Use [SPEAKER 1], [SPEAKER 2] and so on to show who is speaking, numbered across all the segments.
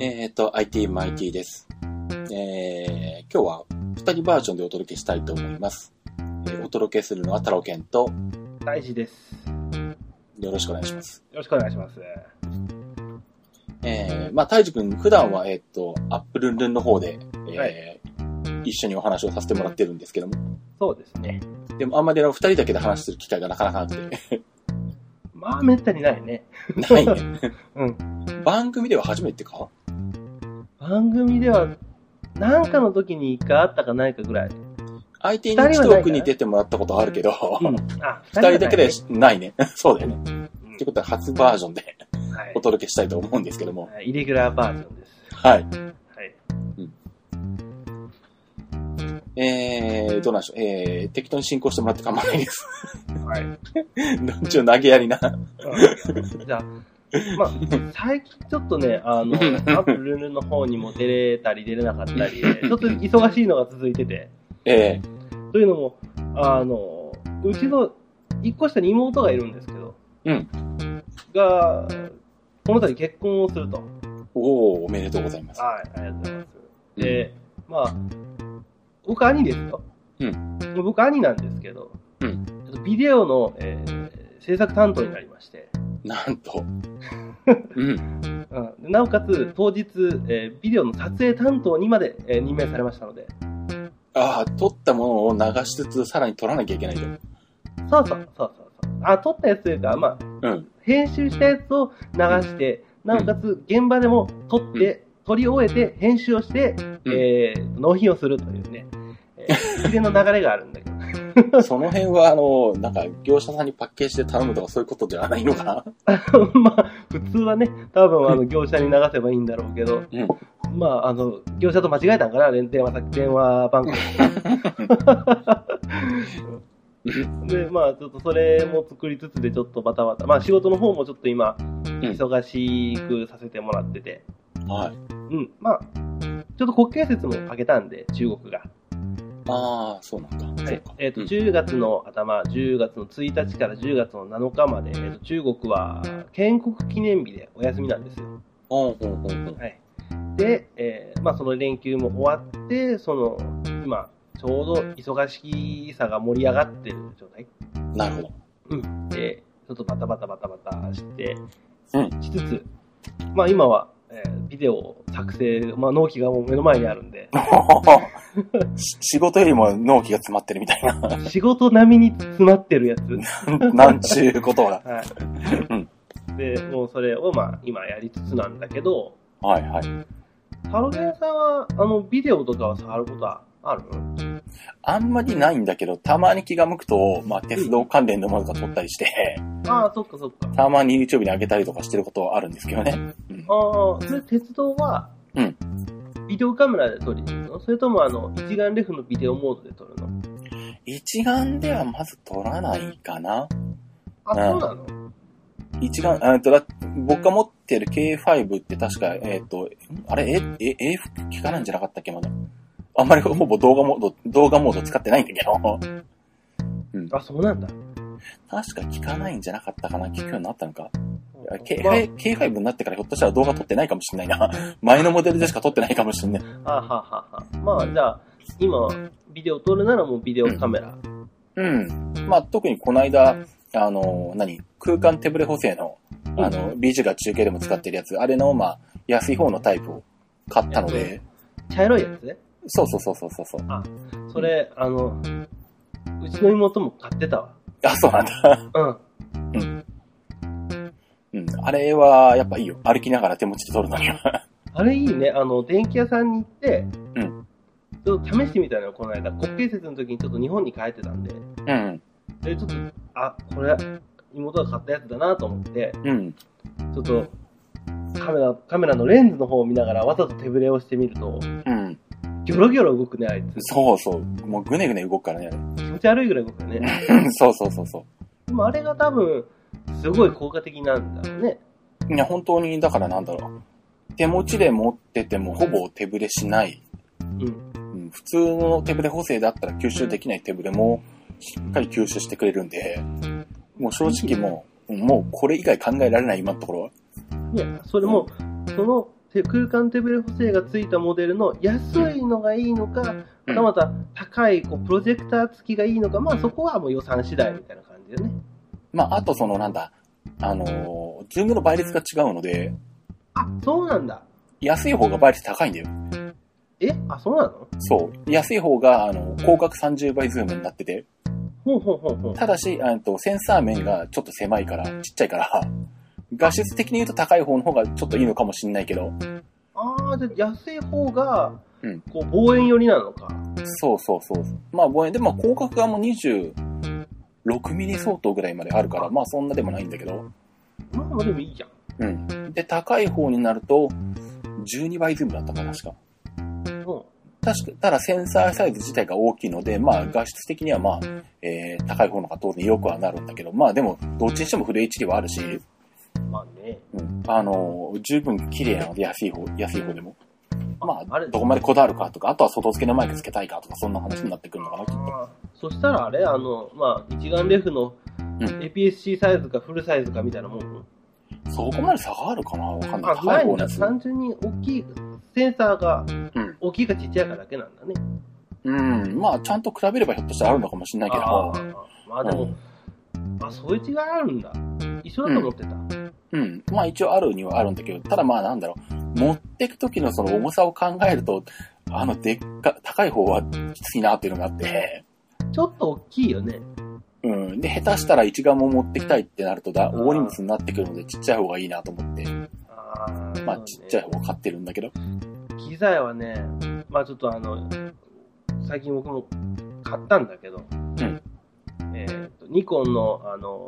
[SPEAKER 1] えっ、と、IT マイティです。えー、今日は2人バージョンでお届けしたいと思います。えーお届けするのは太郎健と、
[SPEAKER 2] 大事です。よ
[SPEAKER 1] よろしくお願いします。
[SPEAKER 2] ろしくお願いします。
[SPEAKER 1] えー、まあ、たいじくん、普段は、えっ、と、アップルンルンの方で、えー
[SPEAKER 2] は
[SPEAKER 1] 一緒にお話をさせてもらってるんですけども、
[SPEAKER 2] そうですね。
[SPEAKER 1] でもあんまりあの2人だけで話する機会がなかなかなく て、
[SPEAKER 2] まあ、めったにないね。
[SPEAKER 1] ないね。
[SPEAKER 2] うん。
[SPEAKER 1] 番組では初めてか
[SPEAKER 2] 番組では、なんかの時に一回あったかないかぐらい。
[SPEAKER 1] ?IT
[SPEAKER 2] 二
[SPEAKER 1] 日
[SPEAKER 2] 人はな
[SPEAKER 1] ト
[SPEAKER 2] い
[SPEAKER 1] ークに出てもらったことはあるけど、
[SPEAKER 2] うん。あ、
[SPEAKER 1] 2人だけで
[SPEAKER 2] し。
[SPEAKER 1] ないね。 そうだよね。
[SPEAKER 2] うん
[SPEAKER 1] ということは初バージョンで
[SPEAKER 2] はい
[SPEAKER 1] お。届けしたいと思うんですけども、
[SPEAKER 2] はいイレギュラーバージョンです。
[SPEAKER 1] はい。
[SPEAKER 2] はい。
[SPEAKER 1] えー、どうなんでしょう。えー、適当に進行してもらって構わないです。
[SPEAKER 2] はい。
[SPEAKER 1] ちょ、投げやりな。
[SPEAKER 2] うんじゃあ、まあ、最近ちょっとね、あの、アップルの方にも出れたり出れなかったりで、ちょっと忙しいのが続いてて、
[SPEAKER 1] え
[SPEAKER 2] というのも、あの、うちの一個下に妹がいるんですけど、
[SPEAKER 1] うん
[SPEAKER 2] が、この度結婚をすると。
[SPEAKER 1] ー、おー、おめでとうございます。
[SPEAKER 2] はい、ありがとうございます。で、まあ、僕兄ですよ。
[SPEAKER 1] う
[SPEAKER 2] 僕兄なんですけど、
[SPEAKER 1] うん
[SPEAKER 2] ちょっとビデオの、えー制作担当になりまして、
[SPEAKER 1] なんと。うん。
[SPEAKER 2] うんでなおかつ当日、えービデオの撮影担当にまで、えー任命されましたので、
[SPEAKER 1] ああ、撮ったものを流しつつ、さらに撮らなきゃいけないと。
[SPEAKER 2] そうそうそうそうそう。あ、撮ったやつというか、まあ、
[SPEAKER 1] うん。
[SPEAKER 2] 編集したやつを流して、なおかつ現場でも撮って、撮り終えて、編集をして、
[SPEAKER 1] うん
[SPEAKER 2] えー納品をするというね、えー一連の流れがあるんだけど。
[SPEAKER 1] その辺は、あの、なんか、業者さんにパッケージで頼むとかそういうことではないのかな。
[SPEAKER 2] まあ、普通はね、多分あの業者に流せばいいんだろうけど、
[SPEAKER 1] うん
[SPEAKER 2] まあ、あの、業者と間違えたんかな、連電話先、電話番号。で、まあ、ちょっとそれも作りつつで、ちょっとバタバタ。まあ、仕事の方もちょっと今、忙しくさせてもらってて。
[SPEAKER 1] はい。
[SPEAKER 2] うん、まあ、ちょっと国慶節もかけたんで、中国が。
[SPEAKER 1] ああ、そうなんだ。
[SPEAKER 2] は
[SPEAKER 1] そう
[SPEAKER 2] い
[SPEAKER 1] か。
[SPEAKER 2] えっと
[SPEAKER 1] うん
[SPEAKER 2] 10月の頭、10月の1日から10月の7日まで、えーと中国は建国記念日でお休みなんですよ。
[SPEAKER 1] うん、うん、うんうん。
[SPEAKER 2] はい、で、えーまあ、その連休も終わって、その今、ちょうど忙しさが盛り上がってる状態
[SPEAKER 1] なるほ ど。
[SPEAKER 2] で、ちょっとバタバタバタバタして、
[SPEAKER 1] うん
[SPEAKER 2] しつつ、まあ、今は、えービデオを作成、まあ、納期がもう目の前にあるんで。
[SPEAKER 1] し仕事よりも納期が詰まってるみたいな。
[SPEAKER 2] 仕事並みに詰まってるやつ。
[SPEAKER 1] なんちゅうことだ。
[SPEAKER 2] は
[SPEAKER 1] うん
[SPEAKER 2] い。で、もうそれをまあ今やりつつなんだけど、
[SPEAKER 1] はい、はい。
[SPEAKER 2] サロゲンさんはあのビデオとかは触ることはある
[SPEAKER 1] あんまりないんだけど、たまに気が向くと、まあ、鉄道関連のものとか撮ったりして、
[SPEAKER 2] ああ、そっかそっか。
[SPEAKER 1] たまに YouTube に上げたりとかしてることはあるんですけどね。うん
[SPEAKER 2] ああ、それ鉄道は、
[SPEAKER 1] うん
[SPEAKER 2] ビデオカメラで撮りに行くのそれともあの一眼レフのビデオモードで撮るの
[SPEAKER 1] 一眼ではまず撮らないかな。
[SPEAKER 2] あ、
[SPEAKER 1] ああ
[SPEAKER 2] そうなの
[SPEAKER 1] 一眼、あとだ僕が持ってる K5 って確か、えっ、と、んあれ、え、え、え、聞かないんじゃなかったっけ、まだ。あんまりほぼ動画モード、動画モード使ってないんだけど、
[SPEAKER 2] あ、そうなんだ。
[SPEAKER 1] 確か聞かないんじゃなかったかな、聞くようになったのか。あれ K-
[SPEAKER 2] ま
[SPEAKER 1] K5 になってからひょっとしたら動画撮ってないかもしんないな。前のモデルでしか撮ってないかもしんない。
[SPEAKER 2] あ、はははは。まあじゃあ、今、ビデオ撮るならもうビデオカメラ。
[SPEAKER 1] うん。まあ、特にこの間、あの、何空間手ブレ補正の、あの、BG が中継でも使ってるやつ、あれの、まあ、安い方のタイプを買ったので、
[SPEAKER 2] 茶色いやつね。
[SPEAKER 1] そうそうそうそうそうそう。
[SPEAKER 2] それ、あの、うちの妹も買ってたわ。
[SPEAKER 1] あ、そうなんだ。
[SPEAKER 2] うん。
[SPEAKER 1] うん。あれは、やっぱいいよ。歩きながら手持ちで撮るのには。
[SPEAKER 2] あれいいね。あの、電気屋さんに行って、
[SPEAKER 1] うん
[SPEAKER 2] ちょっと試してみたのよ、この間。国慶節の時にちょっと日本に帰ってたんで。
[SPEAKER 1] うん。
[SPEAKER 2] で、ちょっと、あ、これ、妹が買ったやつだなと思って、
[SPEAKER 1] うん。
[SPEAKER 2] ちょっと、カメラ、カメラのレンズの方を見ながらわざと手ぶれをしてみると、
[SPEAKER 1] うん。
[SPEAKER 2] ギョロギョロ動くね、あいつ。
[SPEAKER 1] そうそう。もうぐねぐね動くからね、
[SPEAKER 2] 気持ち悪いぐらい動くよね。
[SPEAKER 1] あれ。そうそうそうそ
[SPEAKER 2] でもあれが多分、すごい効果的なんだろうね。
[SPEAKER 1] う。いや、本当に、だからなんだろう。手持ちで持っててもほぼ手ぶれしない
[SPEAKER 2] うん。
[SPEAKER 1] うん普通の手ぶれ補正だったら吸収できない手ぶれもしっかり吸収してくれるんで、もう正直もう、もうこれ以外考えられない今のところは。
[SPEAKER 2] ね、それも、その、て空間手ブレ補正がついたモデルの安いのがいいのか、
[SPEAKER 1] うん
[SPEAKER 2] またまた高いこうプロジェクター付きがいいのか、まあそこはもう予算次第みたいな感じでね。
[SPEAKER 1] まあ、あとそのなんだ、あのー、ズームの倍率が違うので、
[SPEAKER 2] あ、そうなんだ。
[SPEAKER 1] 安い方が倍率高いんだよ。
[SPEAKER 2] えあ、そうなの
[SPEAKER 1] そう。安い方が、あの、広角30倍ズームになってて、
[SPEAKER 2] ほうほうほうほう。
[SPEAKER 1] ただし、あのとセンサー面がちょっと狭いから、ちっちゃいから、画質的に言うと高い方の方がちょっといいのかもしんないけど、
[SPEAKER 2] ああ、じゃあ安い方が
[SPEAKER 1] うん、
[SPEAKER 2] こう望遠寄りなのか。
[SPEAKER 1] そうそうそう。まあ、望遠でも広角がもう26ミリ相当ぐらいまであるから、まあそんなでもないんだけど、
[SPEAKER 2] まあまあでもいいじゃん。
[SPEAKER 1] うん。で、高い方になると、12倍ズームだったかな、確か。
[SPEAKER 2] うん。
[SPEAKER 1] 確か、ただセンサーサイズ自体が大きいので、まあ画質的にはまあ、えー、高い方の方が当然良くはなるんだけど、まあでも、どっちにしてもフル HD はあるし、
[SPEAKER 2] まあね。
[SPEAKER 1] うん、あのー、十分綺麗なので安い方、安い方でも。まあ、
[SPEAKER 2] あれ
[SPEAKER 1] どこまでこだわるかとか、あとは外付けのマイク付けたいかとか、そんな話になってくるのかな、きっと。
[SPEAKER 2] あーそしたらあれ、あの、まあ、一眼レフの
[SPEAKER 1] うん
[SPEAKER 2] APS-C サイズかフルサイズかみたいなもん。
[SPEAKER 1] そこまで差があるかなわかんない。
[SPEAKER 2] あ、
[SPEAKER 1] 高
[SPEAKER 2] ないい
[SPEAKER 1] 方
[SPEAKER 2] ん
[SPEAKER 1] のや
[SPEAKER 2] だ。
[SPEAKER 1] つ。
[SPEAKER 2] 単純に大きい、センサーが
[SPEAKER 1] うん
[SPEAKER 2] 大きいかちっちゃいかだけなんだね。
[SPEAKER 1] うん。まあ、ちゃんと比べればひょっとしたらあるのかもしれないけ
[SPEAKER 2] あ
[SPEAKER 1] ど。
[SPEAKER 2] ーまあでも、あ、そういう違いあるんだ。一緒だと思ってた。
[SPEAKER 1] うん。まあ、一応あるにはあるんだけど、ただまあ、なんだろう。持ってく時のその重さを考えると、あの、でっか、高い方はきついなっていうのがあって。
[SPEAKER 2] ちょっと大きいよね。
[SPEAKER 1] うん。で、下手したら一眼も持ってきたいってなるとだ、大荷物になってくるので、ちっちゃい方がいいなと思って。
[SPEAKER 2] あー
[SPEAKER 1] まあ
[SPEAKER 2] そう、ね
[SPEAKER 1] ちっちゃい方を買ってるんだけど。
[SPEAKER 2] 機材はね、まあちょっとあの、最近僕も買ったんだけど、
[SPEAKER 1] ん
[SPEAKER 2] えーと、ニコンのあの、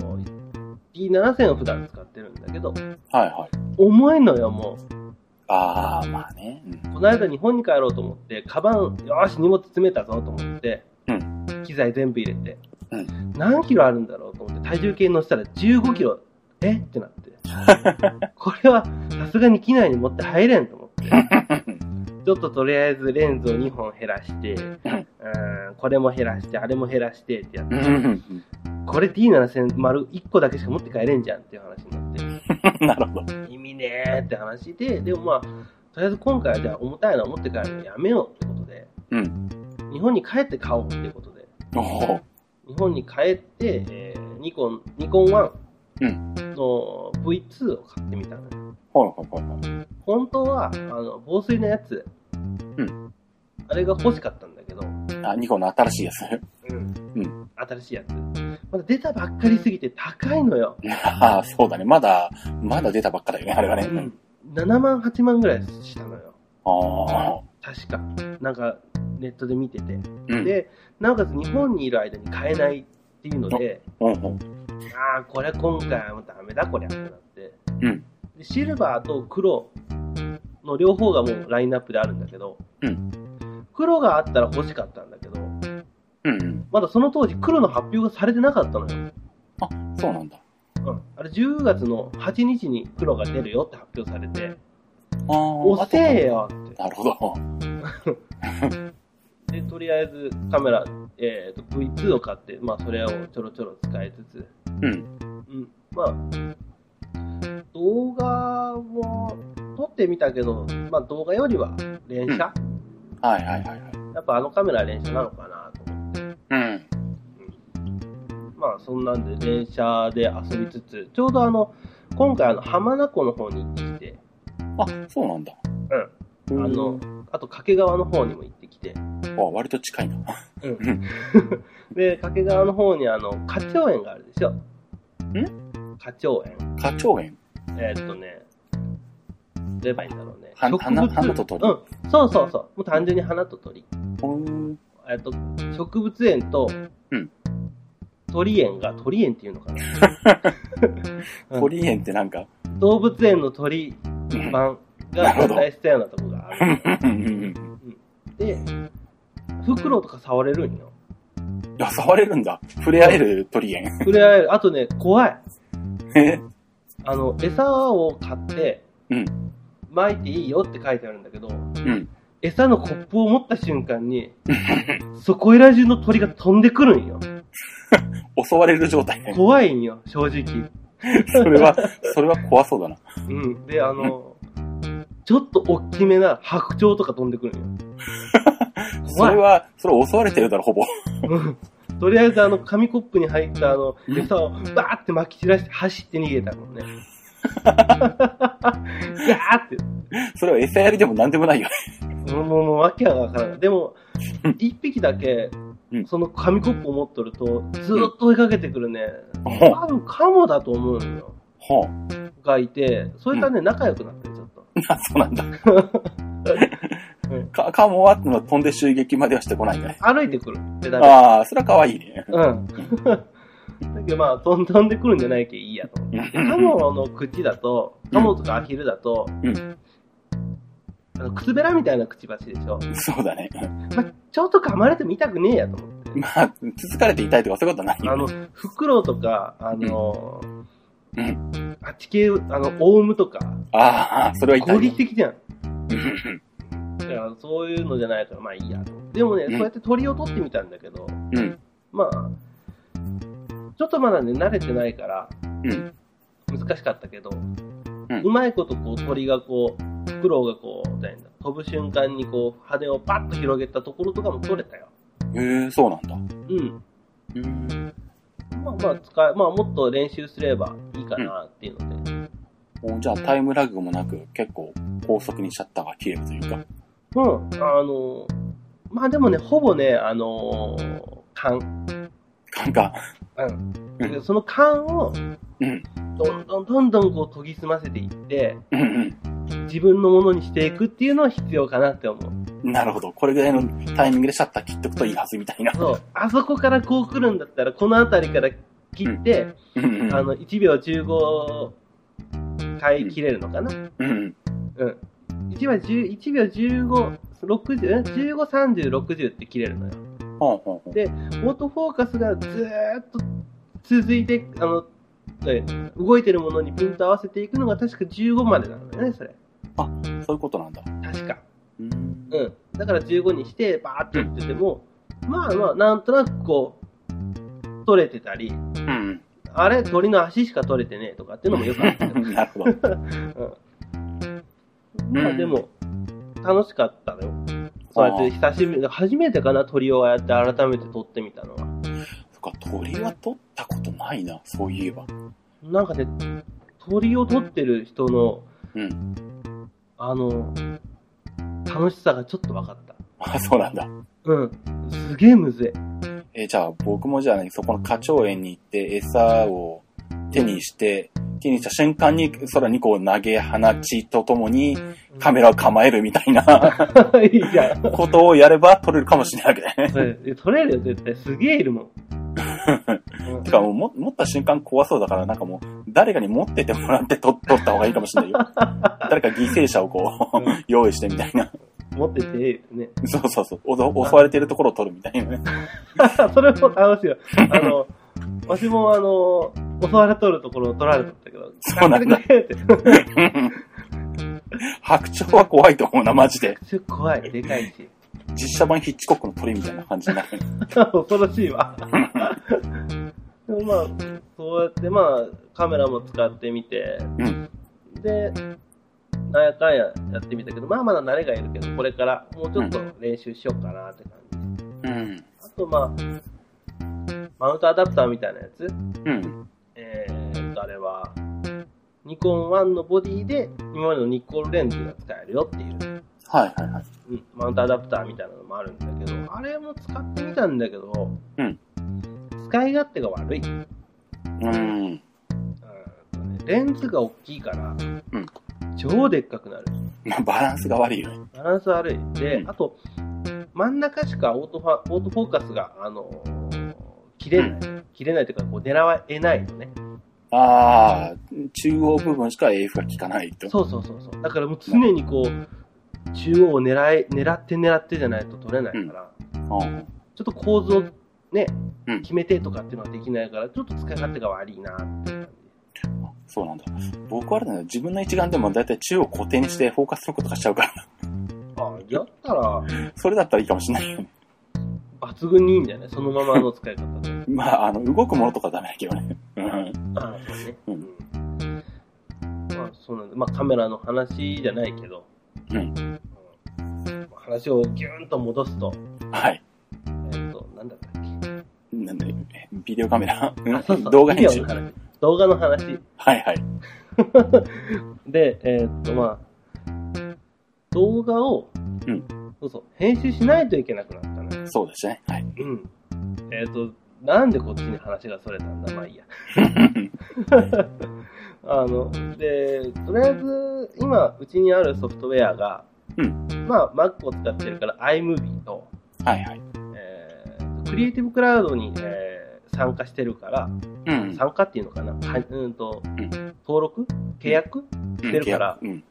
[SPEAKER 2] D7000 を普段使ってるんだけど、
[SPEAKER 1] はいはい。
[SPEAKER 2] 重いのよ、もう。
[SPEAKER 1] ああ、まあね。うん。
[SPEAKER 2] この間日本に帰ろうと思って、カバン、よーし、荷物詰めたぞと思って、
[SPEAKER 1] う
[SPEAKER 2] 機材全部入れて、
[SPEAKER 1] う
[SPEAKER 2] 何キロあるんだろうと思って、体重計に乗せたら15キロ、えって なって。これは、さすがに機内に持って入れんと思 って。ちょっととりあえずレンズを2本減らして、うーん、これも減らして、あれも減らしてってやっ
[SPEAKER 1] う
[SPEAKER 2] て、
[SPEAKER 1] ん
[SPEAKER 2] これ D7000 丸1個だけしか持って帰れんじゃんっていう話になっ
[SPEAKER 1] なるほど。
[SPEAKER 2] て、意味ねーって話で、でもまあ、とりあえず今回はじゃあ重たいのは持って帰るのやめようってことで、
[SPEAKER 1] うん。
[SPEAKER 2] 日本に帰って買おうっていうことで、
[SPEAKER 1] おお。
[SPEAKER 2] 日本に帰って、えーニコン、ニコン1
[SPEAKER 1] う
[SPEAKER 2] の V2 を買ってみたのよ。
[SPEAKER 1] ほいほいほいほい。
[SPEAKER 2] 本当は、あの、防水のやつ、
[SPEAKER 1] う
[SPEAKER 2] あれが欲しかったんだけど、
[SPEAKER 1] あ、ニコンの新しいやつ。
[SPEAKER 2] うん。新しいやつ。まだ出たばっかりすぎて高いのよ。
[SPEAKER 1] ああ、そうだね。まだ、まだ出たばっかだよね、あれがね。
[SPEAKER 2] うん。7万、8万ぐらいしたのよ。
[SPEAKER 1] ああ。
[SPEAKER 2] 確か。なんか、ネットで見てて。
[SPEAKER 1] うん。
[SPEAKER 2] で、なおかつ日本にいる間に買えないっていうので、
[SPEAKER 1] うんうん。
[SPEAKER 2] ああ、これ今回はもうダメだ、こりゃってなって。
[SPEAKER 1] うん
[SPEAKER 2] でシルバーと黒の両方がもうラインナップであるんだけど、
[SPEAKER 1] うん
[SPEAKER 2] 黒があったら欲しかったんだけど、
[SPEAKER 1] うん。
[SPEAKER 2] まだその当時黒の発表がされてなかったのよ。
[SPEAKER 1] そうなんだ。
[SPEAKER 2] うん、あれ10月の8日に黒が出るよって発表されて、
[SPEAKER 1] ああ。
[SPEAKER 2] おせえよっ
[SPEAKER 1] なるほど。
[SPEAKER 2] て。で、とりあえずカメラ、えー、と V2 を買って、まあそれをちょろちょろ使いつつ、
[SPEAKER 1] うん。
[SPEAKER 2] うん、まあ、動画も撮ってみたけど、まあ動画よりは連写、
[SPEAKER 1] はいはいはいはい。
[SPEAKER 2] やっぱあのカメラは連写なのかなと思って。
[SPEAKER 1] うん。
[SPEAKER 2] まあそんなんで連写で遊びつつ、ちょうどあの、今回あの浜名湖の方に行ってきて、
[SPEAKER 1] あ、そうなんだ。
[SPEAKER 2] あ
[SPEAKER 1] うん
[SPEAKER 2] の、あと掛川の方にも行ってきて、
[SPEAKER 1] あ、割と近いな。
[SPEAKER 2] で、掛川の方にあの、花鳥園があるでしょ。ん花鳥園。
[SPEAKER 1] 花鳥園。
[SPEAKER 2] えーっとね、どう言えばいいんだろうね。
[SPEAKER 1] は花
[SPEAKER 2] 植物
[SPEAKER 1] 花と鳥
[SPEAKER 2] うん、そうそうそう。もう単純に花と鳥。
[SPEAKER 1] うん。
[SPEAKER 2] えーっと、植物園と、
[SPEAKER 1] うん
[SPEAKER 2] 鳥園が、鳥園っていうのかな。 うん
[SPEAKER 1] 鳥園ってなんか。
[SPEAKER 2] 動物園の鳥版が合体したようなとこがあ
[SPEAKER 1] う
[SPEAKER 2] る
[SPEAKER 1] ん。うんうん。
[SPEAKER 2] で、フクロウとか触れるんよ。
[SPEAKER 1] いや、触れるんだ。触れ合える鳥園。
[SPEAKER 2] 触れ合える。あとね、怖い。
[SPEAKER 1] え
[SPEAKER 2] あの、餌を買って、
[SPEAKER 1] うん
[SPEAKER 2] 巻いていいよって書いてあるんだけど、
[SPEAKER 1] うん。
[SPEAKER 2] 餌のコップを持った瞬間に、そこいら中の鳥が飛んでくるんよ。
[SPEAKER 1] 襲われる状態ね。
[SPEAKER 2] 怖いんよ、正直。
[SPEAKER 1] それは、それは怖そうだな。
[SPEAKER 2] うん。で、あの、ちちょっと大きめな白鳥とか飛んでくるんよ。
[SPEAKER 1] それは、それ襲われてるだろ、ほぼ。
[SPEAKER 2] うんとりあえずあの紙コップに入ったあの餌をバーって撒き散らして走って逃げた もんね。ガーって。
[SPEAKER 1] それは餌やりでも何でもないよね。
[SPEAKER 2] もう、もう、もう、わけがわからない。でも、一匹だけ
[SPEAKER 1] うん、
[SPEAKER 2] その紙コップを持っとると、ずーっと追いかけてくるね、
[SPEAKER 1] ほう
[SPEAKER 2] 多分カモだと思うのよ。
[SPEAKER 1] ほう。
[SPEAKER 2] がいて、それからね、仲良くなってる、ちょっと。
[SPEAKER 1] あ、そうなんだ。 か、カモは飛んで襲撃まではしてこないんだね。
[SPEAKER 2] 歩いてくる。で、だめ。
[SPEAKER 1] ああ、それは可愛いね。
[SPEAKER 2] うん。だけどまあ、飛ん飛んでくるんじゃないけいいやと思って。でカモの口だと、カモとかアヒルだと、
[SPEAKER 1] うん
[SPEAKER 2] あの靴べらみたいなくちばしでしょ。
[SPEAKER 1] そうだね。うん
[SPEAKER 2] まあ、ちょっと噛まれても痛くねえやと思って。
[SPEAKER 1] まあ、続かれていたいとかそういうことはない
[SPEAKER 2] あ
[SPEAKER 1] よね。
[SPEAKER 2] の、フクロウとか、あの
[SPEAKER 1] う
[SPEAKER 2] あっち系、あの、オウムとか、
[SPEAKER 1] ああ、それは痛
[SPEAKER 2] 攻
[SPEAKER 1] いね。
[SPEAKER 2] 撃的じゃん。
[SPEAKER 1] うん
[SPEAKER 2] だから、そういうのじゃないから、まあいいやと。でもね、
[SPEAKER 1] うん
[SPEAKER 2] そうやって鳥を取ってみたんだけど、
[SPEAKER 1] うん。
[SPEAKER 2] まあ、ちょっとまだね、慣れてないから、
[SPEAKER 1] うん
[SPEAKER 2] 難しかったけど、うまいことこう鳥がこう、フクロウがこう、みたいな、飛ぶ瞬間にこう、羽をパッと広げたところとかも取れたよ。
[SPEAKER 1] へえ、そうなんだ。
[SPEAKER 2] うん。
[SPEAKER 1] うん。
[SPEAKER 2] まあまあ使え、まあもっと練習すればいいかなっていうので、
[SPEAKER 1] もうじゃあタイムラグもなく、結構高速にシャッターが切れるというか。
[SPEAKER 2] うん、あの、まあでもね、ほぼね、あのー、勘。
[SPEAKER 1] なんか、
[SPEAKER 2] う。
[SPEAKER 1] うん
[SPEAKER 2] その勘を、
[SPEAKER 1] うん。
[SPEAKER 2] どんどんどんどんこう研ぎ澄ませていって、
[SPEAKER 1] うんうん。
[SPEAKER 2] 自分のものにしていくっていうのは必要かなって思う。
[SPEAKER 1] なるほど。これぐらいのタイミングでシャッター切っとくといいはずみたいな。
[SPEAKER 2] そう。あそこからこう来るんだったら、この辺りから切って、
[SPEAKER 1] うんうん
[SPEAKER 2] あの、1秒15回切れるのかな
[SPEAKER 1] うんうん。
[SPEAKER 2] うん。1秒10 1秒15、60、ん15、30、60って切れるのよ。
[SPEAKER 1] ほうほうほう。
[SPEAKER 2] オートフォーカスがずーっと続いて、あの、え動いてるものにピント合わせていくのが確か15までなのよね、それ。
[SPEAKER 1] そういうことなんだ。
[SPEAKER 2] 確か。
[SPEAKER 1] うん
[SPEAKER 2] うん。だから15にして、バーって打ってても、まあまあ、なんとなくこう、取れてたり、
[SPEAKER 1] うん。
[SPEAKER 2] あれ、鳥の足しか取れてねえとかっていうのもよくあ ったよ。
[SPEAKER 1] なるほど。
[SPEAKER 2] うん。まあでも、楽しかったのよ。そうやって久しぶり、初めてかな、鳥をああやって改めて取ってみたのは。
[SPEAKER 1] そっか、鳥は取ったことないな、そういえば。
[SPEAKER 2] なんかね、鳥を取ってる人の、
[SPEAKER 1] うん
[SPEAKER 2] あの、楽しさがちょっと分かった。
[SPEAKER 1] あ、そうなんだ。
[SPEAKER 2] うん。すげえむずい。
[SPEAKER 1] えーじゃあ僕もじゃあ、ね、そこの花鳥園に行って餌を手にして、手にした瞬間に空にこう投げ放ちとともにカメラを構えるみたい な
[SPEAKER 2] ラ。いいじゃん。
[SPEAKER 1] ことをやれば撮れるかもしれないわけね。
[SPEAKER 2] うん取れるよ、絶対。すげえいるもん。 うん
[SPEAKER 1] てかもうも持った瞬間怖そうだからなんかもう誰かに持っててもらって 撮撮った方がいいかもしれないよ。誰か犠牲者をこう 用意してみたいな。
[SPEAKER 2] 持ってていいですね。
[SPEAKER 1] そうそうそう。お襲われてるところを撮るみたいなね。
[SPEAKER 2] それも楽しいよ。あの、わしもあの、襲われとるところを取られとったけど、
[SPEAKER 1] そうなんだ
[SPEAKER 2] 助けてくれって。
[SPEAKER 1] 白鳥は怖いと思うな、マジで。
[SPEAKER 2] すごい怖い、でかいし。
[SPEAKER 1] 実写版ヒッチコックの鳥みたいな感じになる。
[SPEAKER 2] 恐ろしいわ。でもまあ、そうやってまあ、カメラも使ってみて、
[SPEAKER 1] うん
[SPEAKER 2] で、なんやかんややってみたけど、まあまだ慣れがいるけど、これからもうちょっと練習しようかなって感じ。
[SPEAKER 1] うん。
[SPEAKER 2] あとまあ、マウントアダプターみたいなやつ、
[SPEAKER 1] うん。
[SPEAKER 2] えー、とあれは、ニコン1のボディで今までのニコンレンズが使えるよっていう、
[SPEAKER 1] はいはいはい。
[SPEAKER 2] うん、マウントアダプターみたいなのもあるんだけど、あれも使ってみたんだけど、
[SPEAKER 1] うん
[SPEAKER 2] 使い勝手が悪い。うん
[SPEAKER 1] うん。
[SPEAKER 2] とねレンズが大きいから、
[SPEAKER 1] ん
[SPEAKER 2] 超でっかくなる。
[SPEAKER 1] まあ、バランスが悪いよね。
[SPEAKER 2] バランス悪い。で、
[SPEAKER 1] うん
[SPEAKER 2] あと、真ん中しかオートファオートフォーカスが、あのー切れない。切れないというか、こう狙えないのね。
[SPEAKER 1] ああ、中央部分しか AF が効かないと。
[SPEAKER 2] そうそうそうそう。だからもう常にこう、中央を狙い、狙って狙ってじゃないと取れないから、
[SPEAKER 1] うん。
[SPEAKER 2] ちょっと構図をね、
[SPEAKER 1] うん
[SPEAKER 2] 決めてとかっていうのはできないから、ちょっと使い勝手が悪いなっていう感
[SPEAKER 1] そうなんだ。僕はあれだね、自分の一眼でもだいたい中央固定にしてフォーカスのことかしちゃうから、
[SPEAKER 2] じ。あやったら、
[SPEAKER 1] それだったらいいかもしれないよね。
[SPEAKER 2] 抜群にいいんじゃないそのままの使い方で。
[SPEAKER 1] まあ、あの、動くものとかダメだけどね。うん。
[SPEAKER 2] あそうね。
[SPEAKER 1] う
[SPEAKER 2] うんん。まあ、そうなんだ。まあ、カメラの話じゃないけど、
[SPEAKER 1] うん
[SPEAKER 2] うん話をギューンと戻すと、
[SPEAKER 1] はい。
[SPEAKER 2] えっと、なんだったっけ
[SPEAKER 1] なんで、ビデオカメラうん
[SPEAKER 2] あ、そうそう。
[SPEAKER 1] 動画編集
[SPEAKER 2] ビデオの話動画の話。
[SPEAKER 1] はいはい。
[SPEAKER 2] で、えーっと、まあ、動画を、
[SPEAKER 1] うん
[SPEAKER 2] そうそう、編集しないといけなくなったね。
[SPEAKER 1] そうですね。はい。
[SPEAKER 2] うん。えーっと、なんでこっちに話がそれたんだまあいいや。あの、で、とりあえず、今、うちにあるソフトウェアが、
[SPEAKER 1] う
[SPEAKER 2] まあ、Mac を使ってるから iMovie と、
[SPEAKER 1] はいはい。
[SPEAKER 2] えー、クリエイティブクラウドに、えー参加してるから、
[SPEAKER 1] うん。
[SPEAKER 2] 参加っていうのかな、はうんと
[SPEAKER 1] ん
[SPEAKER 2] 登録契約
[SPEAKER 1] うん
[SPEAKER 2] 出るから
[SPEAKER 1] うん。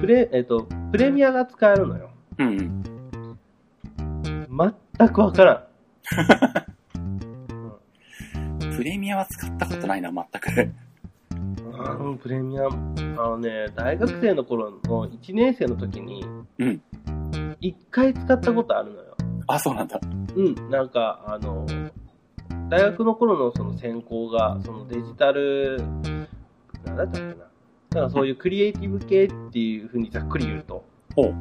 [SPEAKER 2] プレ,、えー、とプレミアが使えるのよ。
[SPEAKER 1] うんうん。
[SPEAKER 2] 全くわからん。うん
[SPEAKER 1] プレミアは使ったことないな、全く。
[SPEAKER 2] あのプレミアム、あのね、大学生の頃の1年生の時に、
[SPEAKER 1] うん
[SPEAKER 2] 1回使ったことあるのよ。
[SPEAKER 1] あ、そうなんだ。
[SPEAKER 2] うん、なんか、あの、大学の頃のその専攻が、そのデジタル、なんだったっけな。だからそういうクリエイティブ系っていうふうにざっくり言うと。
[SPEAKER 1] ほう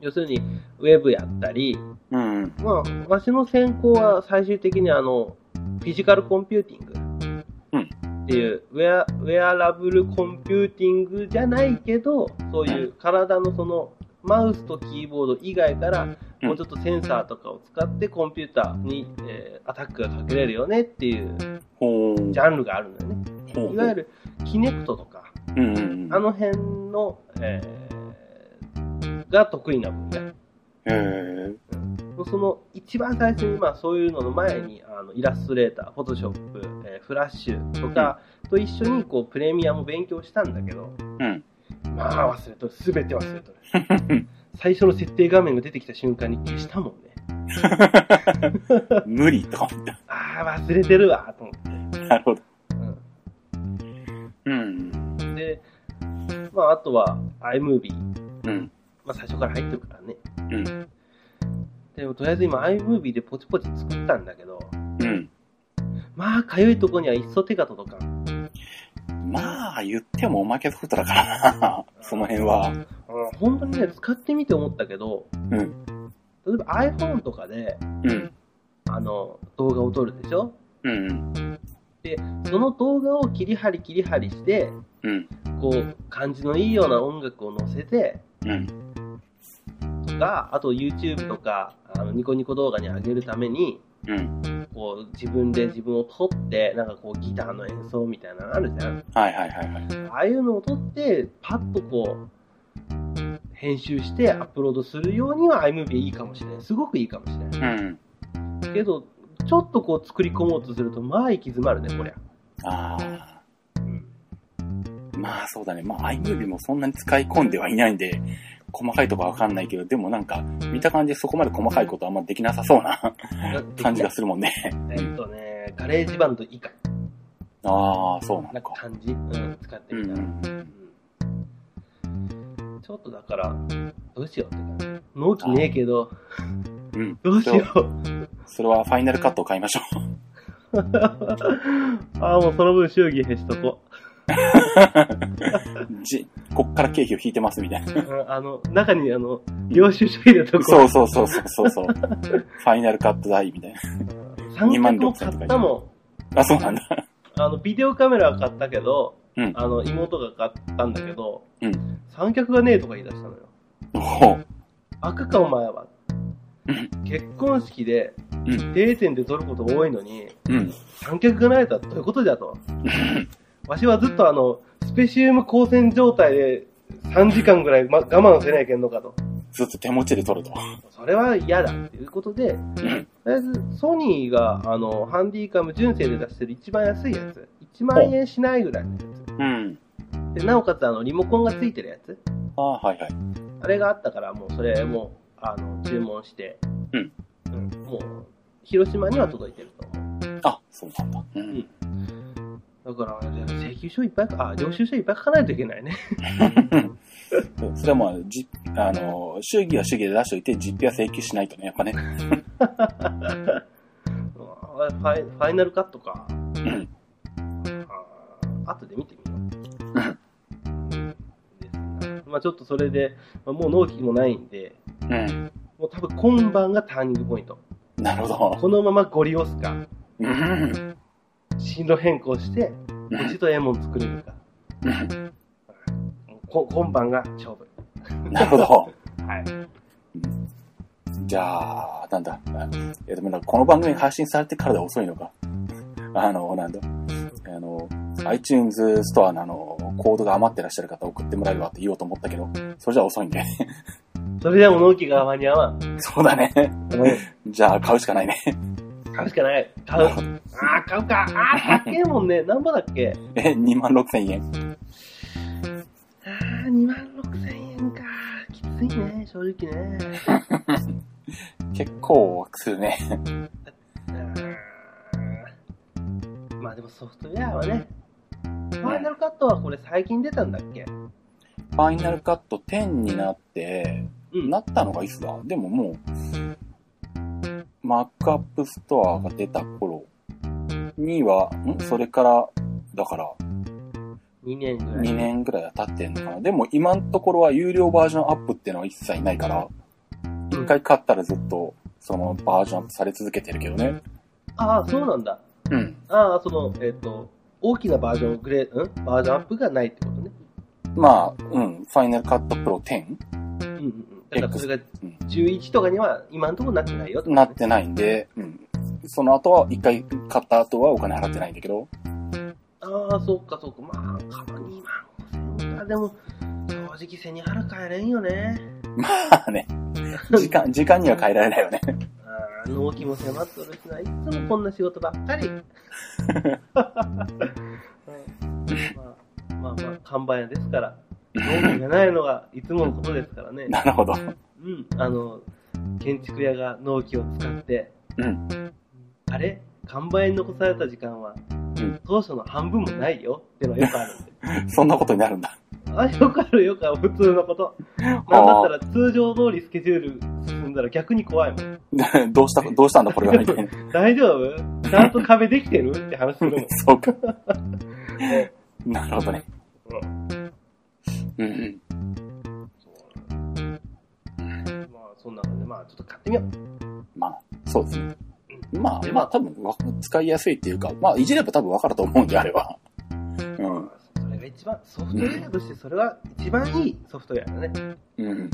[SPEAKER 2] 要するに、ウェブやったり、
[SPEAKER 1] うんうん。
[SPEAKER 2] まあ、わしの専攻は最終的にあの、フィジカルコンピューティングっていう、ウェア、ウェアラブルコンピューティングじゃないけど、そういう体のその、マウスとキーボード以外から、
[SPEAKER 1] うん
[SPEAKER 2] もうちょっとセンサーとかを使ってコンピューターに、えーアタックがかけれるよねっていう
[SPEAKER 1] ほう。
[SPEAKER 2] ジャンルがあるんだよね。
[SPEAKER 1] ほう
[SPEAKER 2] いわゆる、キネクトとか、
[SPEAKER 1] うんうんうん。
[SPEAKER 2] あの辺の、えーが得意な分野。
[SPEAKER 1] へー
[SPEAKER 2] その一番最初に、まあ、そういうのの前にあのイラストレーター、フォトショップ、えーフラッシュとかと一緒にこうプレミアも勉強したんだけど、
[SPEAKER 1] うん。
[SPEAKER 2] まあ忘れとる、すべて忘れとる。 最初の設定画面が出てきた瞬間に消したもんね。
[SPEAKER 1] 無理とか思った。
[SPEAKER 2] ああ、忘れてるわ、と思って。
[SPEAKER 1] なるほど。うん。
[SPEAKER 2] うん、で、まああとは iMovie、
[SPEAKER 1] うん。
[SPEAKER 2] まあ最初から入ってるからね。
[SPEAKER 1] うん
[SPEAKER 2] でもとりあえず今 iMovie でポチポチ作ったんだけど、
[SPEAKER 1] うん。
[SPEAKER 2] まあかゆいとこにはいっそ手が届かん。
[SPEAKER 1] まあ、言ってもおまけソフトだからな。 その辺は。
[SPEAKER 2] うん本当にね、使ってみて思ったけど、
[SPEAKER 1] うん
[SPEAKER 2] 例えば iPhone とかで、
[SPEAKER 1] うん。
[SPEAKER 2] あの、動画を撮るでしょ
[SPEAKER 1] うん。
[SPEAKER 2] その動画を切り張り切り張りして、
[SPEAKER 1] うん。
[SPEAKER 2] こう、感じのいいような音楽を載せて、
[SPEAKER 1] うん。
[SPEAKER 2] とか、あと YouTube とか、あの、ニコニコ動画に上げるために、
[SPEAKER 1] うん。
[SPEAKER 2] こう、自分で自分を撮って、なんかこう、ギターの演奏みたいなのあるじゃん。
[SPEAKER 1] はいはいはいはい。
[SPEAKER 2] ああいうのを撮って、パッとこう、編集してアップロードするようには iMovie いいかもしれない。すごくいいかもしれない。
[SPEAKER 1] うん。
[SPEAKER 2] けど、ちょっとこう作り込もうとすると、まあ行き詰まるね、こりゃ。
[SPEAKER 1] ああ。まあそうだね。まあ iMovie もそんなに使い込んではいないんで、細かいとこはわかんないけど、でもなんか、見た感じそこまで細かいことあんまできなさそうな感じがするもんね。
[SPEAKER 2] えっとね、ガレージバンド以下
[SPEAKER 1] ああ、そうなん
[SPEAKER 2] な
[SPEAKER 1] だ。
[SPEAKER 2] 感じ、うん、使って
[SPEAKER 1] う
[SPEAKER 2] みたら、
[SPEAKER 1] ん。
[SPEAKER 2] うんちょっとだから、どうしようって感じ。納期ねえけど、
[SPEAKER 1] うん。
[SPEAKER 2] どうしよ う。
[SPEAKER 1] それはファイナルカットを買いましょう。
[SPEAKER 2] ああ、もうその分、祝儀減しとこ
[SPEAKER 1] じ、こっから経費を引いてますみたいな。
[SPEAKER 2] う。うんあの、中に、あの、領収書入れとこ
[SPEAKER 1] そうそうそうそうそうそう。ファイナルカット代みたいな。
[SPEAKER 2] う。三脚も買ったもん。
[SPEAKER 1] あ、そうなんだ。
[SPEAKER 2] あの、ビデオカメラは買ったけど、
[SPEAKER 1] うん
[SPEAKER 2] あの、妹が買ったんだけど、
[SPEAKER 1] うん
[SPEAKER 2] 三脚がねえとか言い出したのよ。
[SPEAKER 1] おう
[SPEAKER 2] バカかお前は
[SPEAKER 1] うん。
[SPEAKER 2] 結婚式で
[SPEAKER 1] うん、
[SPEAKER 2] 定点で撮ること多いのに、
[SPEAKER 1] うん。
[SPEAKER 2] 三脚がないとはどういうことじゃ と。わしはずっとあの、スペシウム光線状態で3時間ぐらい、ま、我慢せないけんのかと。
[SPEAKER 1] ずっと手持ちで撮ると。
[SPEAKER 2] それは嫌だっていうことで、
[SPEAKER 1] うん。
[SPEAKER 2] とりあえずソニーがあの、ハンディカム純正で出してる一番安いやつ。1万円しないぐらいのや
[SPEAKER 1] うん。
[SPEAKER 2] つ。で、なおかつあの、リモコンがついてるやつ。
[SPEAKER 1] ああ、はいはい。
[SPEAKER 2] あれがあったから、もうそれも、あの、注文して、
[SPEAKER 1] うん。
[SPEAKER 2] うん、もう、広島には届いてると思
[SPEAKER 1] あ、そうなんだ。うん。
[SPEAKER 2] う。だから、じゃあ請求書いっぱいか、あ、領収書いっぱい書かないといけ ないね。
[SPEAKER 1] それはまあ、じ、あの、祝儀は祝儀で出しておいて、実費は請求しないとね、やっぱね。
[SPEAKER 2] うわファイファイナルカットか。
[SPEAKER 1] うん。
[SPEAKER 2] あー後で見てみよう。ですなまあ、ちょっとそれで、まあもう納期もないんで、
[SPEAKER 1] うん。
[SPEAKER 2] もう多分今晩がターニングポイント。
[SPEAKER 1] なるほど。
[SPEAKER 2] このままゴリ押すか、
[SPEAKER 1] うん。
[SPEAKER 2] 進路変更して、うちとええもん作れるか。
[SPEAKER 1] うん
[SPEAKER 2] もうこ今晩が勝負。
[SPEAKER 1] なるほど。
[SPEAKER 2] はい。
[SPEAKER 1] じゃあ、なんだ。あいや、でもなんかこの番組配信されてからで遅いのか。あの、なんだ。あの、iTunes ストアのあの、コードが余ってらっしゃる方送ってもらえればって言おうと思ったけど、それじゃ遅いんで。
[SPEAKER 2] それでも納期が間に合わん。
[SPEAKER 1] そうだね。じゃあ、買うしかないね。
[SPEAKER 2] 買うしかない。買う。ああ、買うか。ああ、高えもんね。なんぼだっけ
[SPEAKER 1] え、2万6千円。
[SPEAKER 2] ああ、2万6千円か。きついね、正直ね。
[SPEAKER 1] 結構するね。
[SPEAKER 2] あーまあでもソフトウェアはね、ファイナルカットはこれ最近出たんだっけ
[SPEAKER 1] ファイナルカット10になって、
[SPEAKER 2] うん。
[SPEAKER 1] なったのがいつだでももう、マックアップストアが出た頃には、んそれから、だから、
[SPEAKER 2] 2年ぐらい。
[SPEAKER 1] 2年ぐらいは経ってんのかな。でも今のところは有料バージョンアップっていうのは一切ないから、一回買ったらずっと、そのバージョンアップされ続けてるけどね。
[SPEAKER 2] ああ、そうなんだ。
[SPEAKER 1] うん。
[SPEAKER 2] ああ、その、えっ、と、大きなバージョングレー、うんバージョンアップがないってことね。
[SPEAKER 1] まあ、うん、ファイナルカットプロ 10?
[SPEAKER 2] うんうんうん。だからそれが
[SPEAKER 1] うん
[SPEAKER 2] 11とかには今んところなってないよってことね
[SPEAKER 1] なってないんで、うん。その後は、一回買った後はお金払ってないんだけど、
[SPEAKER 2] ああ、そっかそっか。まあ、かば2万5千円か。でも、正直背に腹変えれんよね。
[SPEAKER 1] まあね、時間、時間には変えられないよね。
[SPEAKER 2] あー納期も迫っとるしな、いつもこんな仕事ばっか り。うんまあまあまあ、看板屋です から、納期がないのがいつものことですからね。
[SPEAKER 1] なるほど。
[SPEAKER 2] うん、あの、建築屋が納期を使って、
[SPEAKER 1] うん。
[SPEAKER 2] あれ看板屋に残された時間は、
[SPEAKER 1] ん
[SPEAKER 2] 当初の半分もないよってのはよくあるんで。
[SPEAKER 1] そんなことになるんだ。
[SPEAKER 2] あ、よくあるよくある、普通のこと。なんだったら通常通りスケジュール進んだら逆に怖いもん。
[SPEAKER 1] どうした、どうしたんだ、これは、み たいな。
[SPEAKER 2] 大丈夫ちゃんと壁できてるって話するもん。
[SPEAKER 1] そうか。なるほどね。
[SPEAKER 2] うん
[SPEAKER 1] うんうん。
[SPEAKER 2] そうまあ、そんなので、まあ、ちょっと買ってみよう。
[SPEAKER 1] まあ、そうですね。まあ、まあ、多分わ、使いやすいっていうか、まあ、いじれば多分わかると思うんで、あれは。うん。
[SPEAKER 2] まあそれが一番、ソフトウェアとしてそれは一番いいソフトウェアだね。
[SPEAKER 1] うん。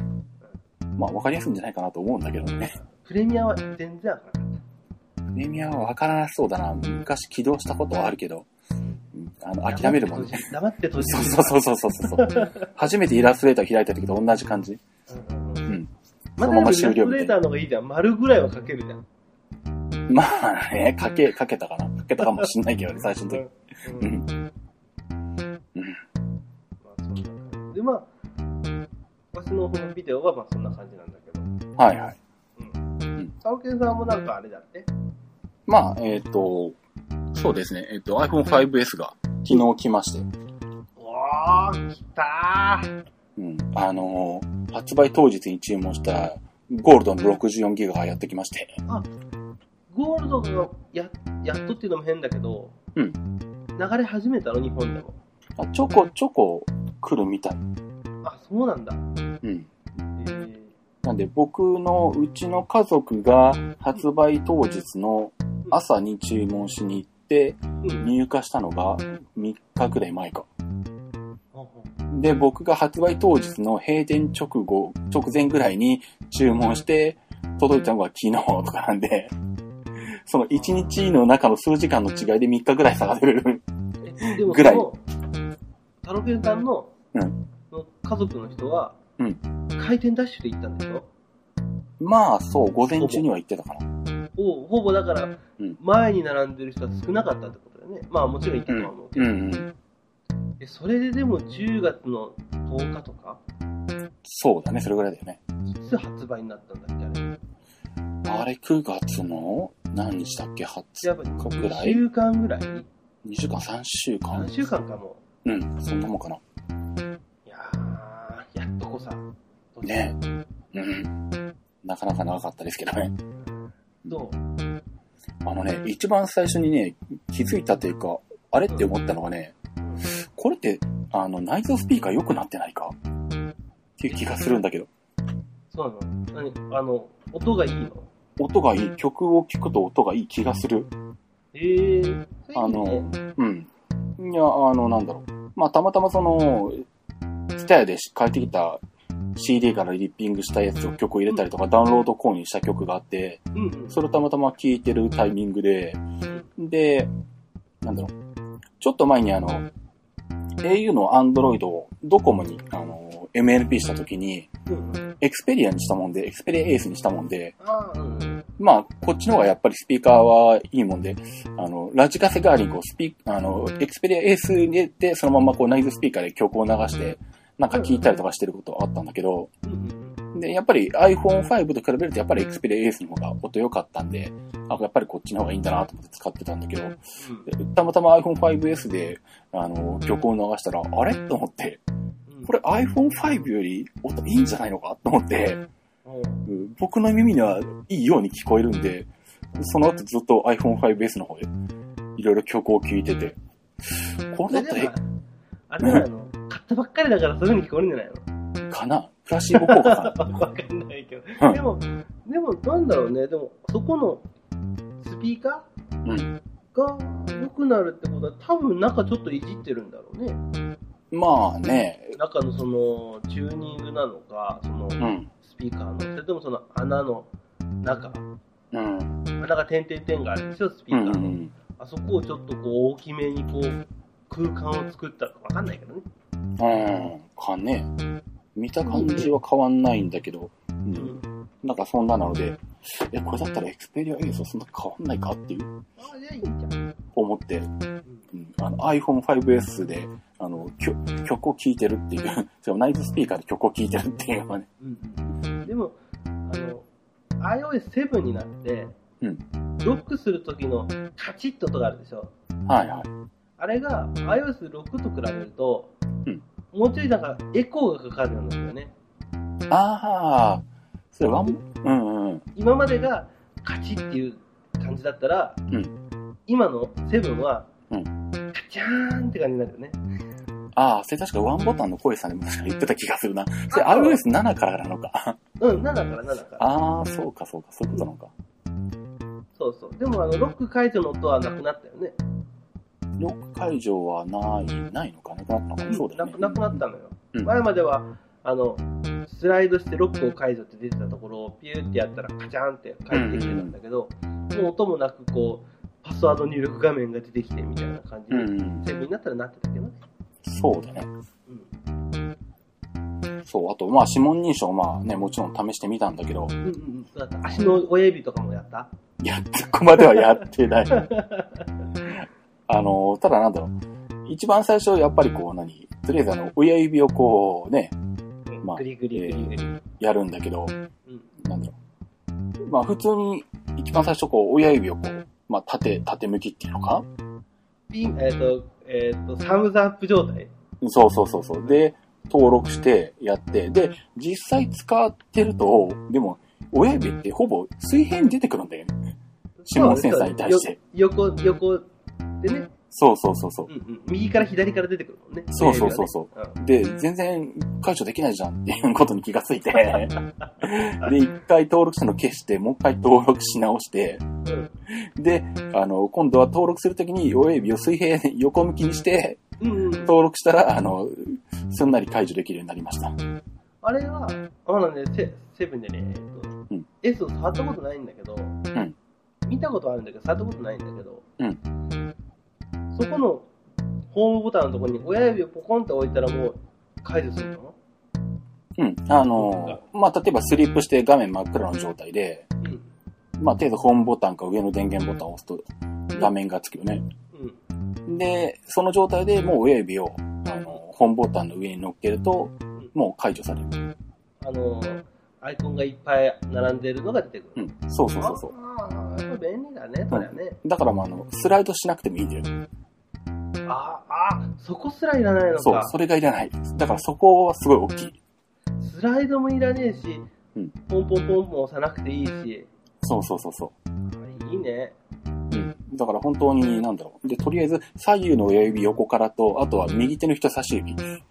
[SPEAKER 1] まあ、わかりやすいんじゃないかなと思うんだけどね。
[SPEAKER 2] プレミアは全然わからなかっ
[SPEAKER 1] プレミアはわからなそうだな。昔起動したことはあるけど、うんあの、
[SPEAKER 2] た。
[SPEAKER 1] 諦めるもんね。
[SPEAKER 2] 黙って閉じ
[SPEAKER 1] そう
[SPEAKER 2] 黙って閉じ
[SPEAKER 1] そうそうそうそうそう。 初めてイラストレーター開いた時と同じ感じ。
[SPEAKER 2] うんうんうん
[SPEAKER 1] うん。その
[SPEAKER 2] まだ
[SPEAKER 1] ま
[SPEAKER 2] でも
[SPEAKER 1] ま
[SPEAKER 2] イラス
[SPEAKER 1] 終了
[SPEAKER 2] ト
[SPEAKER 1] みた
[SPEAKER 2] レー
[SPEAKER 1] い
[SPEAKER 2] タ
[SPEAKER 1] な
[SPEAKER 2] ーの方がいいじゃん。丸ぐらいは書けるじゃん。
[SPEAKER 1] まあね、かけ、かけたかな。かけたかもしんないけど ね、最初の時。
[SPEAKER 2] うん
[SPEAKER 1] うん。
[SPEAKER 2] まあ、そんな感じで、まあ、私のこのビデオはまあそんな感じなんだけど、
[SPEAKER 1] はいはい。
[SPEAKER 2] うん。サオケンさんもなんかあれだって
[SPEAKER 1] まあ、えっ、と、そうですね。えっ、と、iPhone5S が昨日来まして。
[SPEAKER 2] おー、来たー
[SPEAKER 1] うん。あのー発売当日に注文したゴールドの 64GB がやってきまして。
[SPEAKER 2] ゴールドがややっとっていうのも変だけど、
[SPEAKER 1] うん
[SPEAKER 2] 流れ始めたの、日本でも。
[SPEAKER 1] あちょこちょこ来るみたい。
[SPEAKER 2] あ、そうなんだ。
[SPEAKER 1] うん。
[SPEAKER 2] えー、
[SPEAKER 1] なんで僕のうちの家族が発売当日の朝に注文しに行って
[SPEAKER 2] うん。
[SPEAKER 1] 入荷したのが3日くらい前か。
[SPEAKER 2] ああ
[SPEAKER 1] で、僕が発売当日の閉店直後、直前ぐらいに注文して、届いたのが昨日とかなんで、その1日の中の数時間の違いで3日ぐらい差が出る。
[SPEAKER 2] えでも
[SPEAKER 1] ぐらい
[SPEAKER 2] その、タロケンさんの、
[SPEAKER 1] うん
[SPEAKER 2] の家族の人は、
[SPEAKER 1] うん
[SPEAKER 2] 回転ダッシュで行ったんでしょ
[SPEAKER 1] まあそう、午前中には行ってたかな。
[SPEAKER 2] ほぼほぼだから
[SPEAKER 1] うん、
[SPEAKER 2] 前に並んでる人は少なかったってことだよね。まあもちろん行ったとは思うけ
[SPEAKER 1] う
[SPEAKER 2] ど。
[SPEAKER 1] んうん。
[SPEAKER 2] えそれででも10月の10日とか、
[SPEAKER 1] そうだね、それぐらいだよね。
[SPEAKER 2] いつ発売になったんだっけあれ。
[SPEAKER 1] あれ、9月の何日だっけ ?8
[SPEAKER 2] やっぱ
[SPEAKER 1] 日ぐら
[SPEAKER 2] 2
[SPEAKER 1] い
[SPEAKER 2] 週間ぐらい ?2
[SPEAKER 1] ?2 週間 ?3 週間
[SPEAKER 2] 週間かも。
[SPEAKER 1] うん、そんなもんかな。
[SPEAKER 2] いやー、やっとこさ。
[SPEAKER 1] ねうん。なかなか長かったですけどね。
[SPEAKER 2] ど
[SPEAKER 1] あのね、一番最初にね、気づいたというか、あれって思ったのがね、
[SPEAKER 2] う、うん
[SPEAKER 1] これって、あの、内蔵スピーカー良くなってないかていう気がするんだけど。
[SPEAKER 2] そうなの何あの、音がいいの
[SPEAKER 1] 音がいい、曲を聴くと音がいい気がする。
[SPEAKER 2] ええー。
[SPEAKER 1] あの、うん。いや、あの、なんだろう。まあ、たまたまその、スタヤで買ってきた CD からリッピングしたやつを曲を入れたりとか、ダウンロード購入した曲があって、
[SPEAKER 2] うんうん。
[SPEAKER 1] それをたまたま聴いてるタイミングで、で、なんだろう。ちょっと前にあの、au の Android をドコモに、あの、MLP した時に、
[SPEAKER 2] うんうん。
[SPEAKER 1] エクスペリアにしたもんで、エクスペリアエースにしたもんで、
[SPEAKER 2] ああ、うんうん。
[SPEAKER 1] まあ、こっちの方がやっぱりスピーカーはいいもんで、あの、ラジカセ代わりにこう、スピあの、エクスペリアエースに入れて、そのままこう、ナイズスピーカーで曲を流して、なんか聴いたりとかしてることあったんだけど、
[SPEAKER 2] うん
[SPEAKER 1] で、やっぱり iPhone5 と比べるとやっぱりエクスペリアエースの方が音良かったんで、あ、やっぱりこっちの方がいいんだなと思って使ってたんだけど、でたまたま iPhone5S で、あの、曲を流したら、あれと思って、
[SPEAKER 2] うん。
[SPEAKER 1] これ iPhone5 より音いいんじゃないのかと思って、
[SPEAKER 2] うん、
[SPEAKER 1] うん僕の耳にはいいように聞こえるんで、その後ずっと iPhone5S の方で、いろいろ曲を聴いてて、これだとえ
[SPEAKER 2] あれだよあの、買ったばっかりだからそういう風に聞こえるんじゃないの
[SPEAKER 1] えかなプラシーボ効果かな
[SPEAKER 2] わかんないけど
[SPEAKER 1] う。ん
[SPEAKER 2] でも、でも、なんだろうね。でも、そこのスピーカ
[SPEAKER 1] うん。
[SPEAKER 2] ーが良くなるってことは、多分中ちょっといじってるんだろうね。
[SPEAKER 1] まあね、
[SPEAKER 2] 中のその、チューニングなのか、その、
[SPEAKER 1] うん。
[SPEAKER 2] スピーカーの、それともその穴の中、
[SPEAKER 1] うん。
[SPEAKER 2] 穴が点々点があるでしょ、スピ
[SPEAKER 1] う
[SPEAKER 2] ー
[SPEAKER 1] ん
[SPEAKER 2] カ
[SPEAKER 1] う
[SPEAKER 2] ーの。
[SPEAKER 1] ん。
[SPEAKER 2] あそこをちょっとこう、大きめにこう、空間を作ったかわかんないけどね。
[SPEAKER 1] うん。かね。見た感じは変わんないんだけど、うん。なんかそんななので、え、これだったらエクスペリア A とそんな変わんないかっていう
[SPEAKER 2] ああ、じゃあいいじゃん。
[SPEAKER 1] 思って、うんあの iPhone5S で、あの、きょ曲を聴いてるっていう、 しかもナイズスピーカーで曲を聴いてるっていうのはね、
[SPEAKER 2] でも、あの、iOS7 になって、
[SPEAKER 1] うん
[SPEAKER 2] ロックするときのカチッと音があるでしょ。
[SPEAKER 1] はいはい。
[SPEAKER 2] あれが iOS6 と比べると、
[SPEAKER 1] うん
[SPEAKER 2] もうちょいなんかエコーがかかるようになるんですよね。
[SPEAKER 1] ああ、それワン、うんうん。
[SPEAKER 2] 今までがカチッっていう感じだったら、
[SPEAKER 1] う
[SPEAKER 2] 今の7は、
[SPEAKER 1] うん
[SPEAKER 2] カチャーンって感じになるよね。
[SPEAKER 1] ああ、それ確かワンボタンの声さんでも確か言ってた気がするな。それ
[SPEAKER 2] あそう
[SPEAKER 1] iOS7 からなのか。
[SPEAKER 2] うん、7から7から。
[SPEAKER 1] ああ、そうかそうか、そういうことなのか。
[SPEAKER 2] そうそう。でもあの、ロック解除の音はなくなったよね。
[SPEAKER 1] ロック解除はない、ないのかなくなったのかなそうだよ
[SPEAKER 2] な
[SPEAKER 1] ね。
[SPEAKER 2] くなくなったのよ。
[SPEAKER 1] うん
[SPEAKER 2] 前まではあのスライドしてロックを解除って出てたところをピューってやったらカチャンって返ってきてたんだけど、もう音もなくこうパスワード入力画面が出てきてみたいな感
[SPEAKER 1] う
[SPEAKER 2] じで、
[SPEAKER 1] んうん、
[SPEAKER 2] セブンになったらなってたけどね。
[SPEAKER 1] そうだね。
[SPEAKER 2] うん
[SPEAKER 1] そう、あと、まあ、指紋認証、まあね、もちろん試してみたんだけど、
[SPEAKER 2] うんうん、そうだった足の親指とかもやった
[SPEAKER 1] いや、そこまではやって ない。あの、ただなんだろう。一番最初、やっぱりこう、何とりあえずあの、親指をこう、ね、まあ
[SPEAKER 2] グリグリグリグリ。
[SPEAKER 1] やるんだけど、
[SPEAKER 2] うん
[SPEAKER 1] なんだろう。まあ普通に、一番最初こう、親指をこう、まあ縦、縦向きっていうのか
[SPEAKER 2] ピン、えっ、と、えっ、と、サムズアップ状態。
[SPEAKER 1] そうそうそうそう。で、登録してやって、で、実際使ってると、でも、親指ってほぼ水平に出てくるんだよね。指紋センサーに対して
[SPEAKER 2] そうそうよ横、横でね、
[SPEAKER 1] そうそうそうそう
[SPEAKER 2] うん。うん、右から左から出てくるもんね。
[SPEAKER 1] そうそうそうそう
[SPEAKER 2] 親指はね。うん
[SPEAKER 1] で、全然解除できないじゃんっていうことに気がついて、で、一回登録したの消して、もう一回登録し直して、
[SPEAKER 2] うん
[SPEAKER 1] で、あの、今度は登録するときに親指を水平、横向きにして、
[SPEAKER 2] うんうん、
[SPEAKER 1] 登録したら、あの、すんなり解除できるようになりました。
[SPEAKER 2] あれは、あ、なんで、セセブンでね、えっと、
[SPEAKER 1] うん
[SPEAKER 2] S を触ったことないんだけど、見たことあるんだけど、触ったことないんだけど、
[SPEAKER 1] うん
[SPEAKER 2] そこのホームボタンのところに親指をポコンって置いたらもう解除するの
[SPEAKER 1] うん。あの、まあ、例えばスリープして画面真っ暗の状態で、
[SPEAKER 2] うん。
[SPEAKER 1] まあ、とりあえずホームボタンか上の電源ボタンを押すと画面がつくよね。
[SPEAKER 2] うん。
[SPEAKER 1] で、その状態でもう親指を、あの、ホームボタンの上に乗っけると、もう解除される。
[SPEAKER 2] あのー、アイコンがいっぱい並んでるのが出てく
[SPEAKER 1] う
[SPEAKER 2] る。
[SPEAKER 1] ん。そうそうそうそう。
[SPEAKER 2] ああ、やっぱ便利だね、それはね。
[SPEAKER 1] だから、まあ、あの、スライドしなくてもいいんだよ。
[SPEAKER 2] ああ、そこすらいらないの
[SPEAKER 1] そう
[SPEAKER 2] か、。
[SPEAKER 1] それがいらない。だからそこはすごい大きい。
[SPEAKER 2] スライドもいらねえし、
[SPEAKER 1] うん
[SPEAKER 2] ポンポンポンポン押さなくていいし、
[SPEAKER 1] そうそうそうそう。
[SPEAKER 2] あいいね。
[SPEAKER 1] だから本当に、なんだろう。で、とりあえず、左右の親指横からと、あとは右手の人差し指
[SPEAKER 2] うんうん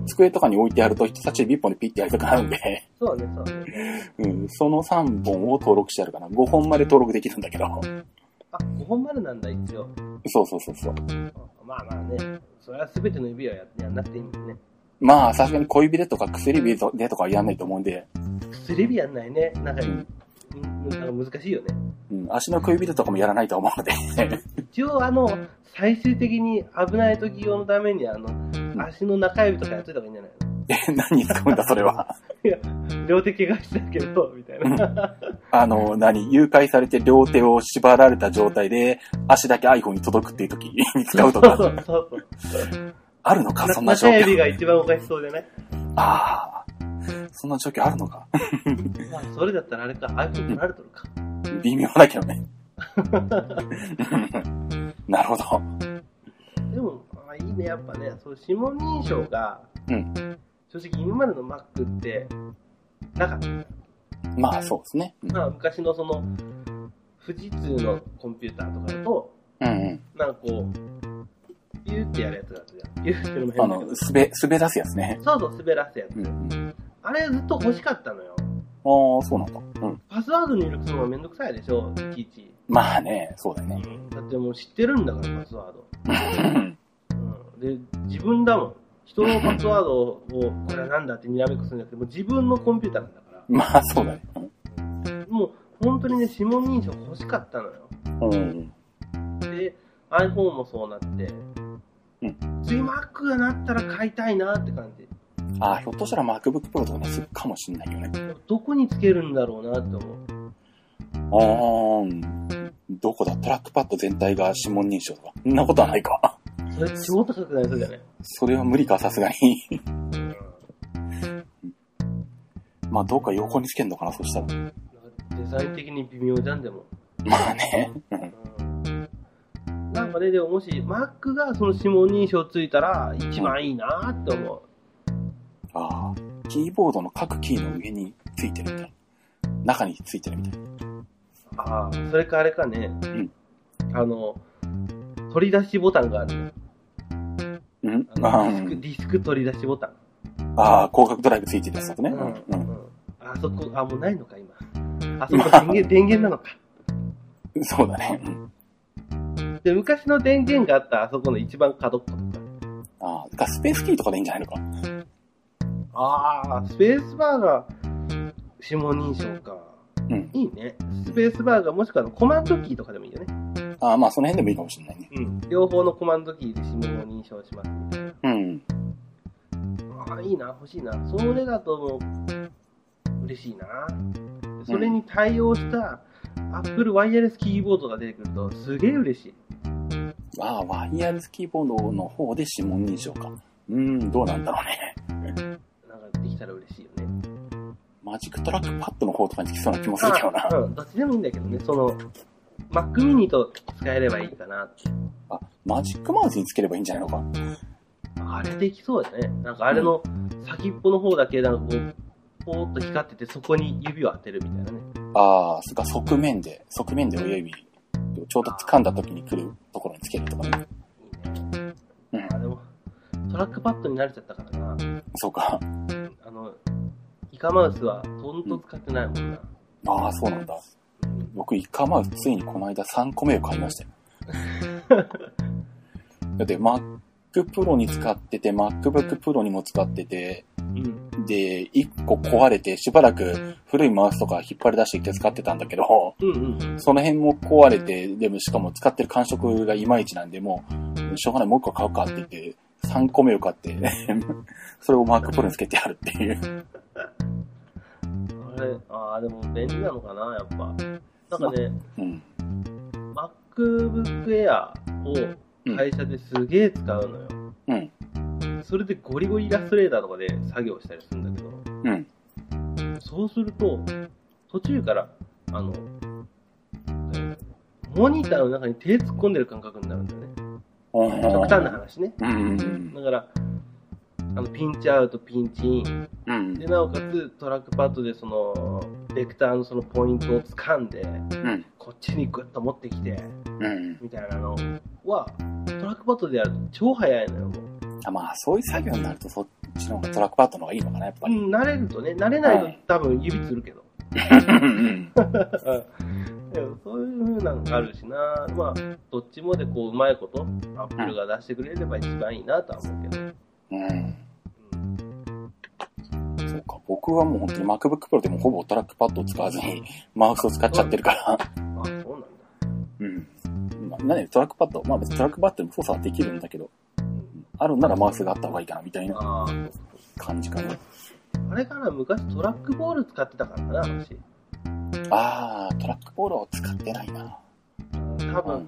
[SPEAKER 2] うん
[SPEAKER 1] 机とかに置いてやると人差し指1本でピッてやりたくなるんで、
[SPEAKER 2] そうだね、そうだね。
[SPEAKER 1] うん、その3本を登録してあるかな。5本まで登録できるんだけど。
[SPEAKER 2] あ、5本までなんだ、一応。
[SPEAKER 1] そうそうそうそう。
[SPEAKER 2] まあまあね、それは全ての指はややんなくていいもんね。
[SPEAKER 1] まあ、さすがに小指でとか薬指でとかはやんないと思うんで、
[SPEAKER 2] 薬指やんないね。なんか、うんなんか難しいよね。
[SPEAKER 1] うん、足の小指でとかもやらないと思うので、
[SPEAKER 2] 一応、あの、最終的に危ない時用のために、あの、足の中指とかやっといた方がいいんじゃない
[SPEAKER 1] え、何に使うんだ、それは。
[SPEAKER 2] の両手怪我したけど、みたいな。
[SPEAKER 1] あの、何誘拐されて両手を縛られた状態で、足だけ iPhone に届くっていう時に使うと
[SPEAKER 2] そうそ
[SPEAKER 1] か、
[SPEAKER 2] うそうそう。
[SPEAKER 1] あるのか、そんな状
[SPEAKER 2] 中指
[SPEAKER 1] 況。
[SPEAKER 2] が一番おかしそうじゃない
[SPEAKER 1] ああ、そんな状況あるのか。
[SPEAKER 2] まあ、それだったらあれか、iPhone 取られとるか。
[SPEAKER 1] 微妙だけどね。なるほど。
[SPEAKER 2] でも、まあ、いいね、やっぱね、そう指紋認証が、
[SPEAKER 1] うん
[SPEAKER 2] 正直今までの Mac って、なんか、
[SPEAKER 1] まあ、そうですね。
[SPEAKER 2] まあ、昔のその、富士通のコンピューターとかだと、
[SPEAKER 1] うんうん。
[SPEAKER 2] なんかこう、ビューってやるやつだったじゃん。ビューってやるのも
[SPEAKER 1] あ
[SPEAKER 2] 変だけ
[SPEAKER 1] の
[SPEAKER 2] ど、
[SPEAKER 1] 滑、滑らすやつね。
[SPEAKER 2] そうそう、滑らすやつ。
[SPEAKER 1] うんうん。
[SPEAKER 2] あれずっと欲しかったの
[SPEAKER 1] あ
[SPEAKER 2] よ。
[SPEAKER 1] あ、そうなんだ。うん。
[SPEAKER 2] パスワード入力するのがめんどくさいでしょ、いちいち。
[SPEAKER 1] まあね、そうだよね。
[SPEAKER 2] だってもう知ってるんだから、パスワード。
[SPEAKER 1] うん
[SPEAKER 2] うん、で、自分だもん。人のパスワードを、これはなんだってにらめっこするんじゃなくて、もう自分のコンピューターなんだか
[SPEAKER 1] まあ、そうだね。
[SPEAKER 2] ら、もう本当にね、指紋認証欲しかったのよ。
[SPEAKER 1] うんうん。
[SPEAKER 2] で、iPhone もそうなって、
[SPEAKER 1] うん
[SPEAKER 2] 次 Mac がなったら買いたいなって感じ。
[SPEAKER 1] ああ、ひょっとしたら MacBook Pro とかにするかもしんないよね。
[SPEAKER 2] どこにつけるんだろうなって思う。
[SPEAKER 1] あーん。どこだトラックパッド全体が指紋認証とか。そんなことはないか。
[SPEAKER 2] それ超高くなりそうじゃない
[SPEAKER 1] それは無理か、さすがに。まあ、どうか横につけんのかな、そしたら。
[SPEAKER 2] デザイン的に微妙じゃんでも。
[SPEAKER 1] まあね。うん
[SPEAKER 2] うんなんかね、でももし Mac がその指紋認証ついたら一番いいなって思う。
[SPEAKER 1] ああ。キーボードの各キーの上についてるみたい。中についてるみたい。
[SPEAKER 2] ああ、それかあれかね、
[SPEAKER 1] ん
[SPEAKER 2] あの、取り出しボタンがある。
[SPEAKER 1] うん
[SPEAKER 2] あ
[SPEAKER 1] あ
[SPEAKER 2] のディスク
[SPEAKER 1] ー
[SPEAKER 2] ディスク取り出しボタン。
[SPEAKER 1] あー、広角ドライブついてるやつだとね。
[SPEAKER 2] う
[SPEAKER 1] うんん。うん
[SPEAKER 2] あそこ、あ、もうないのか、今。あそこ電源、電源なのか。
[SPEAKER 1] そうだね。うん
[SPEAKER 2] で、昔の電源があったあそこの一番角っことか。
[SPEAKER 1] ああ。だからスペースキーとかでいいんじゃないのか。
[SPEAKER 2] ああ、スペースバーが指紋認証か。
[SPEAKER 1] うん
[SPEAKER 2] いいね。スペースバーがもしくはあのコマンドキーとかでもいいよね。
[SPEAKER 1] ああ、まあ、その辺でもいいかもしれないね。
[SPEAKER 2] うん。両方のコマンドキーで指紋を認証しますみたいな。
[SPEAKER 1] うん。
[SPEAKER 2] ああ、いいな、欲しいな。それだともう、嬉しいな。それに対応した、Apple ワイヤレスキーボードが出てくると、すげえ嬉しい。
[SPEAKER 1] ああ、ワイヤレスキーボードの方で指紋認証か。うーん、どうなんだろうね。
[SPEAKER 2] なんかできたら嬉しいよね。
[SPEAKER 1] マジックトラックパッドの方とかにつきそうな気もするけどな。
[SPEAKER 2] あうん、どっちでもいいんだけどね、その、Mac mini と使えればいいかなって。
[SPEAKER 1] あ、マジックマウスにつければいいんじゃないのか。
[SPEAKER 2] あれできそうだね。なんかあれの先っぽの方だけ、なんかこう、ポーっと光ってて、そこに指を当てるみたいなね。
[SPEAKER 1] ああ、そっか、側面で、側面で親指、ちょうど掴んだ時に来るところにつけるとかね。
[SPEAKER 2] いいね。
[SPEAKER 1] うん
[SPEAKER 2] あ、でも、トラックパッドに慣れちゃったからな。
[SPEAKER 1] そうか。
[SPEAKER 2] あの、イカマウスはほんと使ってないもんな。
[SPEAKER 1] ああ、そうなんだ。僕、イカマウスついにこの間3個目を買いましたよ。だって、Mac Pro に使ってて、MacBook Pro にも使ってて、
[SPEAKER 2] うん。
[SPEAKER 1] で、1個壊れて、しばらく古いマウスとか引っ張り出してきて使ってたんだけど、
[SPEAKER 2] うんうん。
[SPEAKER 1] その辺も壊れて、でもしかも使ってる感触がいまいちなんで、もう、しょうがない、もう一個買うかって言って、3個目を買って、それをマークプロにつけてやるっていう。
[SPEAKER 2] あれ、ああ、でも便利なのかな、やっぱ。なんかね、
[SPEAKER 1] うん。
[SPEAKER 2] MacBook Air を会社ですげえ使うのよ。
[SPEAKER 1] うん。
[SPEAKER 2] それでゴリゴリイラストレーターとかで作業したりするんだけど、
[SPEAKER 1] うん。
[SPEAKER 2] そうすると、途中から、あの、モニターの中に手突っ込んでる感覚になるんだよね。極端な話ね。
[SPEAKER 1] うん。うん。
[SPEAKER 2] だから、あのピンチアウト、ピンチイン、
[SPEAKER 1] うん。
[SPEAKER 2] でなおかつトラックパッドでそのベクターのそのポイントを掴んで
[SPEAKER 1] うん。
[SPEAKER 2] こっちにグッと持ってきて
[SPEAKER 1] うん。
[SPEAKER 2] みたいなのはトラックパッドでやると超早いのよもう
[SPEAKER 1] あまあ、そういう作業になると、そっちの方がトラックパッドの方がいいのかな、やっぱ
[SPEAKER 2] う
[SPEAKER 1] り。
[SPEAKER 2] ん、慣れるとね、慣れない
[SPEAKER 1] は
[SPEAKER 2] と
[SPEAKER 1] い
[SPEAKER 2] 多分指つるけど。
[SPEAKER 1] うん
[SPEAKER 2] でもそういう風なのがあるしな、まあ、どっちもでこう、うまいこと、アップルが出してくれれば一番いいなとは思うけど。
[SPEAKER 1] うん。うん。そうか。僕はもう本当に MacBook Pro でもほぼトラックパッドを使わずにマウスを使っちゃってるから。
[SPEAKER 2] うん、あ、そうなんだ。
[SPEAKER 1] うん。ななんでトラックパッド、まあ別にトラックパッドでも操作はできるんだけど、あるんならマウスがあった方がいいかなみたいな
[SPEAKER 2] あー
[SPEAKER 1] 感じかな。
[SPEAKER 2] あれかな、昔トラックボール使ってたからな、私。
[SPEAKER 1] あー、トラックボールを使ってないな。
[SPEAKER 2] 多
[SPEAKER 1] う
[SPEAKER 2] 分
[SPEAKER 1] ん、。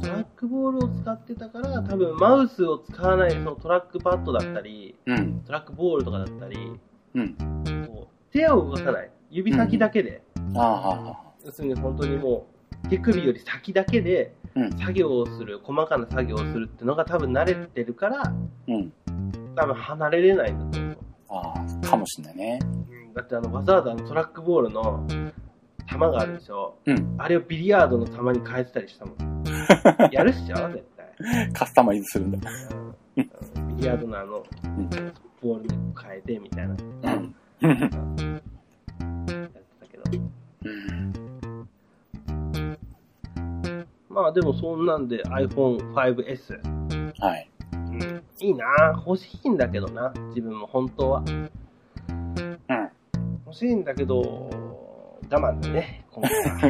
[SPEAKER 2] トラックボールを使ってたから、多分マウスを使わない、そのトラックパッドだったり、
[SPEAKER 1] うん。
[SPEAKER 2] トラックボールとかだったり、
[SPEAKER 1] うん。
[SPEAKER 2] こう手を動かさない。指先だけで。
[SPEAKER 1] あーはーは
[SPEAKER 2] 要するに本当にもう、手首より先だけで
[SPEAKER 1] うん
[SPEAKER 2] 作業をする、細かな作業をするってのが多分慣れてるから、
[SPEAKER 1] ー。うん。
[SPEAKER 2] 多分離れれないんだと思う。
[SPEAKER 1] あー、かもしんないね。
[SPEAKER 2] うんだってあの、わざわざあのトラックボールの球があるでしょ。
[SPEAKER 1] うん。
[SPEAKER 2] あれをビリヤードの球に変えてたりしたもん。 やるっしょ絶対。
[SPEAKER 1] カスタマイズするんだ。
[SPEAKER 2] ビリヤードのあの
[SPEAKER 1] ん、
[SPEAKER 2] ボールに変えてみたいな。
[SPEAKER 1] うん。
[SPEAKER 2] やってたけど。
[SPEAKER 1] うん。
[SPEAKER 2] まあでもそんなんで iPhone5S。
[SPEAKER 1] はい。
[SPEAKER 2] うん。いいな欲しいんだけどな。自分も本当は。
[SPEAKER 1] うん。
[SPEAKER 2] 欲しいんだけど、我慢だね。今回 は
[SPEAKER 1] 我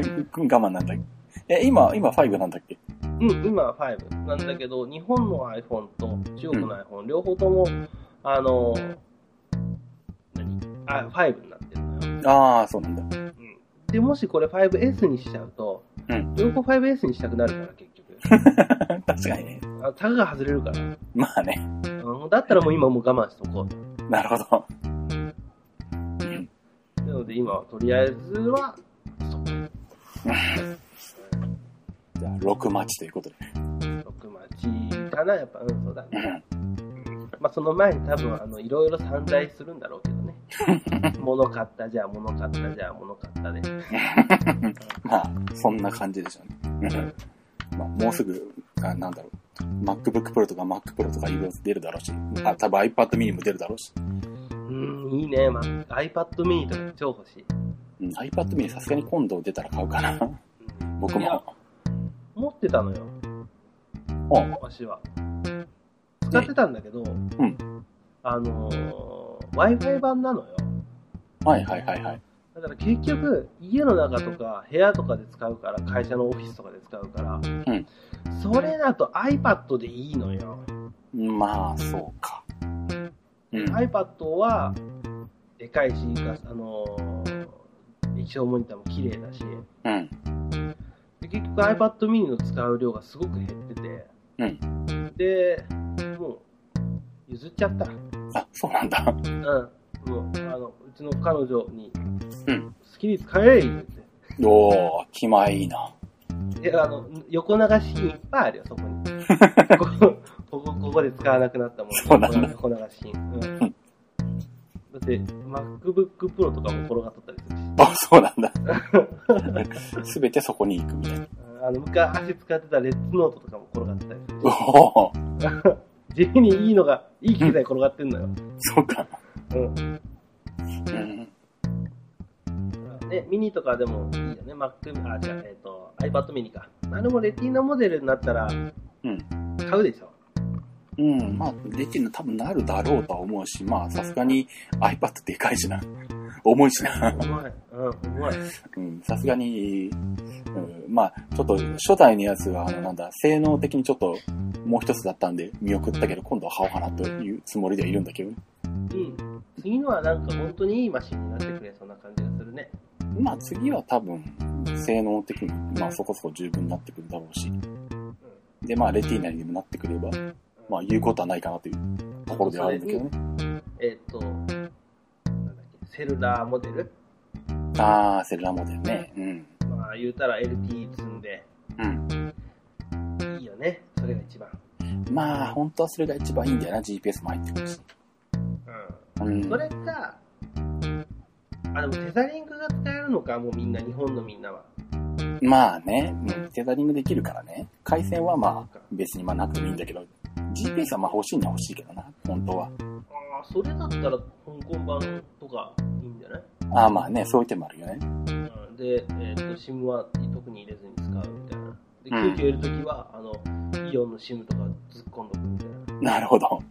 [SPEAKER 1] 慢なんだっけ。え、今、今5なんだっけ
[SPEAKER 2] うん、今は5なんだけど、日本の iPhone と中国の iPhone、両方とも、あの、何あ、5になってるのよ。
[SPEAKER 1] ああ、そうなんだ。
[SPEAKER 2] で、もしこれ 5S にしちゃうと、
[SPEAKER 1] うん
[SPEAKER 2] 両方 5S にしたくなるから、結局。
[SPEAKER 1] 確かにね。
[SPEAKER 2] あタグが外れるから。
[SPEAKER 1] まあね。
[SPEAKER 2] うんだったらもう今もう我慢しとこう。
[SPEAKER 1] なるほど。うん。
[SPEAKER 2] なので今はとりあえずは、
[SPEAKER 1] じゃあ、6待ちということで。
[SPEAKER 2] 6待ちかな、やっぱ、うん、そうだ
[SPEAKER 1] う
[SPEAKER 2] ね。
[SPEAKER 1] ん。
[SPEAKER 2] まあその前に多分、あの、いろいろ散財するんだろうけどね。 物買った、じゃあ物買った、じゃあ物買ったで。
[SPEAKER 1] まあ、そんな感じでしょうね。うんまあ、もうすぐ、あなんだろう。MacBook Pro とか Mac Pro とかいろいろ出るだろうし、あ、多分 iPad mini も出るだろうし、
[SPEAKER 2] うん、いいね。まあ、iPad mini とか超欲しい。
[SPEAKER 1] うん、iPad mini さすがに今度出たら買うかな。
[SPEAKER 2] うん
[SPEAKER 1] 僕
[SPEAKER 2] いや
[SPEAKER 1] も。
[SPEAKER 2] 持ってたのよ、
[SPEAKER 1] あ
[SPEAKER 2] わしは。使ってたんだけど、
[SPEAKER 1] ん
[SPEAKER 2] あのー、Wi-Fi 版なのよ。
[SPEAKER 1] はいはいはいはい。
[SPEAKER 2] だから結局、家の中とか部屋とかで使うから、会社のオフィスとかで使うから、
[SPEAKER 1] ん
[SPEAKER 2] それだと iPad でいいのよ。
[SPEAKER 1] まあ、そうか。うん。
[SPEAKER 2] iPad は、でかいし、かあのー液晶モニターも綺麗だし、
[SPEAKER 1] うん。
[SPEAKER 2] で結局 iPad mini の使う量がすごく減ってて、
[SPEAKER 1] う
[SPEAKER 2] で、もう、譲っちゃった。
[SPEAKER 1] あ、そうなんだ。
[SPEAKER 2] うん。もう、あの、うちの彼女に、
[SPEAKER 1] うん
[SPEAKER 2] 好きに使え言っ
[SPEAKER 1] おー、気前いいな。
[SPEAKER 2] て。で、あの、横流し品いっぱいあるよ、そ こに。ここ、ここ、ここで使わなくなったも
[SPEAKER 1] そうなん
[SPEAKER 2] の。
[SPEAKER 1] だ
[SPEAKER 2] 横流し品。うん。だって、MacBook Pro とかも転がっとったりするし。
[SPEAKER 1] あ、そうなんだ。すべてそこに行くみたいな。
[SPEAKER 2] うんあの、昔使ってたレッツノートとかも転がってたりするし。
[SPEAKER 1] おお、
[SPEAKER 2] 地味にいいのが、いい機材転がってんのよ。
[SPEAKER 1] そうか。
[SPEAKER 2] うん。
[SPEAKER 1] うん。
[SPEAKER 2] ね、ミニとかでもいいよね、Mac、あ、違う、えっ、と、iPad ミニか。あれもレティーナモデルになったら、
[SPEAKER 1] うん。
[SPEAKER 2] 買うで しょ。
[SPEAKER 1] うん。まあ、レティナ多分なるだろうとは思うし、まあ、さすがに iPad でかいしな。重いしな。
[SPEAKER 2] うまい。うん、うまい。
[SPEAKER 1] うん。さすがに、うん、まあ、ちょっと初代のやつは、あの、なんだ、性能的にちょっともう一つだったんで見送ったけど、今度は買おうかなというつもりではいるんだけど、
[SPEAKER 2] うん。次のはなんか本当にいいマシンになってくれそうな感じがするね。
[SPEAKER 1] まあ次は多分、性能的に、まあそこそこ十分になってくるだろうし。で、まあレティーナにでもなってくれば、まあ言うことはないかなというところではあるんだけどね。
[SPEAKER 2] えっ、と、なんだっけ、セルラーモデル。
[SPEAKER 1] あー、セルラーモデルね。うん。
[SPEAKER 2] まあ言うたら LTE 積んで、
[SPEAKER 1] うん。
[SPEAKER 2] いいよね。それが一番。
[SPEAKER 1] まあ本当はそれが一番いいんだよな。GPS も入ってくるし。う
[SPEAKER 2] うんん。それか、あ、でもテザリングが使えるのか、もうみんな、日本のみんなは。
[SPEAKER 1] まあね、うんテザリングできるからね。回線はまあ別にまあなくてもいいんだけど、GPS はまあ欲しいには欲しいけどな。本当は。
[SPEAKER 2] ああ、それだったら香港版とかいいんじゃない、
[SPEAKER 1] ああ、まあね、そういう手もあるよね。
[SPEAKER 2] うん、で、えっ、と、シムは特に入れずに使うみたいな。で、
[SPEAKER 1] うん
[SPEAKER 2] 急遽入れるときは、あの、イオンのシムとか突っ込んどくみたいな。
[SPEAKER 1] なるほど。
[SPEAKER 2] あの、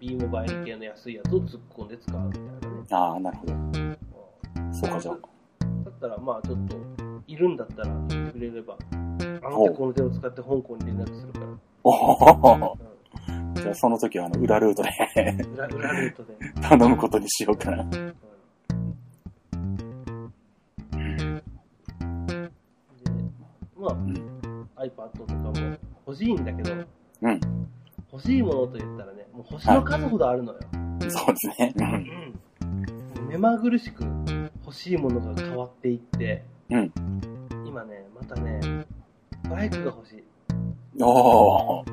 [SPEAKER 2] ビーモバイル系の安いやつを突っ込んで使うみたいなね。
[SPEAKER 1] ああ、なるほど。
[SPEAKER 2] う
[SPEAKER 1] そうか、じゃあ。
[SPEAKER 2] んだったら、まあちょっと、いるんだったら言ってくれれば、あの手この手を使って香港に連絡するから。
[SPEAKER 1] おお。
[SPEAKER 2] う
[SPEAKER 1] じゃあ、その時は、あの、裏ルートで
[SPEAKER 2] ん、裏裏ルートで。
[SPEAKER 1] 頼むことにしようかな。
[SPEAKER 2] うんで、ま
[SPEAKER 1] うん。
[SPEAKER 2] あ、iPad とかも欲しいんだけど、
[SPEAKER 1] うん
[SPEAKER 2] 欲しいものと言ったらね、もう星の数ほどあるのよ。
[SPEAKER 1] そうですね。うん。
[SPEAKER 2] うん目まぐるしく欲しいものが変わっていって、
[SPEAKER 1] うん
[SPEAKER 2] 今ね、またね、バイクが欲しい。
[SPEAKER 1] おお。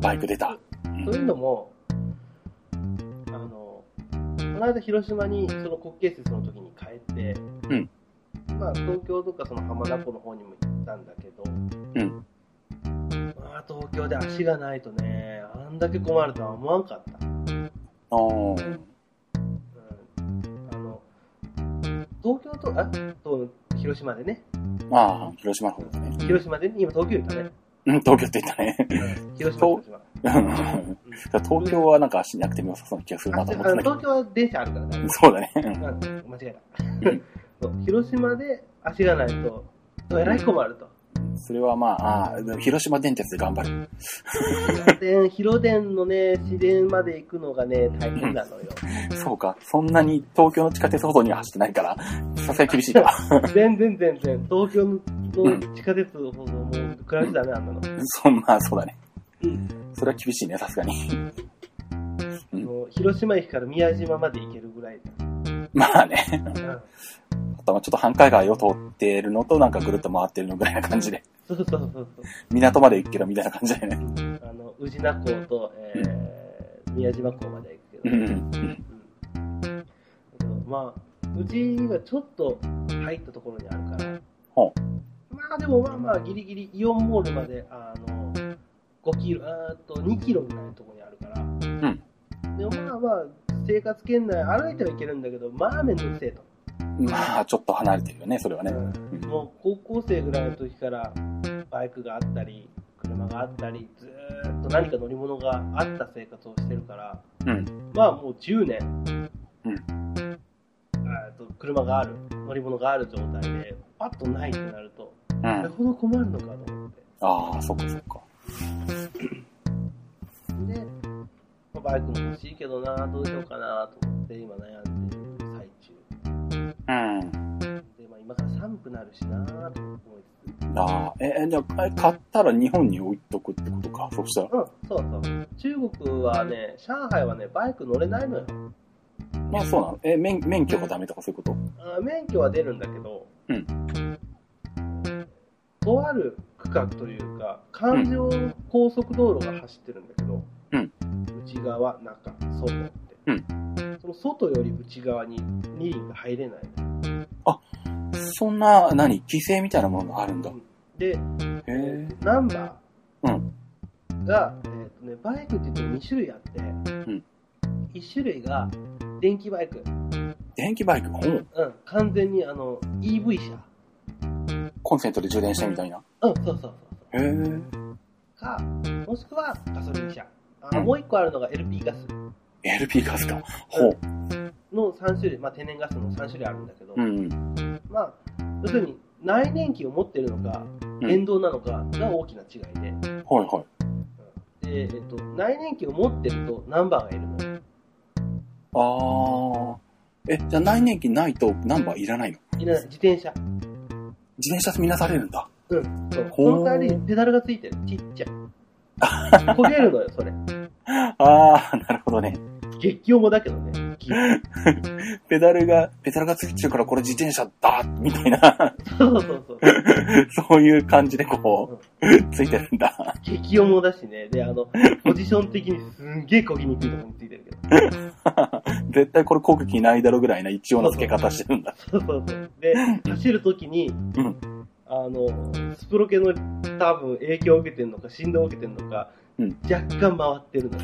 [SPEAKER 1] バイク出た。うん
[SPEAKER 2] というのも、あの、この間広島にその国慶節の時に帰って、
[SPEAKER 1] うん
[SPEAKER 2] まあ東京とかその浜名湖の方にも行ったんだけど、
[SPEAKER 1] うん
[SPEAKER 2] まあ東京で足がないとね、あんだけ困るとは思わんかった。
[SPEAKER 1] おー
[SPEAKER 2] うん、あの、東京と、あ、と広島でね、
[SPEAKER 1] ああ、広島の方ですね。
[SPEAKER 2] 広島でね、今東京いたね。
[SPEAKER 1] うん、東京って言ったね。
[SPEAKER 2] 広島、広島。
[SPEAKER 1] うん
[SPEAKER 2] うん
[SPEAKER 1] 東京はなんか足なくても良さそうな気がするな
[SPEAKER 2] ああ
[SPEAKER 1] と思ってた
[SPEAKER 2] の
[SPEAKER 1] けど
[SPEAKER 2] 東。京は電車あるからね。
[SPEAKER 1] そうだね。うん
[SPEAKER 2] あ間違え
[SPEAKER 1] う
[SPEAKER 2] た
[SPEAKER 1] ん。
[SPEAKER 2] そう広島で足がないと、えらい困ると。
[SPEAKER 1] それはまあ、ああ、でも広島電鉄で頑張る。
[SPEAKER 2] 広電、広電のね、市電まで行くのがね、大変なのよ。
[SPEAKER 1] そうか。そんなに東京の地下鉄ほどには走ってないから、さすがに厳しいか。
[SPEAKER 2] 全然全然、東京
[SPEAKER 1] う
[SPEAKER 2] の
[SPEAKER 1] ん
[SPEAKER 2] 地下鉄の方がもう、比べちゃダメなんだの。
[SPEAKER 1] そんな、そうだね
[SPEAKER 2] うん。
[SPEAKER 1] それは厳しいね、さすがに。うん
[SPEAKER 2] もう広島駅から宮島まで行けるぐらいだ。
[SPEAKER 1] まあね。
[SPEAKER 2] うん
[SPEAKER 1] あとはちょっと繁華街を通ってるのと、なんかぐるっと回ってるのぐらいな感じで。
[SPEAKER 2] そうそうそうそう。
[SPEAKER 1] 港まで行くけど、みたいな感じだよね。
[SPEAKER 2] あの、宇品港と、えー宮島港まで行く
[SPEAKER 1] う
[SPEAKER 2] け
[SPEAKER 1] ん
[SPEAKER 2] ど。
[SPEAKER 1] うん。
[SPEAKER 2] うんまあ、うちがちょっと入ったところにあるから、
[SPEAKER 1] ほ
[SPEAKER 2] まあでもまあまあ、ギリギリイオンモールまで、あの、5キロ、あーっと2キロぐらいのところにあるから、でもまあまあ、生活圏内歩いてはいけるんだけど、まあめんどくせえと。
[SPEAKER 1] まあ、ちょっと離れてるよね、それはね。
[SPEAKER 2] うんもう高校生ぐらいの時からバイクがあったり、車があったり、ずーっと何か乗り物があった生活をしてるから、
[SPEAKER 1] うん
[SPEAKER 2] まあもう10年、
[SPEAKER 1] うん
[SPEAKER 2] あーと車がある、乗り物がある状態で、パッとないってなると、
[SPEAKER 1] う
[SPEAKER 2] よ
[SPEAKER 1] ん。
[SPEAKER 2] ほど困るのかと思って。
[SPEAKER 1] ああ、そっかそっか。
[SPEAKER 2] で、まあバイクも欲しいけどな、どうしようかなと思って、今悩んでる最
[SPEAKER 1] うん。
[SPEAKER 2] 中。で、まあ今から寒くなるしなと思いつつ、
[SPEAKER 1] ああ、え、えじゃあ、え買ったら日本に置いとくってことか。そしたら。
[SPEAKER 2] うん、そうそう。中国はね、上海はね、バイク乗れないのよ。
[SPEAKER 1] まあそうなの。え、免免許がダメとかそういうこと
[SPEAKER 2] あ免許は出るんだけど、
[SPEAKER 1] うん
[SPEAKER 2] とある区間というか、環状高速道路が走ってるんだけど、
[SPEAKER 1] うん
[SPEAKER 2] 内側、中、外って、
[SPEAKER 1] うん
[SPEAKER 2] その外より内側に二輪が入れないのよ
[SPEAKER 1] そんな、何規制みたいなものがあるんだ。
[SPEAKER 2] で、
[SPEAKER 1] へえ。
[SPEAKER 2] ナンバ
[SPEAKER 1] う
[SPEAKER 2] ーが、えーとね、バイクって言っても2種類あって、
[SPEAKER 1] ん
[SPEAKER 2] 1種類が電気バイク、
[SPEAKER 1] 電気バイク、ほう
[SPEAKER 2] うん、完全にあの EV 車、
[SPEAKER 1] コンセントで充電してみたいな。
[SPEAKER 2] うん、そうそうそうそう。
[SPEAKER 1] へえ。
[SPEAKER 2] か、もしくはガソリン車。あ
[SPEAKER 1] うん
[SPEAKER 2] もう一個あるのが LP ガス
[SPEAKER 1] LP ガスか。ほう。
[SPEAKER 2] の3種類、まあ、天然ガスの3種類あるんだけど、
[SPEAKER 1] うん。
[SPEAKER 2] まあ、要するに内燃機を持ってるのか、
[SPEAKER 1] うん
[SPEAKER 2] 電動なのかが大きな違いで、
[SPEAKER 1] はいはい。
[SPEAKER 2] でえっと、内燃機を持ってるとナンバーがいるのよ。
[SPEAKER 1] ああ。え、じゃあ内燃機ないとナンバーいらないの
[SPEAKER 2] いらない自転車。
[SPEAKER 1] 自転車とみなされるんだ。
[SPEAKER 2] うん。そう
[SPEAKER 1] ほ
[SPEAKER 2] こ
[SPEAKER 1] う
[SPEAKER 2] の代わりにペダルがついてる。ちっちゃい。焦げるのよ、それ。
[SPEAKER 1] ああ、なるほどね。
[SPEAKER 2] 激強もだけどね。
[SPEAKER 1] ペダルが、ペダルがついてるからこれ自転車だみたいな、
[SPEAKER 2] そうそうそうそう。
[SPEAKER 1] そういう感じでこう、ついてるんだ。
[SPEAKER 2] 激重もだしね。で、あの、ポジション的にすんげえ漕ぎにくいところについてるけど。
[SPEAKER 1] 絶対これ航空機ないだろうぐらいな一応の付け方してるんだ。
[SPEAKER 2] そうそうそう。で、走るときに、
[SPEAKER 1] うん
[SPEAKER 2] あの、スプロケの多分影響を受けてるのか、振動を受けてるのか、
[SPEAKER 1] うん
[SPEAKER 2] 若干回ってるの。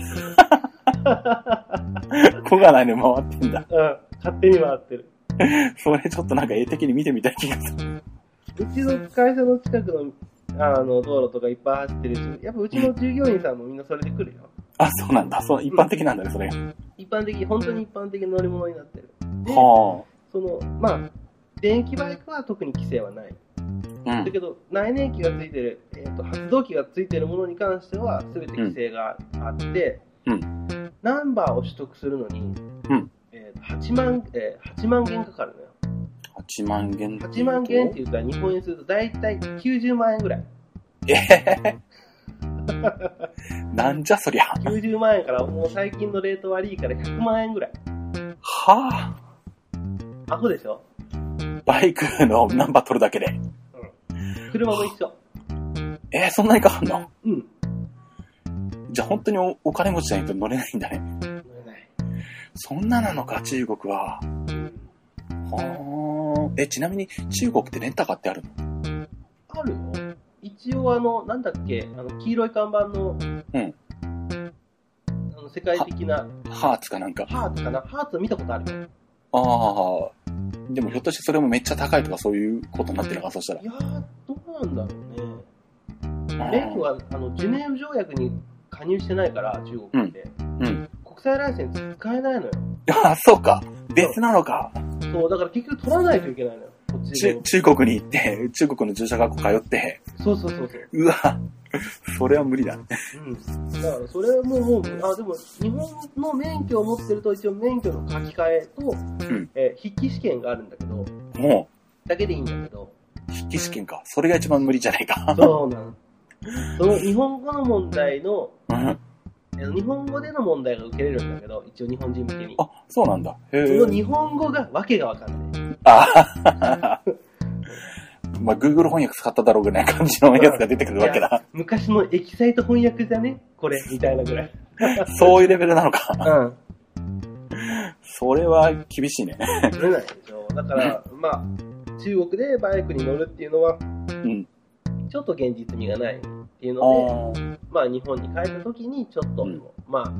[SPEAKER 1] 小がないの回ってんだ。
[SPEAKER 2] うん。勝手に回ってる。
[SPEAKER 1] それちょっとなんか絵的に見てみたい気がする。
[SPEAKER 2] うちの会社の近くの、あの、道路とかいっぱい走ってるし、やっぱうちの従業員さんもみんなそれで来るよ。
[SPEAKER 1] あ、そうなんだ。そう、一般的なんだね、それが。
[SPEAKER 2] 一般的、本当に一般的な乗り物になってる。で
[SPEAKER 1] は
[SPEAKER 2] その、まあ、電気バイクは特に規制はない。
[SPEAKER 1] あ。うん
[SPEAKER 2] だ。けど、内燃機がついてる、えーと、発動機がついてるものに関しては、すべて規制があって、
[SPEAKER 1] うんう
[SPEAKER 2] ナンバーを取得するのに、
[SPEAKER 1] うん
[SPEAKER 2] えーと8万、えー8万元かかるのよ。
[SPEAKER 1] 8万元って
[SPEAKER 2] 8万元って言ったら日本円にすると大体90万円ぐらい。
[SPEAKER 1] なんじゃそりゃ。
[SPEAKER 2] 90万円からもう最近のレート悪いから100万円ぐらい。
[SPEAKER 1] はあ。
[SPEAKER 2] アホでしょ
[SPEAKER 1] バイクのナンバー取るだけで。
[SPEAKER 2] 車も一緒。
[SPEAKER 1] えー、そんなにかかんの
[SPEAKER 2] うん。
[SPEAKER 1] じゃあ本当におお金持ちじゃないと乗れないんだね。
[SPEAKER 2] 乗れない。
[SPEAKER 1] そんななのか、中国は。はあ。え、ちなみに中国ってレンタカーってあるの
[SPEAKER 2] あるよ。一応あの、なんだっけ、あの、黄色い看板の、
[SPEAKER 1] うん
[SPEAKER 2] あの、世界的な、
[SPEAKER 1] ハーツかなんか。
[SPEAKER 2] ハーツかなハーツ見たことあるよ
[SPEAKER 1] ああ。でもひょっとしてそれもめっちゃ高いとかそういうことになってるのか、そしたら
[SPEAKER 2] い。やー、どうなんだろうね。
[SPEAKER 1] レ
[SPEAKER 2] レンは、あの、ジュネーブ条約に加入してないから、中国って。
[SPEAKER 1] うん。
[SPEAKER 2] 国際ライセンス使えないのよ。
[SPEAKER 1] あ、そうか。別なのか。
[SPEAKER 2] そう、だから結局取らないといけないのよ。こっち
[SPEAKER 1] 中
[SPEAKER 2] で。
[SPEAKER 1] 中国に行って、中国の駐車学校通って、
[SPEAKER 2] そうそうそうそう。
[SPEAKER 1] うわ、それは無理だ。
[SPEAKER 2] うん。だから、それはもう、もう、あ、でも、日本の免許を持ってると、一応免許の書き換えと、
[SPEAKER 1] ん
[SPEAKER 2] えー筆記試験があるんだけど、
[SPEAKER 1] も
[SPEAKER 2] だけでいいんだけど、
[SPEAKER 1] う、筆記試験か。それが一番無理じゃないか。
[SPEAKER 2] そうなん。その日本語の問題の、
[SPEAKER 1] うん。
[SPEAKER 2] えー日本語での問題が受けれるんだけど、一応日本人向けに。
[SPEAKER 1] あ、そうなんだ。へ
[SPEAKER 2] そ
[SPEAKER 1] え
[SPEAKER 2] の。日本語がわけがわかんない。
[SPEAKER 1] あ まあ、Google 翻訳使っただろうぐらいな感じのやつが出てくるわけだ。
[SPEAKER 2] 昔のエキサイト翻訳じゃねこれ、みたいなぐらい。
[SPEAKER 1] そういうレベルなのか。
[SPEAKER 2] うん。
[SPEAKER 1] それは厳しいね。
[SPEAKER 2] 取れないでしょ。だから、まあ、中国でバイクに乗るっていうのは、
[SPEAKER 1] うん。
[SPEAKER 2] ちょっと現実味がないっていう
[SPEAKER 1] あ
[SPEAKER 2] ので、
[SPEAKER 1] ー
[SPEAKER 2] まあ、日本に帰った時にちょっと、
[SPEAKER 1] うん
[SPEAKER 2] まあ、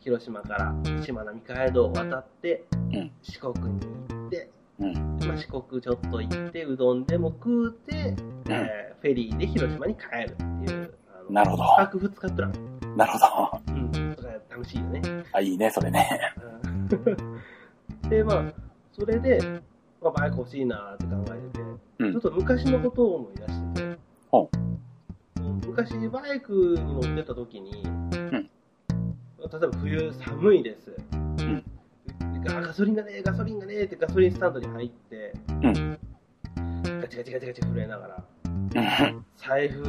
[SPEAKER 2] 広島からしまなみ海道を渡って、
[SPEAKER 1] うん
[SPEAKER 2] 四国に行って、
[SPEAKER 1] うん
[SPEAKER 2] まあ、四国ちょっと行ってうどんでも食うて、えーフェリーで広島に帰るっていうあの
[SPEAKER 1] なるほど
[SPEAKER 2] 泊2日プラン、
[SPEAKER 1] なるほど。
[SPEAKER 2] うん、とか楽しいよね、
[SPEAKER 1] あ、いいね、それね。
[SPEAKER 2] うんでまあそれで、まあ、バイク欲しいなーって考えてて、
[SPEAKER 1] うん
[SPEAKER 2] ちょっと昔のことを思い出してて、
[SPEAKER 1] ほ
[SPEAKER 2] うん昔バイクに乗ってた時に、
[SPEAKER 1] ん
[SPEAKER 2] 例えば冬寒いです、
[SPEAKER 1] ん
[SPEAKER 2] ガガソリンがねえガソリンがねえってガソリンスタンドに入って、
[SPEAKER 1] ん
[SPEAKER 2] ガチガチガチガチ震えながら
[SPEAKER 1] うん
[SPEAKER 2] 財布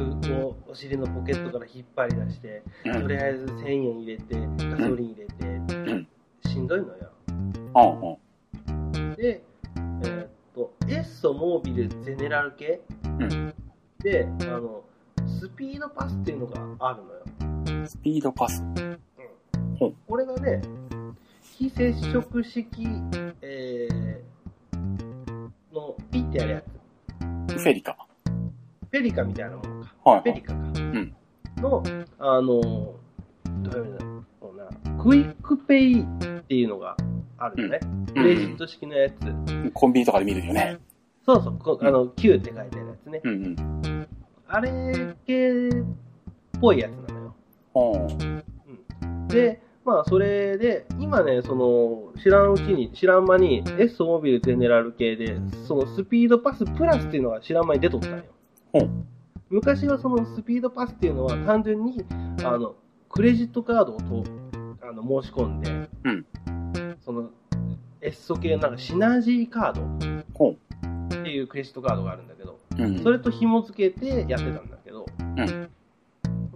[SPEAKER 2] をお尻のポケットから引っ張り出して、
[SPEAKER 1] う
[SPEAKER 2] と
[SPEAKER 1] ん。
[SPEAKER 2] りあえず1000円入れて、ガソリン入れて、
[SPEAKER 1] ん
[SPEAKER 2] しんどいのよ。
[SPEAKER 1] うんうん。
[SPEAKER 2] で、えーっと、エッソモービルゼネラル系、
[SPEAKER 1] ん
[SPEAKER 2] で、あの、スピードパスっていうのがあるのよ。
[SPEAKER 1] スピードパス。ほう
[SPEAKER 2] これがね、非接触式、えーの、ピッてやるやつ。
[SPEAKER 1] フェリカ。
[SPEAKER 2] ペリカみたいなものか。
[SPEAKER 1] はい、は
[SPEAKER 2] ペリ
[SPEAKER 1] い。
[SPEAKER 2] カか。
[SPEAKER 1] ん
[SPEAKER 2] の、あの、どういうのだろうな、クイックペイっていうのがあるよね。クレジット式のやつ。
[SPEAKER 1] うんコンビニとかで見るよね。
[SPEAKER 2] そうそう、こあの、Q って書いてあるやつね。
[SPEAKER 1] うんうん。
[SPEAKER 2] あれ系っぽいやつなのよ。
[SPEAKER 1] ほ
[SPEAKER 2] で、まあ、それで、今ね、その、知らんうちに、知らん間に、エッソモビルゼネラル系で、そのスピードパスプラスっていうのが知らん間に出とったんよ。
[SPEAKER 1] ほう
[SPEAKER 2] 昔はそのスピードパスっていうのは単純に、あの、クレジットカードをとあの申し込んで、
[SPEAKER 1] うん
[SPEAKER 2] その、エッソ系のなんかシナジーカード
[SPEAKER 1] う。ほう。
[SPEAKER 2] っていうクレジットカードがあるんだけど、
[SPEAKER 1] うん
[SPEAKER 2] そ。れと紐付けてやってたんだけ
[SPEAKER 1] う
[SPEAKER 2] ど、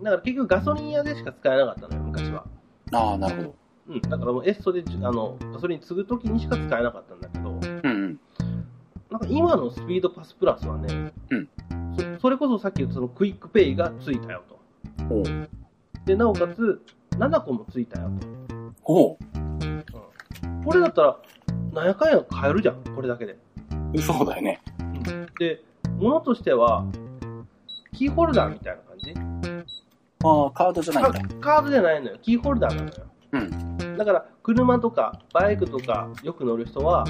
[SPEAKER 2] だから結局ガソリン屋でしか使えなかったのよ、昔は。
[SPEAKER 1] ああ、なるほど。
[SPEAKER 2] うん、だからもうエッソでじゅあのガソリン継ぐときにしか使えなかったんだけど、
[SPEAKER 1] うんうん。
[SPEAKER 2] なんか今のスピードパスプラスはね、
[SPEAKER 1] うん
[SPEAKER 2] そそれこそさっき言ったそのクイックペイがついたよと。
[SPEAKER 1] ほう。
[SPEAKER 2] で、なおかつ、7個もついたよ
[SPEAKER 1] ほ
[SPEAKER 2] と。これだったら、なんやかんや買えるじゃん、これだけで。
[SPEAKER 1] う。そうだよね。
[SPEAKER 2] で、物としては、キーホルダーみたいな感じ
[SPEAKER 1] ああ、カードじゃないんだ。
[SPEAKER 2] カカードじゃないのよ、キーホルダーなのよ。
[SPEAKER 1] うん。
[SPEAKER 2] だから車とかバイクとかよく乗る人は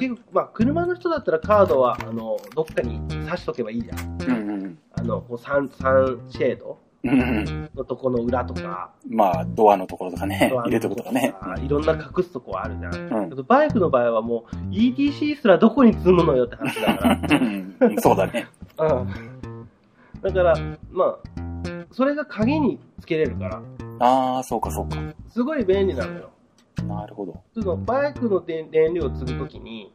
[SPEAKER 2] 結構、まあ、車の人だったらカードはあのどっかに挿しとけばいいじゃん
[SPEAKER 1] うんうん。
[SPEAKER 2] あのこうサンサンシェード
[SPEAKER 1] うんうん。
[SPEAKER 2] のとこの裏とか
[SPEAKER 1] まあ、ドアのところとかね、
[SPEAKER 2] ドア
[SPEAKER 1] 入れ
[SPEAKER 2] の
[SPEAKER 1] とことかね。
[SPEAKER 2] いろんな隠すとこあるじゃん
[SPEAKER 1] うん
[SPEAKER 2] あとバイクの場合はもう ETC すらどこに積むのよって話だか
[SPEAKER 1] うん。うんそうだね。
[SPEAKER 2] ら、うん、だからまあそれが鍵につけれるから
[SPEAKER 1] ああ、そうかそうか。
[SPEAKER 2] すごい便利なのよ
[SPEAKER 1] なるほど。
[SPEAKER 2] そのバイクの電電流を継ぐときに、
[SPEAKER 1] ん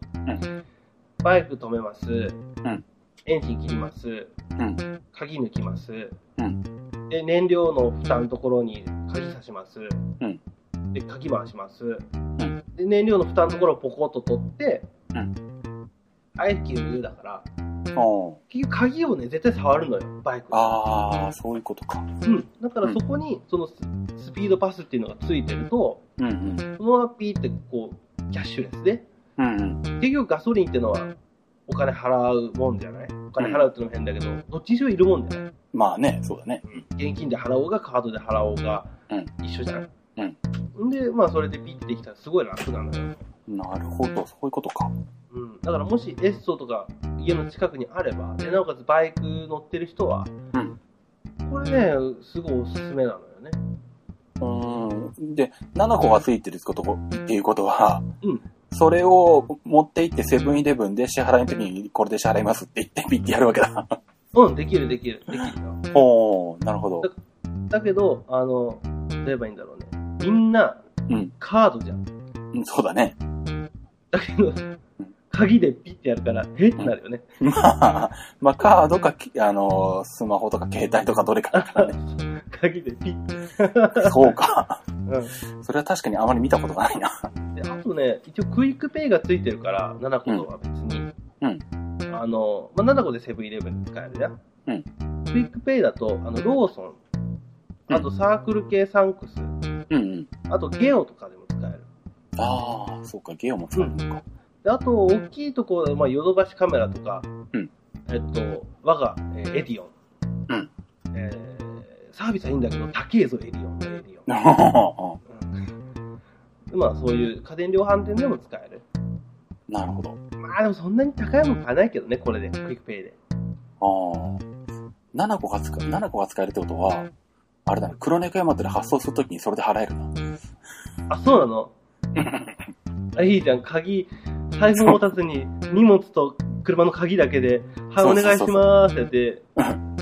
[SPEAKER 2] バイク止めます、
[SPEAKER 1] ん
[SPEAKER 2] エンジン切ります、
[SPEAKER 1] うん
[SPEAKER 2] 鍵抜きます、
[SPEAKER 1] うん
[SPEAKER 2] で燃料の蓋のところに鍵差します、
[SPEAKER 1] ん
[SPEAKER 2] で鍵回します、で燃料の蓋のところをポコッと取って、
[SPEAKER 1] う
[SPEAKER 2] IQ だから
[SPEAKER 1] うん
[SPEAKER 2] 結局鍵をね絶対触るのよバイクは
[SPEAKER 1] ああ、そういうことか。
[SPEAKER 2] うん、だからそこにそのススピードパスっていうのがついてると
[SPEAKER 1] うんうん。
[SPEAKER 2] そのままピーってこうキャッシュレスで
[SPEAKER 1] うんうん。
[SPEAKER 2] 結局ガソリンってのはお金払うもんじゃないお金払うってのも変だけど、どっちにしろいるもんじゃない
[SPEAKER 1] まあね、そうだね。
[SPEAKER 2] 現金で払おうがカードで払おうが
[SPEAKER 1] うん
[SPEAKER 2] 一緒じゃない、ん、でまあそれでピッてできたらすごい楽なのよ、
[SPEAKER 1] なるほど、そういうことか。
[SPEAKER 2] うん、だからもしエッソとか家の近くにあればでなおかつバイク乗ってる人は、
[SPEAKER 1] うん
[SPEAKER 2] これねすごいおすすめなのよね
[SPEAKER 1] うん。で、7個がついてるってことっていうことは、
[SPEAKER 2] うん
[SPEAKER 1] それを持って行ってセブンイレブンで支払いの時にこれで支払いますって言ってピッてやるわけだ。
[SPEAKER 2] うんできるできるできるよ
[SPEAKER 1] おー、なるほど。
[SPEAKER 2] だけどあのどう言えばいいんだろうねみんな
[SPEAKER 1] うん
[SPEAKER 2] カードじゃん
[SPEAKER 1] うんそうだね。
[SPEAKER 2] だけど、鍵でピッてやるから、えってなるよね。
[SPEAKER 1] まあ、まあカードか、あの、スマホとか携帯とかどれかだから ね。
[SPEAKER 2] 鍵でピッて。
[SPEAKER 1] そうか。
[SPEAKER 2] う
[SPEAKER 1] それは確かにあまり見たことないな。
[SPEAKER 2] ん。で、あとね、一応クイックペイがついてるから、ナナコとは別に。
[SPEAKER 1] うん
[SPEAKER 2] あの、まあ、ナナコでセブンイレブン使えるじゃん。
[SPEAKER 1] うん
[SPEAKER 2] クイックペイだと、あの、ローソン、あとサークル系サンク
[SPEAKER 1] う
[SPEAKER 2] ス、
[SPEAKER 1] んうん。
[SPEAKER 2] あとゲオとかでも使える。
[SPEAKER 1] ああ、 そうか、ゲオも使えるのか。
[SPEAKER 2] で、あと、大きいところ、まあ、ヨドバシカメラとか、
[SPEAKER 1] うん
[SPEAKER 2] えっと、我が、えーエディオン。
[SPEAKER 1] うん
[SPEAKER 2] えーサービスはいいんだけど、高えぞ、エディオン、エディオン。うんまあそういう家電量販店でも使える。
[SPEAKER 1] なるほど。
[SPEAKER 2] まあでもそんなに高いもん買えないけどね、これで、クイックペイで。
[SPEAKER 1] ああ。7個が使え、7個が使えるってことは、あれだね、黒猫山で発送するときにそれで払えるな。
[SPEAKER 2] あ、そう なのあ、いいじゃん、鍵、財布持たずに荷物と車の鍵だけで、はい、
[SPEAKER 1] そ
[SPEAKER 2] お
[SPEAKER 1] うそうそう
[SPEAKER 2] 願いしますって言って、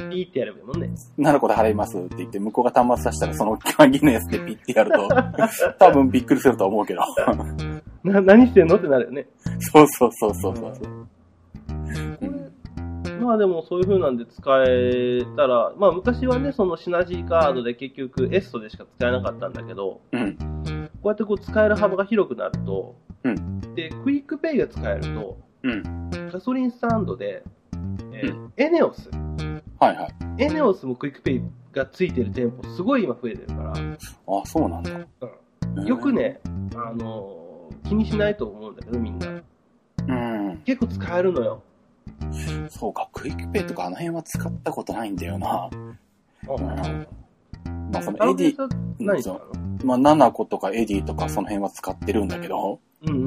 [SPEAKER 2] ピーってやればいいもんね。
[SPEAKER 1] 7個で払いますって言って、向こうが端末出したらその鍵のやつでピッてや ると、多分びっくりすると思うけど。
[SPEAKER 2] な、何してんのってなるよね。
[SPEAKER 1] そうそうそうそうそう。うん
[SPEAKER 2] まあでもそういう風なんで使えたら、まあ昔はね、そのシナジーカードで結局エストでしか使えなかったんだけど、
[SPEAKER 1] うん。
[SPEAKER 2] こうやってこう使える幅が広くなると、
[SPEAKER 1] う
[SPEAKER 2] でクイックペイが使えると、
[SPEAKER 1] うん。
[SPEAKER 2] ガソリンスタンドで、えーエネオス、
[SPEAKER 1] はいはい。
[SPEAKER 2] エネオスもクイックペイがついてる店舗、すごい今増えてるから、
[SPEAKER 1] あ、そうなんだ。うん
[SPEAKER 2] よく。ね、あのー気にしないと思うんだけど、みんな。
[SPEAKER 1] うん。
[SPEAKER 2] 結構使えるのよ。
[SPEAKER 1] そうか、クイックペイとかあの辺は使ったことないんだよな。うん。まあそのエディ、
[SPEAKER 2] さん何使うの
[SPEAKER 1] まあ、ナナコとかエディとかその辺は使ってるんだけど、
[SPEAKER 2] うんうん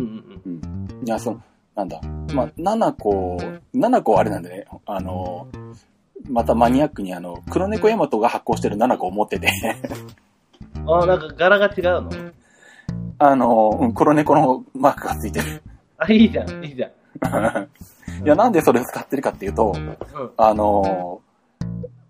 [SPEAKER 2] うん
[SPEAKER 1] いや、その、なんだ、まあ、ナナコ、ナナコはあれなんでね、あの、またマニアックにあの、黒猫ヤマトが発行してるナナコを持ってて、
[SPEAKER 2] うん。ああ、なんか柄が違うの
[SPEAKER 1] あの、うん黒猫のマークがついてる。
[SPEAKER 2] あ、いいじゃん、いいじゃん。
[SPEAKER 1] いや、なんでそれを使ってるかっていうと、
[SPEAKER 2] うん。
[SPEAKER 1] あの、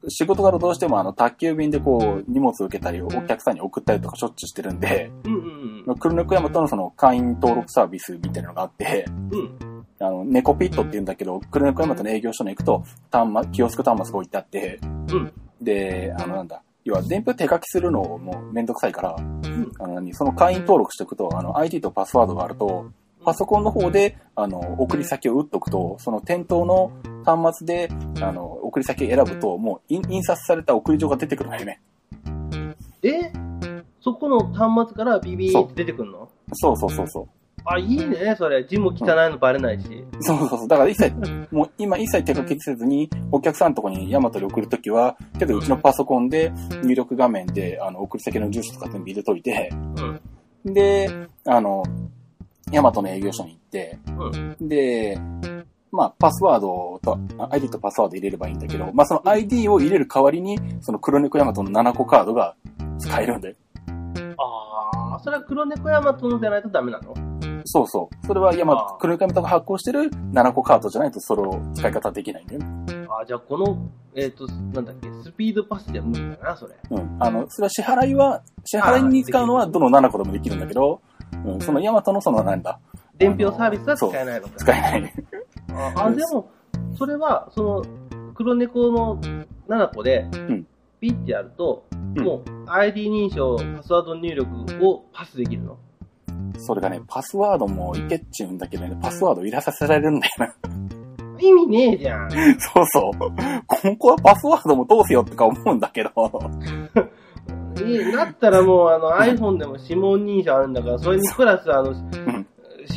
[SPEAKER 1] 仕事からどうしてもあの、宅急便でこう、荷物を受けたり、お客さんに送ったりとかしょっちゅうしてるんで、
[SPEAKER 2] うんうんうん。
[SPEAKER 1] 黒猫ヤマトのその会員登録サービスみたいなのがあって、
[SPEAKER 2] うん。
[SPEAKER 1] あの、猫ピットって言うんだけど、黒猫山との営業所に行くと、端末、キオスク端末が置いてあって、
[SPEAKER 2] うん。
[SPEAKER 1] で、あの、なんだ、要は全部手書きするのもうめんどくさいから、
[SPEAKER 2] ん
[SPEAKER 1] あの、何その会員登録しておくと、あの、ID とパスワードがあると、パソコンの方で、あの、送り先を打っとくと、その店頭の端末で、あの、送り先選ぶと、もう印印刷された送り状が出てくるんだよね。
[SPEAKER 2] えそこの端末からビビーって出てくんの
[SPEAKER 1] そうそうそうそう。
[SPEAKER 2] あ、いいね、それ。字も汚いのバレないし。
[SPEAKER 1] そうそうそう。だから一切、もう今一切手掛けせずに、お客さんのとこにヤマトで送るときは、けどうちのパソコンで入力画面で、あの、送り先の住所とか全部入れといて、
[SPEAKER 2] うん。
[SPEAKER 1] で、あの、ヤマトの営業所に行って、
[SPEAKER 2] うん。
[SPEAKER 1] で、まあ、パスワードと、あ ID とパスワード入れればいいんだけど、まあ、その ID を入れる代わりに、その黒猫ヤマトの7個カードが使えるんだよ。
[SPEAKER 2] ああ、それは黒猫ヤマトのじゃないとダメなの
[SPEAKER 1] そうそう。それはヤマ
[SPEAKER 2] あ
[SPEAKER 1] ト、
[SPEAKER 2] ー
[SPEAKER 1] 黒猫ヤマトが発行してる7個カードじゃないと、それを使い方できないんだよね。
[SPEAKER 2] あ、じゃあこの、えっ、と、なんだっけ、スピードパスでは無理だな、それ。
[SPEAKER 1] うん。あの、それは支払いは、支払いに使うのはどの7個でもできるんだけど、うん、そのヤマトのそのなんだ、
[SPEAKER 2] 伝票サービスは使えないのか。
[SPEAKER 1] 使えない。
[SPEAKER 2] ああ、でも、それは、その、黒猫の7個で
[SPEAKER 1] ん、
[SPEAKER 2] ピッてやると、
[SPEAKER 1] うん
[SPEAKER 2] もう ID 認証、パスワード入力をパスできるの。
[SPEAKER 1] それがね、パスワードもいけっちゅうんだけどね、パスワードを入れさせられるんだよな。
[SPEAKER 2] 意味ねえじゃん。
[SPEAKER 1] そうそう。ここはパスワードも通せよってか思うんだけど。
[SPEAKER 2] えだったらもうあの iPhone でも指紋認証あるんだから、それにプラスあの、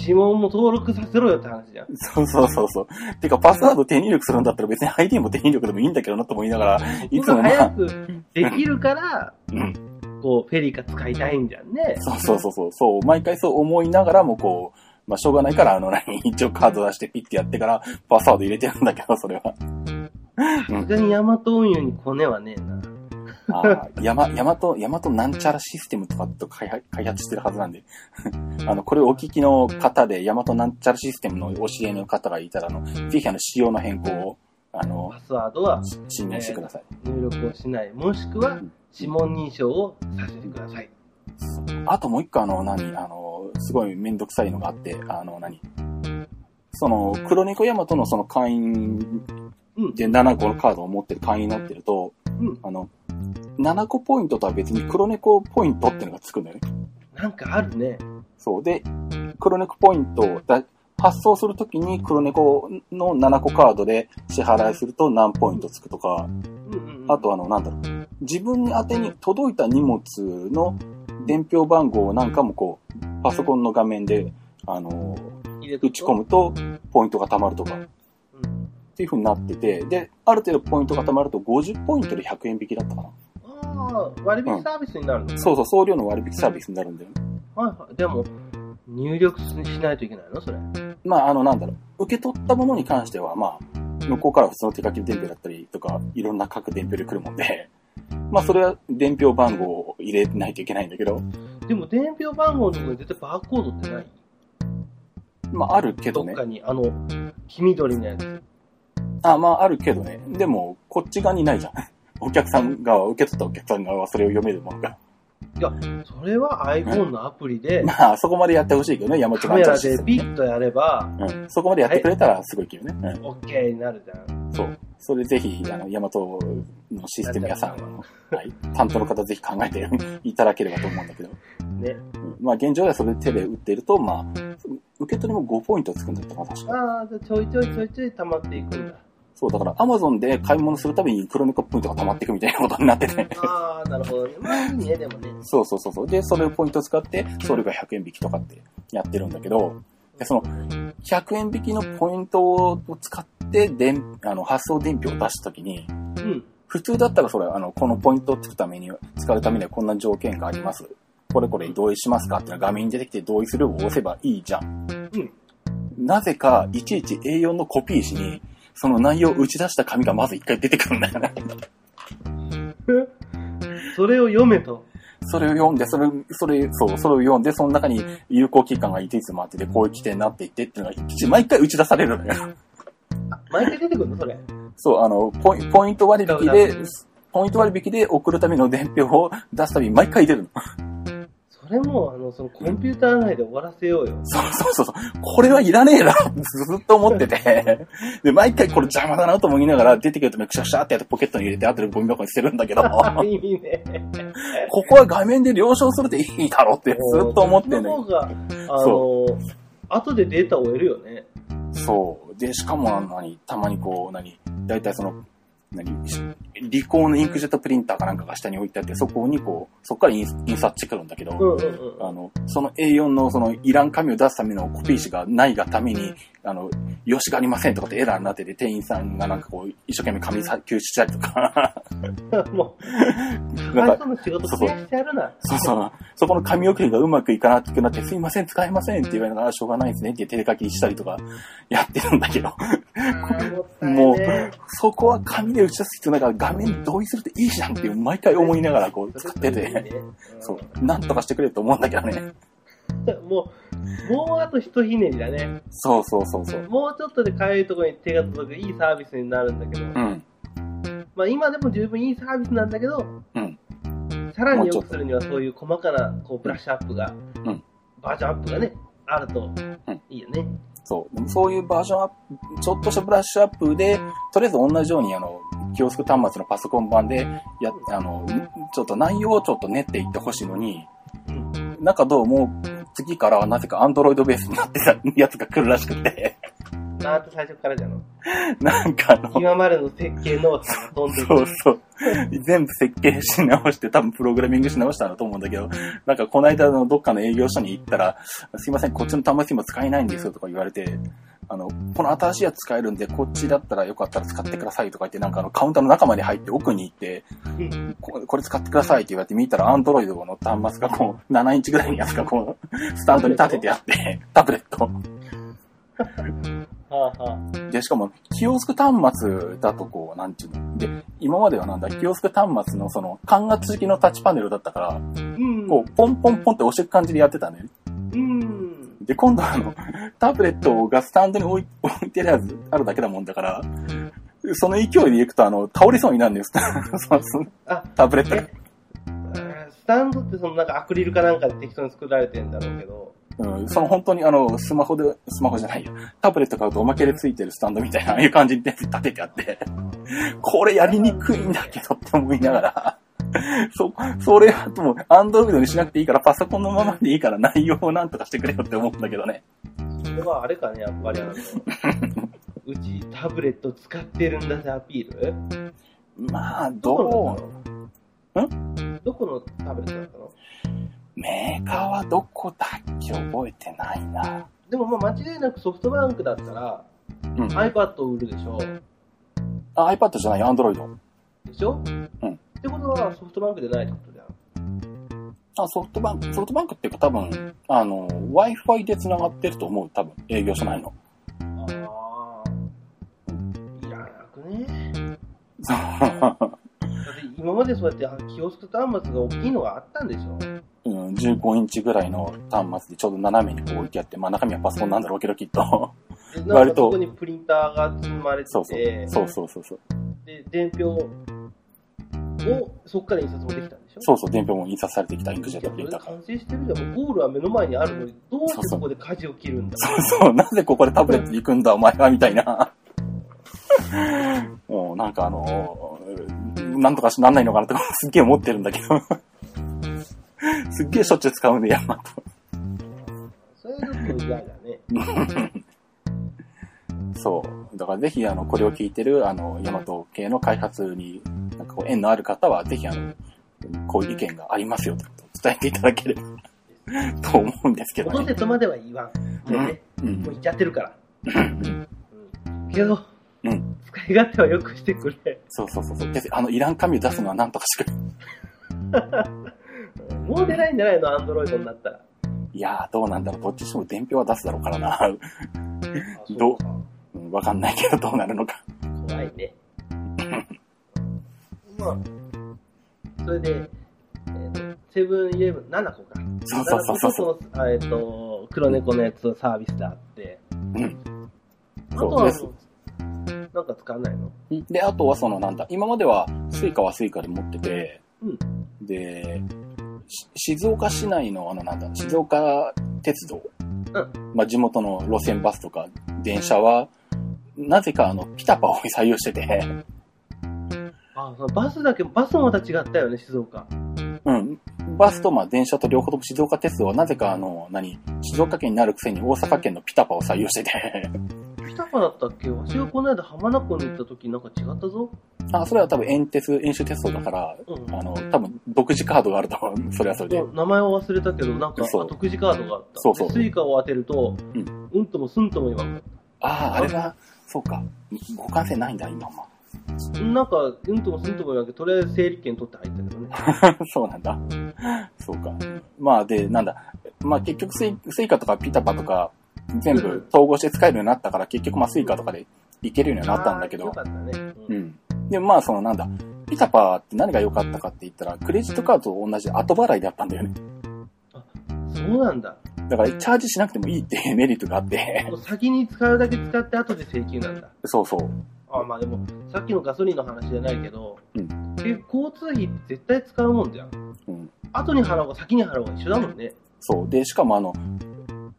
[SPEAKER 2] 指紋も登録させろよって話じゃん。
[SPEAKER 1] そうそうそうそう。てか、パスワード手入力するんだったら別に ID も手入力でもいいんだけどなと思いながら、 いつもま
[SPEAKER 2] 早
[SPEAKER 1] あ、
[SPEAKER 2] くできるから、
[SPEAKER 1] うん。
[SPEAKER 2] こう、フェリカ使いたいんじゃんね。
[SPEAKER 1] そうそうそうそう、そう、毎回そう思いながらもこう、まあ、しょうがないから、あの、何、一応カード出してピッてやってから、パスワード入れてるんだけど、それは。
[SPEAKER 2] さすがにヤマト運輸にコネはねえな。
[SPEAKER 1] ああ、ヤマ、ヤマト、ヤマトなんちゃらシステムとかと開発開発してるはずなんで、 あの、これをお聞きの方で、ヤマトなんちゃらシステムのお知り合いの方がいたら、あの、ぜひあの、仕様の変更を、あの、
[SPEAKER 2] パスワードは
[SPEAKER 1] し信頼してください。
[SPEAKER 2] 入力をしない。もしくは指紋認証をさせてください。
[SPEAKER 1] あともう一個あの、何、あの、すごいめんどくさいのがあって、あの、何。その、黒猫ヤマトのその会員
[SPEAKER 2] うん。
[SPEAKER 1] で7個のカードを持ってる会員になってると、
[SPEAKER 2] うん。
[SPEAKER 1] あの、7個ポイントとは別に黒猫ポイントってのがつくんだよね。
[SPEAKER 2] なんかあるね。
[SPEAKER 1] そう。で、黒猫ポイントをだ発送するときに黒猫の7個カードで支払いすると何ポイントつくとか、
[SPEAKER 2] うんうんうん。
[SPEAKER 1] あとあの、なんだろう、自分に宛てに届いた荷物の伝票番号なんかもこう、パソコンの画面で、あの、
[SPEAKER 2] 入れと
[SPEAKER 1] 打
[SPEAKER 2] く
[SPEAKER 1] ち込。むと、ポイントが貯まるとか、っ
[SPEAKER 2] うん。
[SPEAKER 1] ていう風になってて、で、ある程度ポイントが貯まると50ポイントで100円引きだったかな。
[SPEAKER 2] ああ、割引サービスになるの、
[SPEAKER 1] そうそう、送料の割引サービスになるんだよね。
[SPEAKER 2] はいはい。でも、入力しないといけないのそれ。
[SPEAKER 1] まあ、あの、なんだろう、受け取ったものに関しては、まあ、向こうから普通の手書き伝票だったりとか、いろんな各伝票で来るもんで、まあ、それは伝票番号を入れないといけないんだけど、
[SPEAKER 2] でも、伝票番号のところに絶対バーコードってない
[SPEAKER 1] まあ、あるけ
[SPEAKER 2] ど
[SPEAKER 1] ど
[SPEAKER 2] っ
[SPEAKER 1] ね。
[SPEAKER 2] かに、あの、黄緑のやつ。
[SPEAKER 1] あ、まあ、あるけどね。でも、こっち側にないじゃん。お客さん側、受け取ったお客さん側はそれを読めるものが。
[SPEAKER 2] それは iPhone のアプリで、
[SPEAKER 1] まあ、そこまでやってほしいけどね、山ち
[SPEAKER 2] カ
[SPEAKER 1] ゃん
[SPEAKER 2] メ
[SPEAKER 1] ちゃ
[SPEAKER 2] ラ
[SPEAKER 1] んシス
[SPEAKER 2] で
[SPEAKER 1] テム
[SPEAKER 2] ビ
[SPEAKER 1] ね
[SPEAKER 2] ッとやれば、
[SPEAKER 1] うん、そこまでやってくれたらすごいけどね。うん、
[SPEAKER 2] OK になるじゃん。
[SPEAKER 1] そう。それぜひ、あの、ヤマトのシステム屋さん、あのはい、担当の方ぜひ考えていただければと思うんだけど。
[SPEAKER 2] ね。
[SPEAKER 1] うんまあ、現状ではそれで手で打っていると、まあ、受け取りも5ポイントつくんだったかな、確か。
[SPEAKER 2] ああ、じゃあちょいちょいちょいちょい溜まっていくんだ。
[SPEAKER 1] そう、だから、アマゾンで買い物するたびに黒猫ポイントが溜まっていくみたいなことになってて。
[SPEAKER 2] ああ、なるほどね。まあいいね、でもね。
[SPEAKER 1] そうそうそうそう。で、それをポイント使って、送料が100円引きとかってやってるんだけど、でその、100円引きのポイントを使って、であの、発送伝票を出すときに、
[SPEAKER 2] うん。
[SPEAKER 1] 普通だったらそれ、あの、このポイントをつくために、使うためにはこんな条件があります。これこれ同意しますかっていうのが画面に出てきて同意するを押せばいいじゃん。
[SPEAKER 2] うん。
[SPEAKER 1] なぜか、いちいち A4 のコピー紙に、その内容を打ち出した紙がまず一回出てくるんだよね。
[SPEAKER 2] それを読めと。
[SPEAKER 1] それを読んで、それ、それ、そう、それを読んで、その中に有効期間がいついつもあってて、こういう規定になっていってっていうのが、一毎回打ち出されるのよ。
[SPEAKER 2] あ、毎回出てくるのそれ。
[SPEAKER 1] そう、あの、ポイポイント割引で、ポイント割引で送るための伝票を出すたびに毎回出るの。
[SPEAKER 2] それも、あの、そのコンピューター内で終わらせようよ。
[SPEAKER 1] そうそうそうそう。これはいらねえだろってずっと思ってて。で、毎回これ邪魔だなと思いながら、出てくるとめくしゃくしゃってやってポケットに入れて、後でゴミ箱に捨てるんだけど、こ
[SPEAKER 2] いいね。
[SPEAKER 1] こは画面で了承するでいいだろってずっと思ってんだけど
[SPEAKER 2] そっちの方が、あの、後でデータを得るよね。
[SPEAKER 1] そう。で、しかも、あの何、たまにこう、何、だいたいその、何リコーのインクジェットプリンターかなんかが下に置いてあって、そこにこう、そこから印印刷してくるんだけど、
[SPEAKER 2] うんうんうん。
[SPEAKER 1] あの、その A4 のそのいらん紙を出すためのコピー紙がないがために、あの、よしがありませんとかってエラーになってて、店員さんがなんかこう、一生懸命紙さ休止したりとか、
[SPEAKER 2] もう、
[SPEAKER 1] なん
[SPEAKER 2] バイ
[SPEAKER 1] か、
[SPEAKER 2] トの仕事
[SPEAKER 1] そう
[SPEAKER 2] 増
[SPEAKER 1] そう
[SPEAKER 2] やしてやるな。
[SPEAKER 1] そうそう、そこの紙送りがうまくいかなくなって、すいません、使えませんって言われながら、しょうがないですねって手書きしたりとか、やってるんだけ ど、も
[SPEAKER 2] も
[SPEAKER 1] う
[SPEAKER 2] ったいね、
[SPEAKER 1] そこは紙で打ち出す必要ないから、画面同意するといいじゃんっていう、毎回思いながらこう、使って
[SPEAKER 2] それ
[SPEAKER 1] て、
[SPEAKER 2] いいね。
[SPEAKER 1] そう、なんとかしてくれると思うんだけどね。
[SPEAKER 2] うん。もう、もうあとひとひねりだね。
[SPEAKER 1] そうそうそうそう。
[SPEAKER 2] もうちょっとでかゆいところに手が届くいいサービスになるんだけど、
[SPEAKER 1] うん。
[SPEAKER 2] まあ今でも十分いいサービスなんだけど、
[SPEAKER 1] うん
[SPEAKER 2] さらに良くするにはそういう細かなこうブラッシュアップが、
[SPEAKER 1] うん
[SPEAKER 2] バージョンアップがね、あると
[SPEAKER 1] ん
[SPEAKER 2] いいよね。
[SPEAKER 1] そう。でもそういうバージョンアップ、ちょっとしたブラッシュアップで、とりあえず同じように、あの、キオスク端末のパソコン版で、や、あの、ちょっと内容をちょっと練っていってほしいのに、なんかどうも、次からはなぜかアンドロイドベースになってたやつが来るらしくて、
[SPEAKER 2] なんて最初からじゃの。
[SPEAKER 1] なんかあの、
[SPEAKER 2] 今までの設計ノウハウが飛んで
[SPEAKER 1] そうそう。全部設計し直して、多分プログラミングし直したんだと思うんだけど、なんかこの間のどっかの営業所に行ったら、すいません、こっちの端末今使えないんですよとか言われて、あの、この新しいやつ使えるんで、こっちだったらよかったら使ってくださいとか言って、なんかあのカウンターの中まで入って奥に行って、
[SPEAKER 2] うん
[SPEAKER 1] ここれ使ってくださいって言われて見たら、アンドロイドの端末がこう、7インチぐらいのやつがこう、スタンドに立ててあって、タブレット。
[SPEAKER 2] はあは
[SPEAKER 1] で、しかも、キオスク端末だとこう、なんちゅうの。で、今まではなんだ、キオスク端末のその、感圧式のタッチパネルだったから、
[SPEAKER 2] あ。うん。
[SPEAKER 1] こう、ポンポンポンって押していく感じでやってたね。
[SPEAKER 2] うん。
[SPEAKER 1] で、今度はあの、 タブレットがスタンドに置い 置いてるやつ、あるだけだもんだから、その勢いでいくと、あの、倒れそうになるん です。そのその
[SPEAKER 2] あ、
[SPEAKER 1] タブレットが。
[SPEAKER 2] えスタンドってそのなんかアクリルかなんかで適当に作られてんだろうけど、
[SPEAKER 1] うん、その本当にあの、スマホで、スマホじゃないよ。タブレット買うとおまけでついてるスタンドみたいな、ああいう感じで立ててあって、これやりにくいんだけどって思いながら、 そ、それはもう、アンドロイドにしなくていいから、パソコンのままでいいから内容をなんとかしてくれよって思うんだけどね。
[SPEAKER 2] それはあれかね、やっぱりあの、うちタブレット使ってるんだぜアピール
[SPEAKER 1] まあ、
[SPEAKER 2] ど
[SPEAKER 1] ど
[SPEAKER 2] こ
[SPEAKER 1] う、
[SPEAKER 2] のんどこのタブレットだったの
[SPEAKER 1] メーカーはどこだっけ覚えてないな。
[SPEAKER 2] でもまあ間違いなくソフトバンクだったら
[SPEAKER 1] うん。
[SPEAKER 2] iPad を売るでしょ
[SPEAKER 1] あ、iPad じゃない、アンドロイド。
[SPEAKER 2] でしょ
[SPEAKER 1] うん
[SPEAKER 2] ってことはソフトバンクでないってことだよ。
[SPEAKER 1] あ、ソフトバンク、ソフトバンクっていうか多分、あの、Wi-Fi で繋がってると思う、多分、営業所内の。
[SPEAKER 2] ああ。いらなくね。だって今までそうやってキオスク端末が大きいのがあったんでしょ
[SPEAKER 1] うん、15インチぐらいの端末でちょうど斜めにこう置いてあって、まあ中身はパソコンなんだろうけどきっ と。
[SPEAKER 2] でなん
[SPEAKER 1] 割
[SPEAKER 2] か
[SPEAKER 1] と
[SPEAKER 2] そこにプリンターが積まれてて、
[SPEAKER 1] そうそう。そうそうそうそう。
[SPEAKER 2] で、伝票を、そこから印刷もできたんでしょ
[SPEAKER 1] そうそう、電票も印刷されてきたインクジェットプリンターから。
[SPEAKER 2] 完成してるじゃん。もうゴールは目の前にあるのに、どうしてここで舵を切るんだ
[SPEAKER 1] そうそう、なぜここでタブレットで行くんだお前は、みたいな。もうなんかあのーなんとかしなんないのかなってすっげえ思ってるんだけど。すっげえしょっちゅう使うんで、やまと。
[SPEAKER 2] それはちょっと嫌だね。
[SPEAKER 1] そう。だからぜひ、あの、これを聞いてる、あの、ヤマト系の開発に、なんかこう、縁のある方は、ぜひ、あの、こういう意見がありますよ、と伝えていただければ、 と思うんですけ
[SPEAKER 2] ポ
[SPEAKER 1] ど
[SPEAKER 2] テ
[SPEAKER 1] ね。
[SPEAKER 2] トまでは言わん。
[SPEAKER 1] うん
[SPEAKER 2] ね、
[SPEAKER 1] う。
[SPEAKER 2] もうん言っちゃってるから。うん、けど、
[SPEAKER 1] うん
[SPEAKER 2] 使い勝手はよくしてくれ。
[SPEAKER 1] そうそうそうそう。ですあの、いらん紙を出すのはなんとかしてくれ。
[SPEAKER 2] もう出ないんじゃないのアンドロイドになったら。
[SPEAKER 1] いやー、どうなんだろう。どっちにしても伝票は出すだろうからな。
[SPEAKER 2] あ
[SPEAKER 1] どう
[SPEAKER 2] そうか
[SPEAKER 1] うん、わかんないけど、どうなるのか。
[SPEAKER 2] 怖いね。 まあ、それで、えーとセブンイレブン、7個か。
[SPEAKER 1] そうそうそうそうそう。
[SPEAKER 2] だからこそあえっ、と、黒猫のやつはサービスであって。
[SPEAKER 1] うん。
[SPEAKER 2] あと
[SPEAKER 1] そう
[SPEAKER 2] は
[SPEAKER 1] です、
[SPEAKER 2] なんか使わないの
[SPEAKER 1] で、あとはその、なんだ、今までは、スイカはスイカで持ってて、
[SPEAKER 2] うん
[SPEAKER 1] で、し静岡市内の、あの、なんだ、静岡鉄道、
[SPEAKER 2] ん
[SPEAKER 1] まあ、地元の路線バスとか、電車は、なぜか、あの、ピタパを採用してて、
[SPEAKER 2] あ、そのバスだけ、バスもまた違ったよね、静岡。
[SPEAKER 1] うん、バスと、まあ、電車と両方とも静岡鉄道は、なぜか、あの、何、静岡県になるくせに大阪県のピタパを採用してて、
[SPEAKER 2] ピタカだったっけわしがこの間浜名湖に行った時なんか違ったぞ。
[SPEAKER 1] あ、それは多分演鉄、演習テストだから、
[SPEAKER 2] うん。
[SPEAKER 1] あの、多分独自カードがあると思う。それはそれで。
[SPEAKER 2] 名前を忘れたけど、なんか
[SPEAKER 1] そう
[SPEAKER 2] 特殊カードがあった。
[SPEAKER 1] そうそう
[SPEAKER 2] でスイカを当てると、
[SPEAKER 1] う
[SPEAKER 2] うんん、ともすんとも言わんかっ
[SPEAKER 1] ああ、あれは、そうか。互換性ないんだ、今 も。
[SPEAKER 2] た。なんか、うんともすんとも言わんけど、とりあえず整理券取って入ったけどね。
[SPEAKER 1] そうなんだ。そうか。まあで、なんだ。まあ結局スイ、スイカとかピタパとか、全部統合して使えるようになったから、結局まあスイカとかでいけるようにはなったんだけ
[SPEAKER 2] あーよ
[SPEAKER 1] ど
[SPEAKER 2] か。ったね。
[SPEAKER 1] う
[SPEAKER 2] うん。
[SPEAKER 1] ん。でもまあそのなんだ。ピタパって何が良かったかって言ったら、クレジットカードと同じ後払いだったんだよね。
[SPEAKER 2] そうなんだ。
[SPEAKER 1] だからチャージしなくてもいいっていうメリットがあって。
[SPEAKER 2] もう先に使うだけ使って、後で請求なんだ。
[SPEAKER 1] そうそう。
[SPEAKER 2] あまあでも、さっきのガソリンの話じゃないけど、
[SPEAKER 1] うん
[SPEAKER 2] え交通費って絶対使うもんじゃん。
[SPEAKER 1] うん。
[SPEAKER 2] 後に払おうが先に払おうが一緒だもんね。
[SPEAKER 1] そう。で、しかもあの、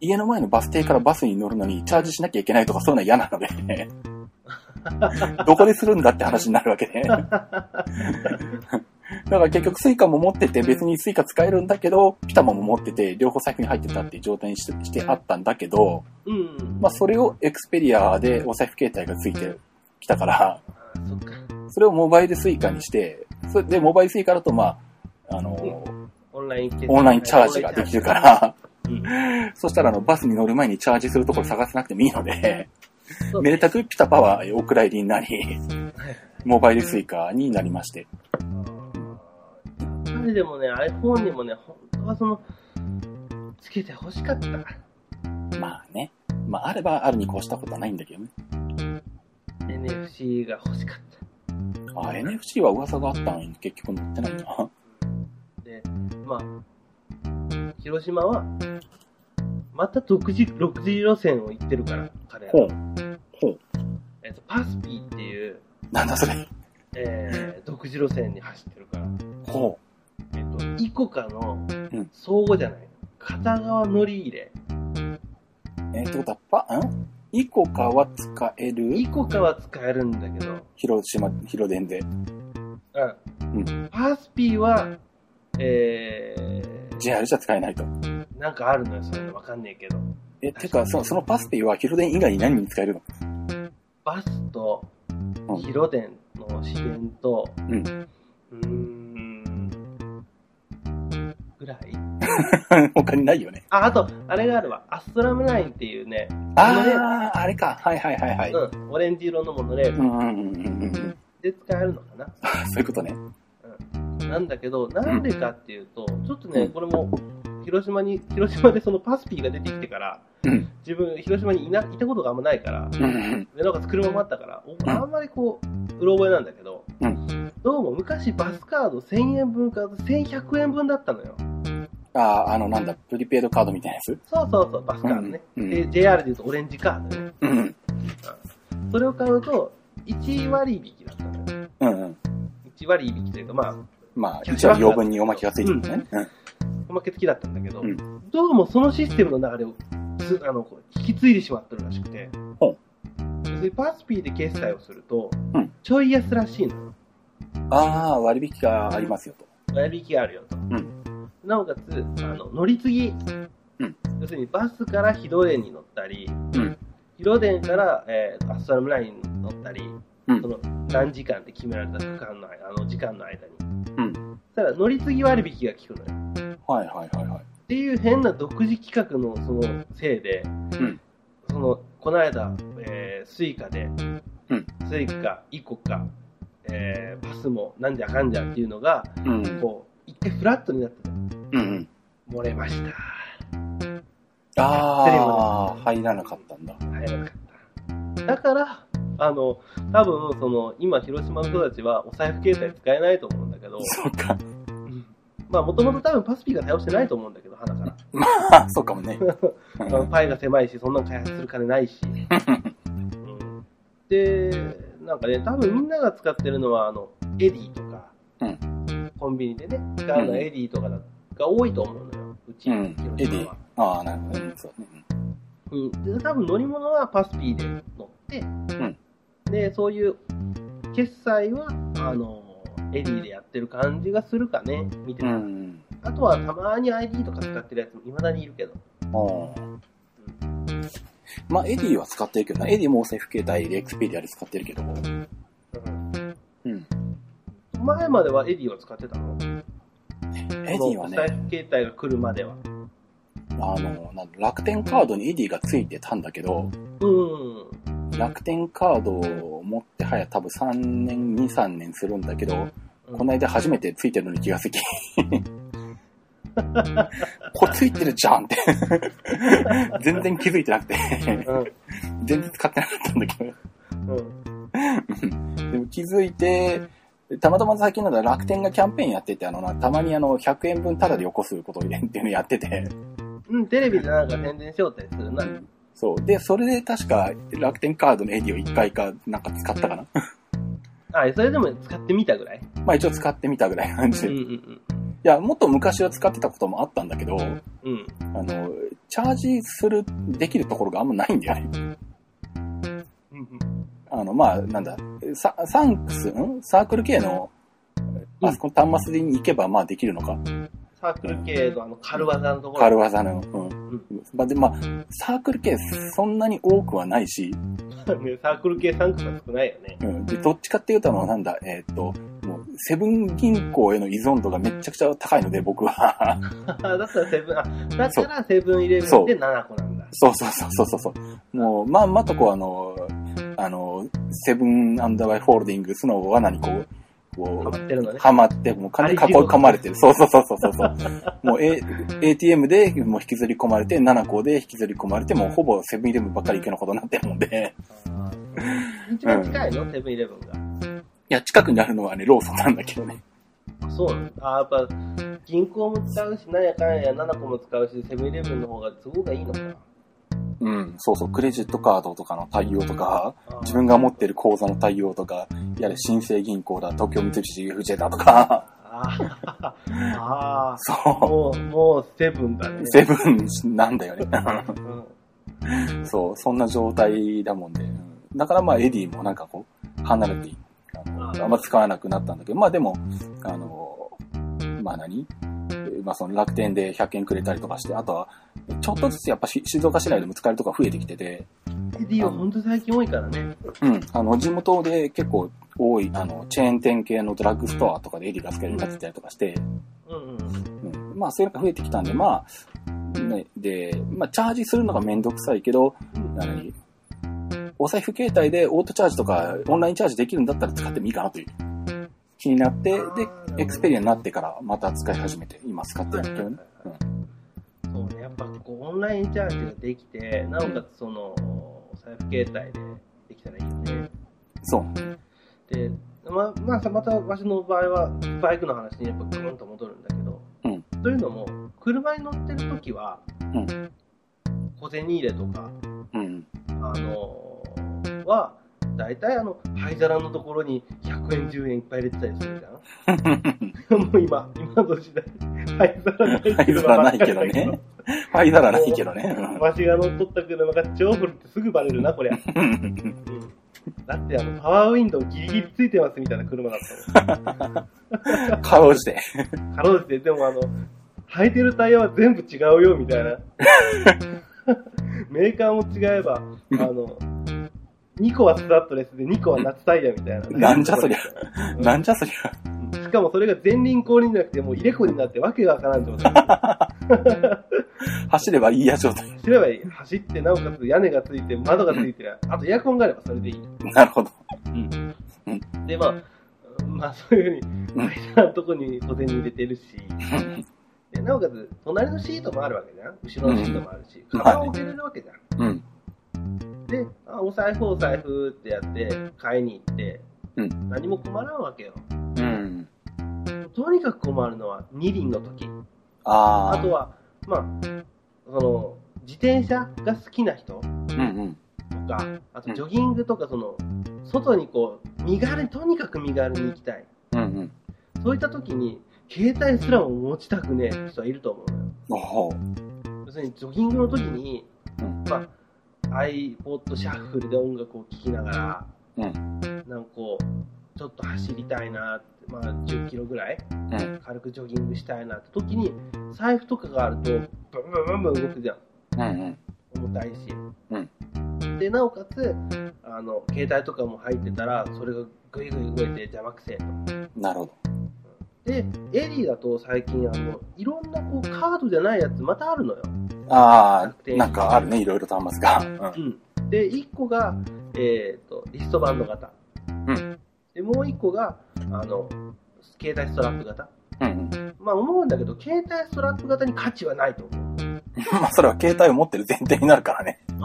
[SPEAKER 1] 家の前のバス停からバスに乗るのにチャージしなきゃいけないとかそういうのは嫌なので、どこでするんだって話になるわけで。だから結局スイカも持ってて、別にスイカ使えるんだけど、ピタマも持ってて、両方財布に入ってたっていう状態にしてしてあったんだけど、
[SPEAKER 2] うん。
[SPEAKER 1] まあそれをエクスペリアでお財布携帯がついてきたから、
[SPEAKER 2] あーそっか。
[SPEAKER 1] それをモバイルスイカにして、それでモバイルスイカだとまあ、あの、
[SPEAKER 2] オンライン決済
[SPEAKER 1] オンラインチャージができるか。ら、
[SPEAKER 2] うん
[SPEAKER 1] そしたらあのバスに乗る前にチャージするところ探さなくてもいいので、
[SPEAKER 2] そ う
[SPEAKER 1] めでたくピタパはお蔵入りになり、モバイルスイカになりまして。
[SPEAKER 2] やっぱりでもね、iPhone にもね、本当はその、つけて欲しかった。
[SPEAKER 1] まあね。まああればあるに越したことはないんだけどね。
[SPEAKER 2] NFC が欲しかっ
[SPEAKER 1] あ、NFC は噂があったのに結局乗ってないな。
[SPEAKER 2] た。で、まあ、広島は、また独自、独自路線を行ってるから、彼ら。
[SPEAKER 1] ほう。ほう。
[SPEAKER 2] えっと、パスピーっていう、
[SPEAKER 1] なんだそれ。
[SPEAKER 2] えー、独自路線に走ってるから、
[SPEAKER 1] ほ
[SPEAKER 2] えっと、イコカの
[SPEAKER 1] ん
[SPEAKER 2] 相互じゃない、片側乗り入れ。
[SPEAKER 1] う。えー、ってことは、パ、んイコカは使える
[SPEAKER 2] イコカは使えるんだけど、
[SPEAKER 1] 広島、広電で。
[SPEAKER 2] うん。パスピーは、えー、
[SPEAKER 1] JR じゃ使えないと。
[SPEAKER 2] なんかあるのよ、それわかんねえけど。
[SPEAKER 1] え、てか、その、そのパスペイは広電以外に何に使えるの
[SPEAKER 2] バスと
[SPEAKER 1] うん、
[SPEAKER 2] 広電の支援と、うんーん、ぐらい
[SPEAKER 1] 他にないよね。
[SPEAKER 2] あ、あと、あれがあるわ。アストラムラインっていうね、
[SPEAKER 1] ああ、あれか。はいはいはいはい。
[SPEAKER 2] うん、オレンジ色のもので、
[SPEAKER 1] うんうんうんうんうん。
[SPEAKER 2] で使えるのかな。
[SPEAKER 1] そういうことね。
[SPEAKER 2] なんだけど、なんでかっていうと、ちょっとね、
[SPEAKER 1] うん
[SPEAKER 2] これも、広島に、広島でそのパスピーが出てきてから、
[SPEAKER 1] うん。
[SPEAKER 2] 自分、広島にいな、いたことがあんまないから、
[SPEAKER 1] うんうん。
[SPEAKER 2] でなおかつ車もあったから、おあんまりこう、うろ覚えなんだけど、
[SPEAKER 1] う
[SPEAKER 2] どうも昔バスカード1000円分か1100円分だったのよ。
[SPEAKER 1] ああ、あの、なんだ、プリペイドカードみたいなやつ
[SPEAKER 2] そうそうそう、バスカードね。
[SPEAKER 1] うん
[SPEAKER 2] で、JR で言うとオレンジカードね。
[SPEAKER 1] うん。
[SPEAKER 2] それを買うと、1割引きだったのよ。
[SPEAKER 1] うんうん。
[SPEAKER 2] 1割引きというか、まあ、
[SPEAKER 1] まあ、一応余分におまけがついてるね。うん。
[SPEAKER 2] おまけ付きだったんだけど、
[SPEAKER 1] うん
[SPEAKER 2] どうもそのシステムの流れをつあのこう引き継いでしまってるらしくて、
[SPEAKER 1] ほ
[SPEAKER 2] 別にパスピーで決済をすると、
[SPEAKER 1] うん
[SPEAKER 2] ちょい安らしいの。
[SPEAKER 1] ああ、割引がありますよと。
[SPEAKER 2] 割引があるよと。
[SPEAKER 1] ん
[SPEAKER 2] なおかつ、あの乗り継ぎ、
[SPEAKER 1] うん
[SPEAKER 2] 要するにバスから広電に乗ったり、
[SPEAKER 1] ん
[SPEAKER 2] 広電から、えーアストラムラインに乗ったり、
[SPEAKER 1] うん
[SPEAKER 2] その何時間って決められた区間の間あの時間の間に。
[SPEAKER 1] うん
[SPEAKER 2] そしたら乗り継ぎ割引が効くのよ。
[SPEAKER 1] はいはいはいはい。
[SPEAKER 2] っていう変な独自企画のそのせいで、
[SPEAKER 1] ん
[SPEAKER 2] そのこの間、えー、スイカで、
[SPEAKER 1] うん
[SPEAKER 2] スイカ、イコカ、えーパスもなんじゃかんじゃっていうのが、
[SPEAKER 1] うん。
[SPEAKER 2] こう、一回フラットになってた。
[SPEAKER 1] うんうん。
[SPEAKER 2] 漏れました。
[SPEAKER 1] ああ、入らなかったんだ。
[SPEAKER 2] 入らなかった。だから、あの、多分、その、今、広島の人たちはお財布携帯使えないと思うんだけど、
[SPEAKER 1] そうか。
[SPEAKER 2] うんまあ、もともと多分パスピーが対応してないと思うんだけど、花から。
[SPEAKER 1] まあ、そうかもね。う
[SPEAKER 2] あの
[SPEAKER 1] ん
[SPEAKER 2] パイが狭いし、そんな開発する金ない し。うんで、なんかね、多分みんなが使ってるのは、あの、エディとか、
[SPEAKER 1] うん
[SPEAKER 2] コンビニでね、使うのはエディとかだが多いと思うのよ、うち、
[SPEAKER 1] うん
[SPEAKER 2] 広島は。
[SPEAKER 1] エディ。ああ、なるほどね。そうね。
[SPEAKER 2] うん。で、多分乗り物はパスピーで乗って、
[SPEAKER 1] ん
[SPEAKER 2] で、そういう、決済は、あの、エディでやってる感じがするかね、見て
[SPEAKER 1] う
[SPEAKER 2] た、
[SPEAKER 1] ん。
[SPEAKER 2] あとはたまに ID とか使ってるやつも未だにいるけど。
[SPEAKER 1] ああ。まあ、エディは使ってるけどな。エディも OSFK 対エクスペリアで使ってるけど。
[SPEAKER 2] うん
[SPEAKER 1] うん。
[SPEAKER 2] 前まではエディを使ってたの
[SPEAKER 1] エディはね
[SPEAKER 2] この、財布携帯が来るまでは。
[SPEAKER 1] あの、なん楽天カードにエディがついてたんだけど、
[SPEAKER 2] うん。
[SPEAKER 1] 楽天カードを持って早多分3年、2、3年するんだけど、この間初めてついてるのに気が つき。これついてるじゃんって。全然気づいてなくて。
[SPEAKER 2] うん。
[SPEAKER 1] 全然使ってなかったんだけど。
[SPEAKER 2] うん。
[SPEAKER 1] でも気づいて、たまたま最近なんだ楽天がキャンペーンやってて、あのな、たまにあの、100円分タダでよこすることをねっていうのやってて。
[SPEAKER 2] うん、テレビでなんか宣伝しようってするな。
[SPEAKER 1] そう。で、それで確か楽天カードのエディを1回かなんか使ったかな。
[SPEAKER 2] あ、それでも使ってみたぐらい。
[SPEAKER 1] まあ一応使ってみたぐらいの感
[SPEAKER 2] う
[SPEAKER 1] じ
[SPEAKER 2] ん
[SPEAKER 1] で。
[SPEAKER 2] う
[SPEAKER 1] い
[SPEAKER 2] ん
[SPEAKER 1] や、もっと昔は使ってたこともあったんだけど、あ
[SPEAKER 2] うん。うん。
[SPEAKER 1] の、チャージする、できるところがあんまないんだよね。
[SPEAKER 2] うん
[SPEAKER 1] あの、まあ、なんだ、ササンクス、んサークル系の、
[SPEAKER 2] うん
[SPEAKER 1] あそこの端末に行けば、まあ、できるのか。
[SPEAKER 2] サークル系のあの、軽技のところ。
[SPEAKER 1] 軽技の。うん。
[SPEAKER 2] うん
[SPEAKER 1] まあ、で、まあ、サークル系、そんなに多くはないし、
[SPEAKER 2] ね サークル系3区は少ないよね。
[SPEAKER 1] うん。で、どっちかっていうと、あの、なんだ、えーっと、もう、セブン銀行への依存度がめちゃくちゃ高いので、僕は。
[SPEAKER 2] だったらセブン、あ、だからセブンイレブンで7個なんだ。
[SPEAKER 1] そうそうそうそうそうそう。もう、まんまとこう、あの、あの、セブンアンダーバイホールディングスの罠にこう、こ
[SPEAKER 2] ハ
[SPEAKER 1] う
[SPEAKER 2] マ、ってるのね。
[SPEAKER 1] ハマって、もう完全に囲い込まれてる。そうそうそうそうそうそう。もう、A、ATM でもう引きずり込まれて、7個で引きずり込まれて、もうほぼセブンイレブンばっかり行けのことになってるので。
[SPEAKER 2] あー一番近いのセブンイレブンが。
[SPEAKER 1] いや、近くにあるのはね、ローソンなんだけどね。
[SPEAKER 2] あそうなんだ。あーやっぱ、銀行も使うし、なんやかんや7個も使うし、セブンイレブンの方が都合がいいのかな。
[SPEAKER 1] うん、そうそう。クレジットカードとかの対応とか、
[SPEAKER 2] あー
[SPEAKER 1] 自分が持ってる口座の対応とか、やれ、新生銀行だ、東京三菱 UFJ だとか、
[SPEAKER 2] あーあー。
[SPEAKER 1] そ
[SPEAKER 2] もう、もうセブンだね
[SPEAKER 1] う、。セブンなんだよね。
[SPEAKER 2] うん
[SPEAKER 1] そう、そんな状態だもんで。うんだからまあ、エディもなんかこう、離れて、あの
[SPEAKER 2] あ
[SPEAKER 1] あんま使わなくなったんだけど、まあでも、あの、まあ何えーまあその楽天で100円くれたりとかして、あとは、ちょっとずつやっぱし静岡市内でも使えるとこが増えてきてて、
[SPEAKER 2] エディは本当最近多いからね。
[SPEAKER 1] うん、あの、地元で結構多い、あの、チェーン店系のドラッグストアとかでエディが使えるようになってたりとかして、
[SPEAKER 2] うんうん。
[SPEAKER 1] うん、まあそういうのが増えてきたんで、まあ、ね、で、まあチャージするのがめんどくさいけど、なのに、お財布携帯でオートチャージとかオンラインチャージできるんだったら使ってもいいかなという気になって、で、エクスペリアになってからまた使い始めて、今使ってるんだけどね。
[SPEAKER 2] そうね、やっぱこうオンラインチャージができて、なおかつその、お財布携帯でできたらいいよね。
[SPEAKER 1] そう。
[SPEAKER 2] で、ままあ、さまた私の場合は、バイクの話にやっぱグーンと戻るんだけど、
[SPEAKER 1] うん
[SPEAKER 2] というのも、車に乗ってる時は、
[SPEAKER 1] ん
[SPEAKER 2] 小銭入れとか、
[SPEAKER 1] うん。
[SPEAKER 2] あのーは、大体あの、灰皿のところに100円、10円いっぱい入れてたりするじゃん。 もう今、今の時代、灰皿ない
[SPEAKER 1] 灰皿ないけど ね。はい、ならないけどね。
[SPEAKER 2] わしが乗っ取った車が超古ってすぐバレる な、こりゃ。
[SPEAKER 1] うん
[SPEAKER 2] うんだってあの、パワーウィンドウギリギリついてますみたいな車だった
[SPEAKER 1] かろうじて。
[SPEAKER 2] もん。かろうじて、でもあの、履いてるタイヤは全部違うよ、みたいな。メーカーも違えば、あの、2個はスラットレスで2個は夏タイヤみたいな、
[SPEAKER 1] なんじゃそりゃ
[SPEAKER 2] うん
[SPEAKER 1] なんじゃそりゃ。
[SPEAKER 2] しかもそれが前輪後輪じゃなくて、もう入れ子になってわけがわからん状態。
[SPEAKER 1] 走ればいいや状態。
[SPEAKER 2] 走ればいい。走って、なおかつ屋根がついて、窓がついてりゃ、あとエアコンがあればそれでいい。
[SPEAKER 1] なるほど。
[SPEAKER 2] で、まあ、まあ、そういうふ
[SPEAKER 1] う
[SPEAKER 2] うに、
[SPEAKER 1] ん
[SPEAKER 2] 会社のとこに小銭入れてるし、でなおかつ、隣のシートもあるわけじゃん後ろのシートもあるし、
[SPEAKER 1] うん
[SPEAKER 2] カバンを置けれるわけじゃん。
[SPEAKER 1] うん。
[SPEAKER 2] で、あお財布、お財布ってやって、買いに行って、
[SPEAKER 1] うん
[SPEAKER 2] 何も困らんわけよ。
[SPEAKER 1] うん。
[SPEAKER 2] とにかく困るのは二輪の時。
[SPEAKER 1] あ
[SPEAKER 2] あ
[SPEAKER 1] あ。
[SPEAKER 2] とは、まあ、その、自転車が好きな人
[SPEAKER 1] うんうん。
[SPEAKER 2] とか、あとジョギングとか、その、外にこう、身軽に、とにかく身軽に行きたい。
[SPEAKER 1] うんうん。
[SPEAKER 2] そういった時に、携帯すらも持ちたくねえ人はいると思うのよ。
[SPEAKER 1] おー
[SPEAKER 2] 要するに、ジョギングの時に、
[SPEAKER 1] うん
[SPEAKER 2] まあ、iPod シャッフルで音楽を聴きながら、
[SPEAKER 1] う
[SPEAKER 2] なんかこう、ちょっと走りたいなって、まあ、10キロぐらい、
[SPEAKER 1] ん
[SPEAKER 2] 軽くジョギングしたいなって時に、財布とかがあると、ブンブンブンブン動くじゃん。
[SPEAKER 1] うんうん。
[SPEAKER 2] 重たいし。
[SPEAKER 1] うん
[SPEAKER 2] で、なおかつ、あの、携帯とかも入ってたら、それがぐいぐい動いて邪魔くせえと。
[SPEAKER 1] なるほど。
[SPEAKER 2] で、エリーだと最近、あの、いろんなこう、カードじゃないやつまたあるのよ。
[SPEAKER 1] ああ、なんかあるね、いろいろ端末が。
[SPEAKER 2] うん。で、1個が、えっ、と、リストバンド型。
[SPEAKER 1] うん。
[SPEAKER 2] で、もう1個が、あの、携帯ストラップ型。
[SPEAKER 1] うん。うん うん。
[SPEAKER 2] まあ思うんだけど、携帯ストラップ型に価値はないと思
[SPEAKER 1] まあ、それは携帯を持ってる前提になるからね。
[SPEAKER 2] う。うん。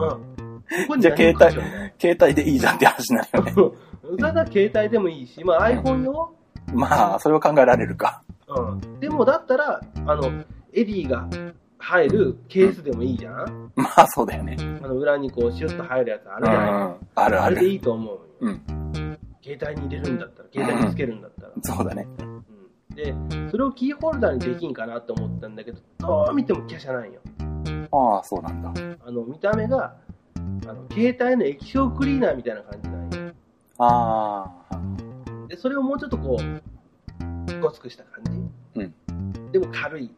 [SPEAKER 2] そこに
[SPEAKER 1] じゃあ
[SPEAKER 2] 何も価値はない
[SPEAKER 1] 携帯でいいじゃんって話になるよね。
[SPEAKER 2] ただ携帯でもいいし、まあ iPhone よ。
[SPEAKER 1] まあ、それは考えられるか。
[SPEAKER 2] うん、でもだったら、あの、エリーが入るケースでもいいじゃん、
[SPEAKER 1] まあ、そうだよね。
[SPEAKER 2] あの、裏にこう、シュッと入るやつあ
[SPEAKER 1] う
[SPEAKER 2] る
[SPEAKER 1] ん。
[SPEAKER 2] じゃない、
[SPEAKER 1] あるあ
[SPEAKER 2] あれで
[SPEAKER 1] る。
[SPEAKER 2] いいと思うよ。
[SPEAKER 1] う
[SPEAKER 2] 携帯に入れるんだったら、携帯につけるんだったら。
[SPEAKER 1] そうだね。
[SPEAKER 2] うんで、それをキーホルダーにできんかなと思ったんだけど、どう見ても華奢なんよ。
[SPEAKER 1] ああ、そうなんだ。
[SPEAKER 2] あの、見た目が、あの、携帯の液晶クリーナーみたいな感じなんよ。
[SPEAKER 1] ああ、
[SPEAKER 2] で、それをもうちょっとこう、ごつくした感じ。
[SPEAKER 1] うん
[SPEAKER 2] でも軽い、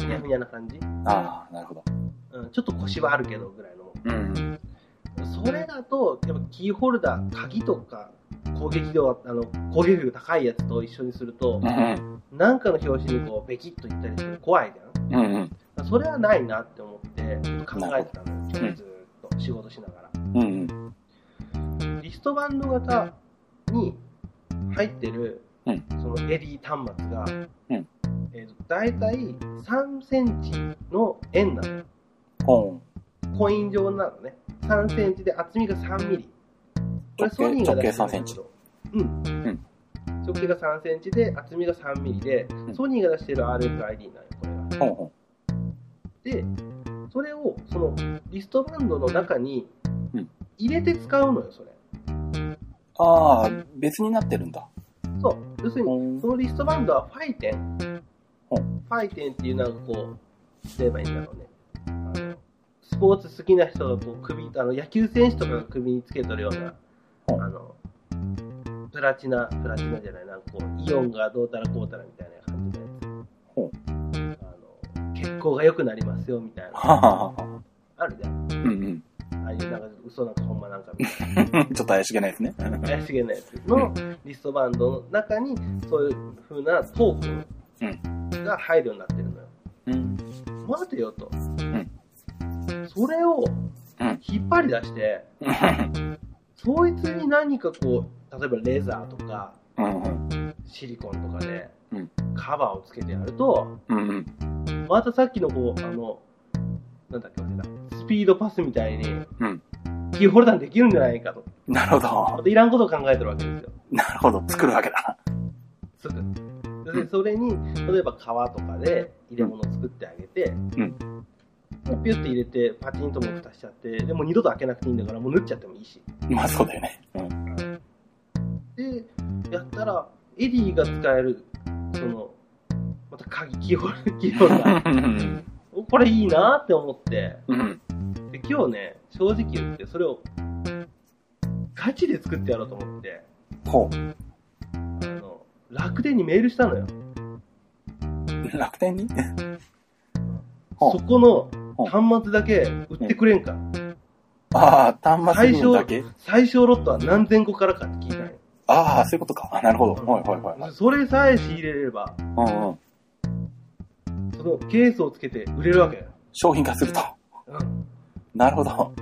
[SPEAKER 2] ふにゃふにゃな感じ。
[SPEAKER 1] ああ、なるほど。
[SPEAKER 2] うん、ちょっと腰はあるけどぐらい
[SPEAKER 1] う
[SPEAKER 2] の。
[SPEAKER 1] ん。
[SPEAKER 2] それだと、やっぱキーホルダー、鍵とか、攻撃度が、あの、攻撃力高いやつと一緒にすると
[SPEAKER 1] う、ん。
[SPEAKER 2] なんかの表紙にこう、ベキッといったりする怖いじゃ
[SPEAKER 1] うん。うん。
[SPEAKER 2] ん。それはないなって思って、ちょっと考えてたのよ。
[SPEAKER 1] ほ
[SPEAKER 2] ず
[SPEAKER 1] ど
[SPEAKER 2] ーっと仕事しなが
[SPEAKER 1] うん。うん。
[SPEAKER 2] ら。リストバンド型に入ってる、
[SPEAKER 1] うん
[SPEAKER 2] そのエリー端末が、
[SPEAKER 1] うん
[SPEAKER 2] えーと、だいたい3センチの円なの。
[SPEAKER 1] ほん。
[SPEAKER 2] コイン状なのね。3センチで厚みが3ミリ。これ
[SPEAKER 1] 直
[SPEAKER 2] ソニ
[SPEAKER 1] 径、
[SPEAKER 2] ーが
[SPEAKER 1] 直
[SPEAKER 2] 出
[SPEAKER 1] 径
[SPEAKER 2] し
[SPEAKER 1] 3
[SPEAKER 2] てるんだ
[SPEAKER 1] セ
[SPEAKER 2] け
[SPEAKER 1] ンチ。
[SPEAKER 2] ど。うん。直径が3センチで、厚みが3ミリで、
[SPEAKER 1] ん
[SPEAKER 2] ソニーが出してる RFID なんよ、これが。
[SPEAKER 1] ほんほん。
[SPEAKER 2] で、それを、その、リストバンドの中に
[SPEAKER 1] うん、
[SPEAKER 2] 入れて使うのよ、それ。
[SPEAKER 1] ああ、別になってるんだ。
[SPEAKER 2] そう。要する
[SPEAKER 1] ほ
[SPEAKER 2] に、
[SPEAKER 1] ん
[SPEAKER 2] そ。のリストバンドはファイテン。フ
[SPEAKER 1] ほう
[SPEAKER 2] ァイテンっていうなんかこう、すればいいんだろうね。あのスポーツ好きな人がこう首、あの野球選手とかが首につけとるような、
[SPEAKER 1] ほう
[SPEAKER 2] あの、プラチナ、プラチナじゃない、なんかこう、イオンがどうたらこうたらみたいな感じのや
[SPEAKER 1] ほう
[SPEAKER 2] つ。あの、血行が良くなりますよみたいな。
[SPEAKER 1] はははは。
[SPEAKER 2] あるじゃん。
[SPEAKER 1] うん
[SPEAKER 2] ああいうなんか嘘なんかほんまなんかみたいな。
[SPEAKER 1] うん。ちょっと怪しげなやつね。
[SPEAKER 2] 怪しげなやつのリストバンドの中にそういう風なトークンが入るようになってるのよ。
[SPEAKER 1] うん。
[SPEAKER 2] 待てよと。
[SPEAKER 1] ん
[SPEAKER 2] それを
[SPEAKER 1] うん
[SPEAKER 2] 引っ張り出して、そいつに何かこう、例えばレザーとか
[SPEAKER 1] うんうん。
[SPEAKER 2] シリコンとかで
[SPEAKER 1] うん
[SPEAKER 2] カバーをつけてやると、
[SPEAKER 1] うんうん。
[SPEAKER 2] またさっきのこう、あの、なんだっけ忘れた、スピードパスみたいに、
[SPEAKER 1] うん
[SPEAKER 2] キーホルダーできるんじゃないかと。
[SPEAKER 1] なるほ
[SPEAKER 2] ま
[SPEAKER 1] ど。
[SPEAKER 2] たいらんことを考えてるわけですよ。
[SPEAKER 1] なるほど。作るわけだ。
[SPEAKER 2] すぐ。で、それに、例えば革とかで入れ物を作ってあげて、
[SPEAKER 1] ん
[SPEAKER 2] でピュッて入れて、パチンともう蓋しちゃって、でもう二度と開けなくていいんだから、もう縫っちゃってもいいし。
[SPEAKER 1] まあそうだよね。うん。
[SPEAKER 2] で、やったら、エリーが使える、その、また鍵、キーホルダー、キーホルダ ー。
[SPEAKER 1] うん。
[SPEAKER 2] これいいなって思って、
[SPEAKER 1] うん。
[SPEAKER 2] で、今日ね、正直言って、それを、ガチで作ってやろうと思って、
[SPEAKER 1] ほ
[SPEAKER 2] あの、楽天にメールしたのよ。
[SPEAKER 1] う。楽天にほう
[SPEAKER 2] そこの
[SPEAKER 1] ほう
[SPEAKER 2] 端末だけ売ってくれんか。
[SPEAKER 1] ああ、端末分だけ
[SPEAKER 2] 最小ロットは何千個からかって聞いたんよ
[SPEAKER 1] ああ、そういうことか。あなるほど。はいはいはいはい。
[SPEAKER 2] それさえ仕入れれば、
[SPEAKER 1] うんうん。
[SPEAKER 2] そのケースをつけて売れるわけよ。
[SPEAKER 1] 商品化すると。
[SPEAKER 2] うん
[SPEAKER 1] なるほど。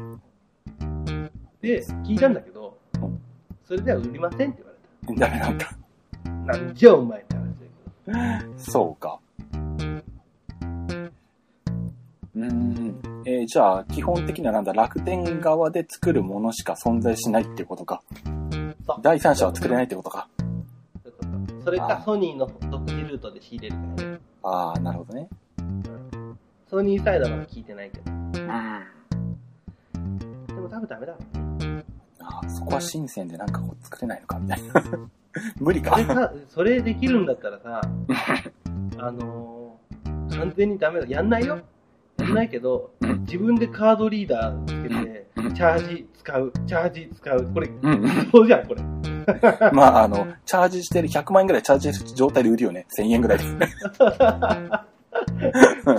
[SPEAKER 2] で、聞いたんだけど
[SPEAKER 1] うん、
[SPEAKER 2] それでは売りませんって言われ
[SPEAKER 1] ダメなんか。
[SPEAKER 2] た。なんじゃお前って話だ
[SPEAKER 1] そうか。うーん。えーじゃあ、基本的にはなんだ、楽天側で作るものしか存在しないっていうことか。
[SPEAKER 2] けど。
[SPEAKER 1] 第三者は作れないってことか。
[SPEAKER 2] そうそうそうそれか
[SPEAKER 1] あ
[SPEAKER 2] ソニーの独自ルートで仕入れるからね。
[SPEAKER 1] ああ、なるほどね。
[SPEAKER 2] ソニーサイドはまだ聞いてないけど。
[SPEAKER 1] うん。あ
[SPEAKER 2] でも多分ダメ だろう。
[SPEAKER 1] ーそこは新鮮でなんかこう作れないのかみたいな。無理か
[SPEAKER 2] それ。さ、それできるんだったら さ、あのー、完全にダメだ。やんないよ。やんないけど、
[SPEAKER 1] うん
[SPEAKER 2] 自分でカードリーダーつけて、チャージ使う、チャージ使う。これ、
[SPEAKER 1] うん。
[SPEAKER 2] そうじゃん、これ。
[SPEAKER 1] まあ、あの、チャージしてる、100万円ぐらいチャージしてる状態で売るよね。1000円ぐらいで。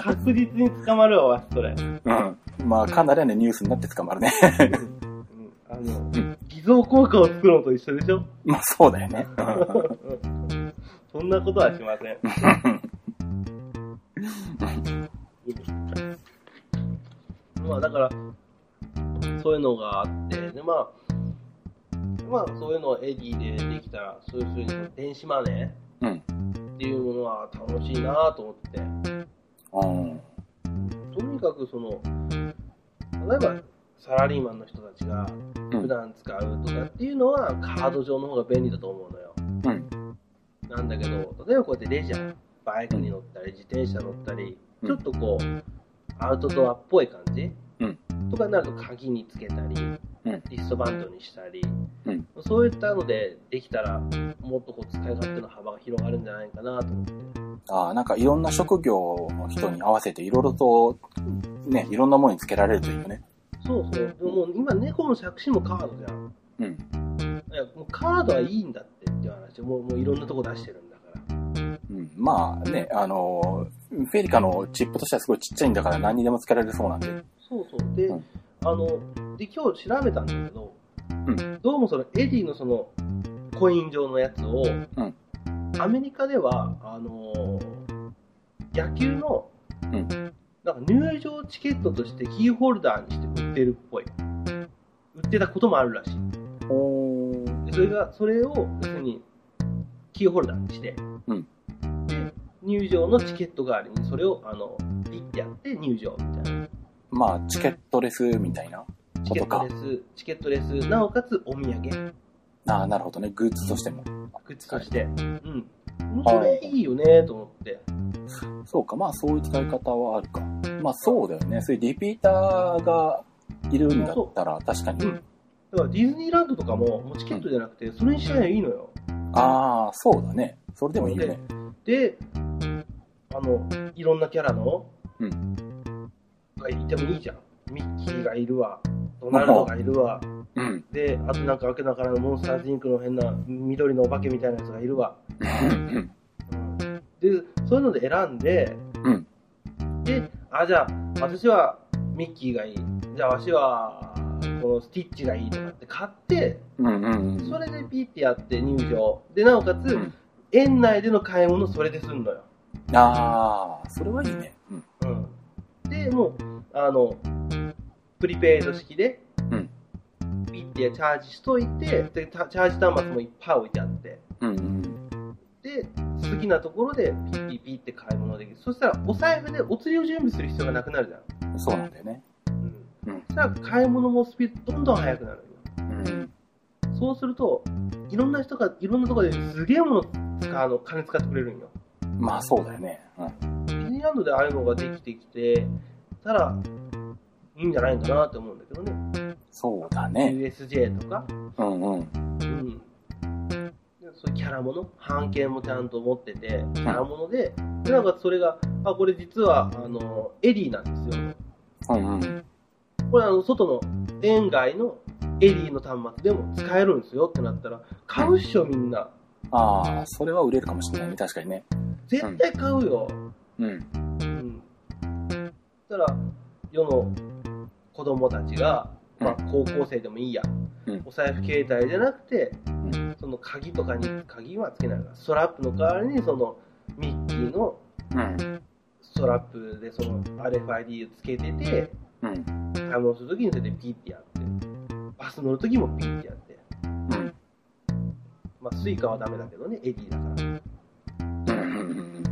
[SPEAKER 2] 確実に捕まるわ、わしそれ。
[SPEAKER 1] うん。まあ、かなりのニュースになって捕まるね。
[SPEAKER 2] うんあの
[SPEAKER 1] ん、
[SPEAKER 2] 偽造効果を作るのと一緒でしょ
[SPEAKER 1] まあそうだよね。
[SPEAKER 2] そんなことはしません。まあだから、そういうのがあって、でまあ、まあそういうのをエディでできたら、そういうふうに電子マネ
[SPEAKER 1] う
[SPEAKER 2] ー
[SPEAKER 1] ん
[SPEAKER 2] っていうものは楽しいなと思って、
[SPEAKER 1] うん。
[SPEAKER 2] とにかくその、例えばサラリーマンの人たちが
[SPEAKER 1] うん
[SPEAKER 2] 普段使うとかっていうのはカード上の方が便利だと思うのよ。
[SPEAKER 1] うん。
[SPEAKER 2] なんだけど、例えばこうやってレジャー、バイクに乗ったり、自転車乗ったり、
[SPEAKER 1] うん
[SPEAKER 2] ちょっとこう、アウトドアっぽい感じ、
[SPEAKER 1] うん
[SPEAKER 2] とかになると鍵につけたり、
[SPEAKER 1] うん
[SPEAKER 2] リストバンドにしたり、
[SPEAKER 1] うん
[SPEAKER 2] そういったのでできたら、もっとこう使い勝手の幅が広がるんじゃないかなと思って。
[SPEAKER 1] ああ、なんかいろんな職業の人に合わせていろいろと、ね、いろんなものにつけられるというね。
[SPEAKER 2] そうそう、でももう今猫の借子もカードじゃん。
[SPEAKER 1] うん。
[SPEAKER 2] いやもうカードはいいんだってっていう話もう、もういろんなとこ出してるんだから。
[SPEAKER 1] うん、まあね、あのー、フェリカのチップとしてはすごいちっちゃいんだから何にでもつけられるそうなんで。
[SPEAKER 2] そうそう。で、
[SPEAKER 1] うん
[SPEAKER 2] あの、で、今日調べたんだけど、
[SPEAKER 1] ん
[SPEAKER 2] どうもそのエディのその、コイン上のやつを、
[SPEAKER 1] ん
[SPEAKER 2] アメリカでは、あのー野球の、
[SPEAKER 1] うん
[SPEAKER 2] なんか入場チケットとしてキーホルダーにして売ってるっぽい。売ってたこともあるらしい。
[SPEAKER 1] おー。
[SPEAKER 2] でそれが、それを、要するに、キーホルダーにして、
[SPEAKER 1] うん
[SPEAKER 2] で、入場のチケット代わりに、それを、あの、ピッてやって入場みたいな。
[SPEAKER 1] まあ、チケットレスみたいな。
[SPEAKER 2] チケットレス、チケットレス、なおかつお土産、
[SPEAKER 1] ああ、なるほどね。グッズとしても。
[SPEAKER 2] グッズとして。うん。そ
[SPEAKER 1] はい
[SPEAKER 2] れいいよね、と思って。
[SPEAKER 1] そうか、まあそういう使い方はあるか。まあそうだよね。そういうリピーターがいるんだったら確かに。
[SPEAKER 2] うんだからディズニーランドとかも、もうチケットじゃなくて、それにしないゃいいのよ。
[SPEAKER 1] ああ、そうだね。それでもいいよね。
[SPEAKER 2] で、あの、いろんなキャラの、
[SPEAKER 1] うん
[SPEAKER 2] がいてもいいじゃん。ミッキーがいるわ、ドナルドがいるわ、
[SPEAKER 1] うん。
[SPEAKER 2] で、あとなんかわけだからのモンスターズインクの変な緑のお化けみたいなやつがいるわ。
[SPEAKER 1] うん
[SPEAKER 2] うん、で、そういうので選んで、
[SPEAKER 1] うん
[SPEAKER 2] で、あ、じゃあ、私はミッキーがいい。じゃあ、わしは、このスティッチがいいとかって買って、
[SPEAKER 1] うんうんうん
[SPEAKER 2] それでピッてやって入場。で、なおかつ、
[SPEAKER 1] うん
[SPEAKER 2] 園内での買い物それですんのよ。
[SPEAKER 1] ああ、それはいいね。うん。
[SPEAKER 2] うん。で、もう、あの、プリペイド式で、
[SPEAKER 1] うん
[SPEAKER 2] ピッてチャージしといて、で、たチャージ端末もいっぱい置いてあって、
[SPEAKER 1] うんうん。
[SPEAKER 2] で、好きなところでピッピッピッて買い物できる。そしたら、お財布でお釣りを準備する必要がなくなるじゃん。
[SPEAKER 1] そうなんだよね。
[SPEAKER 2] う
[SPEAKER 1] うんん。
[SPEAKER 2] そしたら、買い物もスピードどんどん速くなるよ。
[SPEAKER 1] うん。
[SPEAKER 2] そうすると、いろんな人が、いろんなところですげえもの使う、あの、金使ってくれるんよ。
[SPEAKER 1] まあそうだよね。うん。
[SPEAKER 2] ディズニーランドでああいうのができてきてたらいいんじゃないかなって思うんだけどね
[SPEAKER 1] そうだね。
[SPEAKER 2] USJ とか、
[SPEAKER 1] うんうん。
[SPEAKER 2] うん、でそういうキャラもの半券もちゃんと持っててキャラものででなんかそれがあこれ実はあのエリーなんですよ
[SPEAKER 1] うんうん。
[SPEAKER 2] これあの外の園外のエリーの端末でも使えるんですよってなったら買うっしょみんな
[SPEAKER 1] ああ、それは売れるかもしれないね。確かにね。
[SPEAKER 2] 絶対買うよ、
[SPEAKER 1] うん。
[SPEAKER 2] うん、そしたら世の子供たちが、まあ、高校生でもいいや、
[SPEAKER 1] うん
[SPEAKER 2] お財布携帯じゃなくて、
[SPEAKER 1] ん
[SPEAKER 2] その鍵とかに鍵はつけないからストラップの代わりにそのミッキーの
[SPEAKER 1] うん。
[SPEAKER 2] ストラップでその RFID をつけてて
[SPEAKER 1] うん。
[SPEAKER 2] 買い物するときにそれでピッてやってバス乗るときもピッてやって
[SPEAKER 1] うん。
[SPEAKER 2] まあスイカはダメだけどねエディだから、
[SPEAKER 1] うん。
[SPEAKER 2] うん、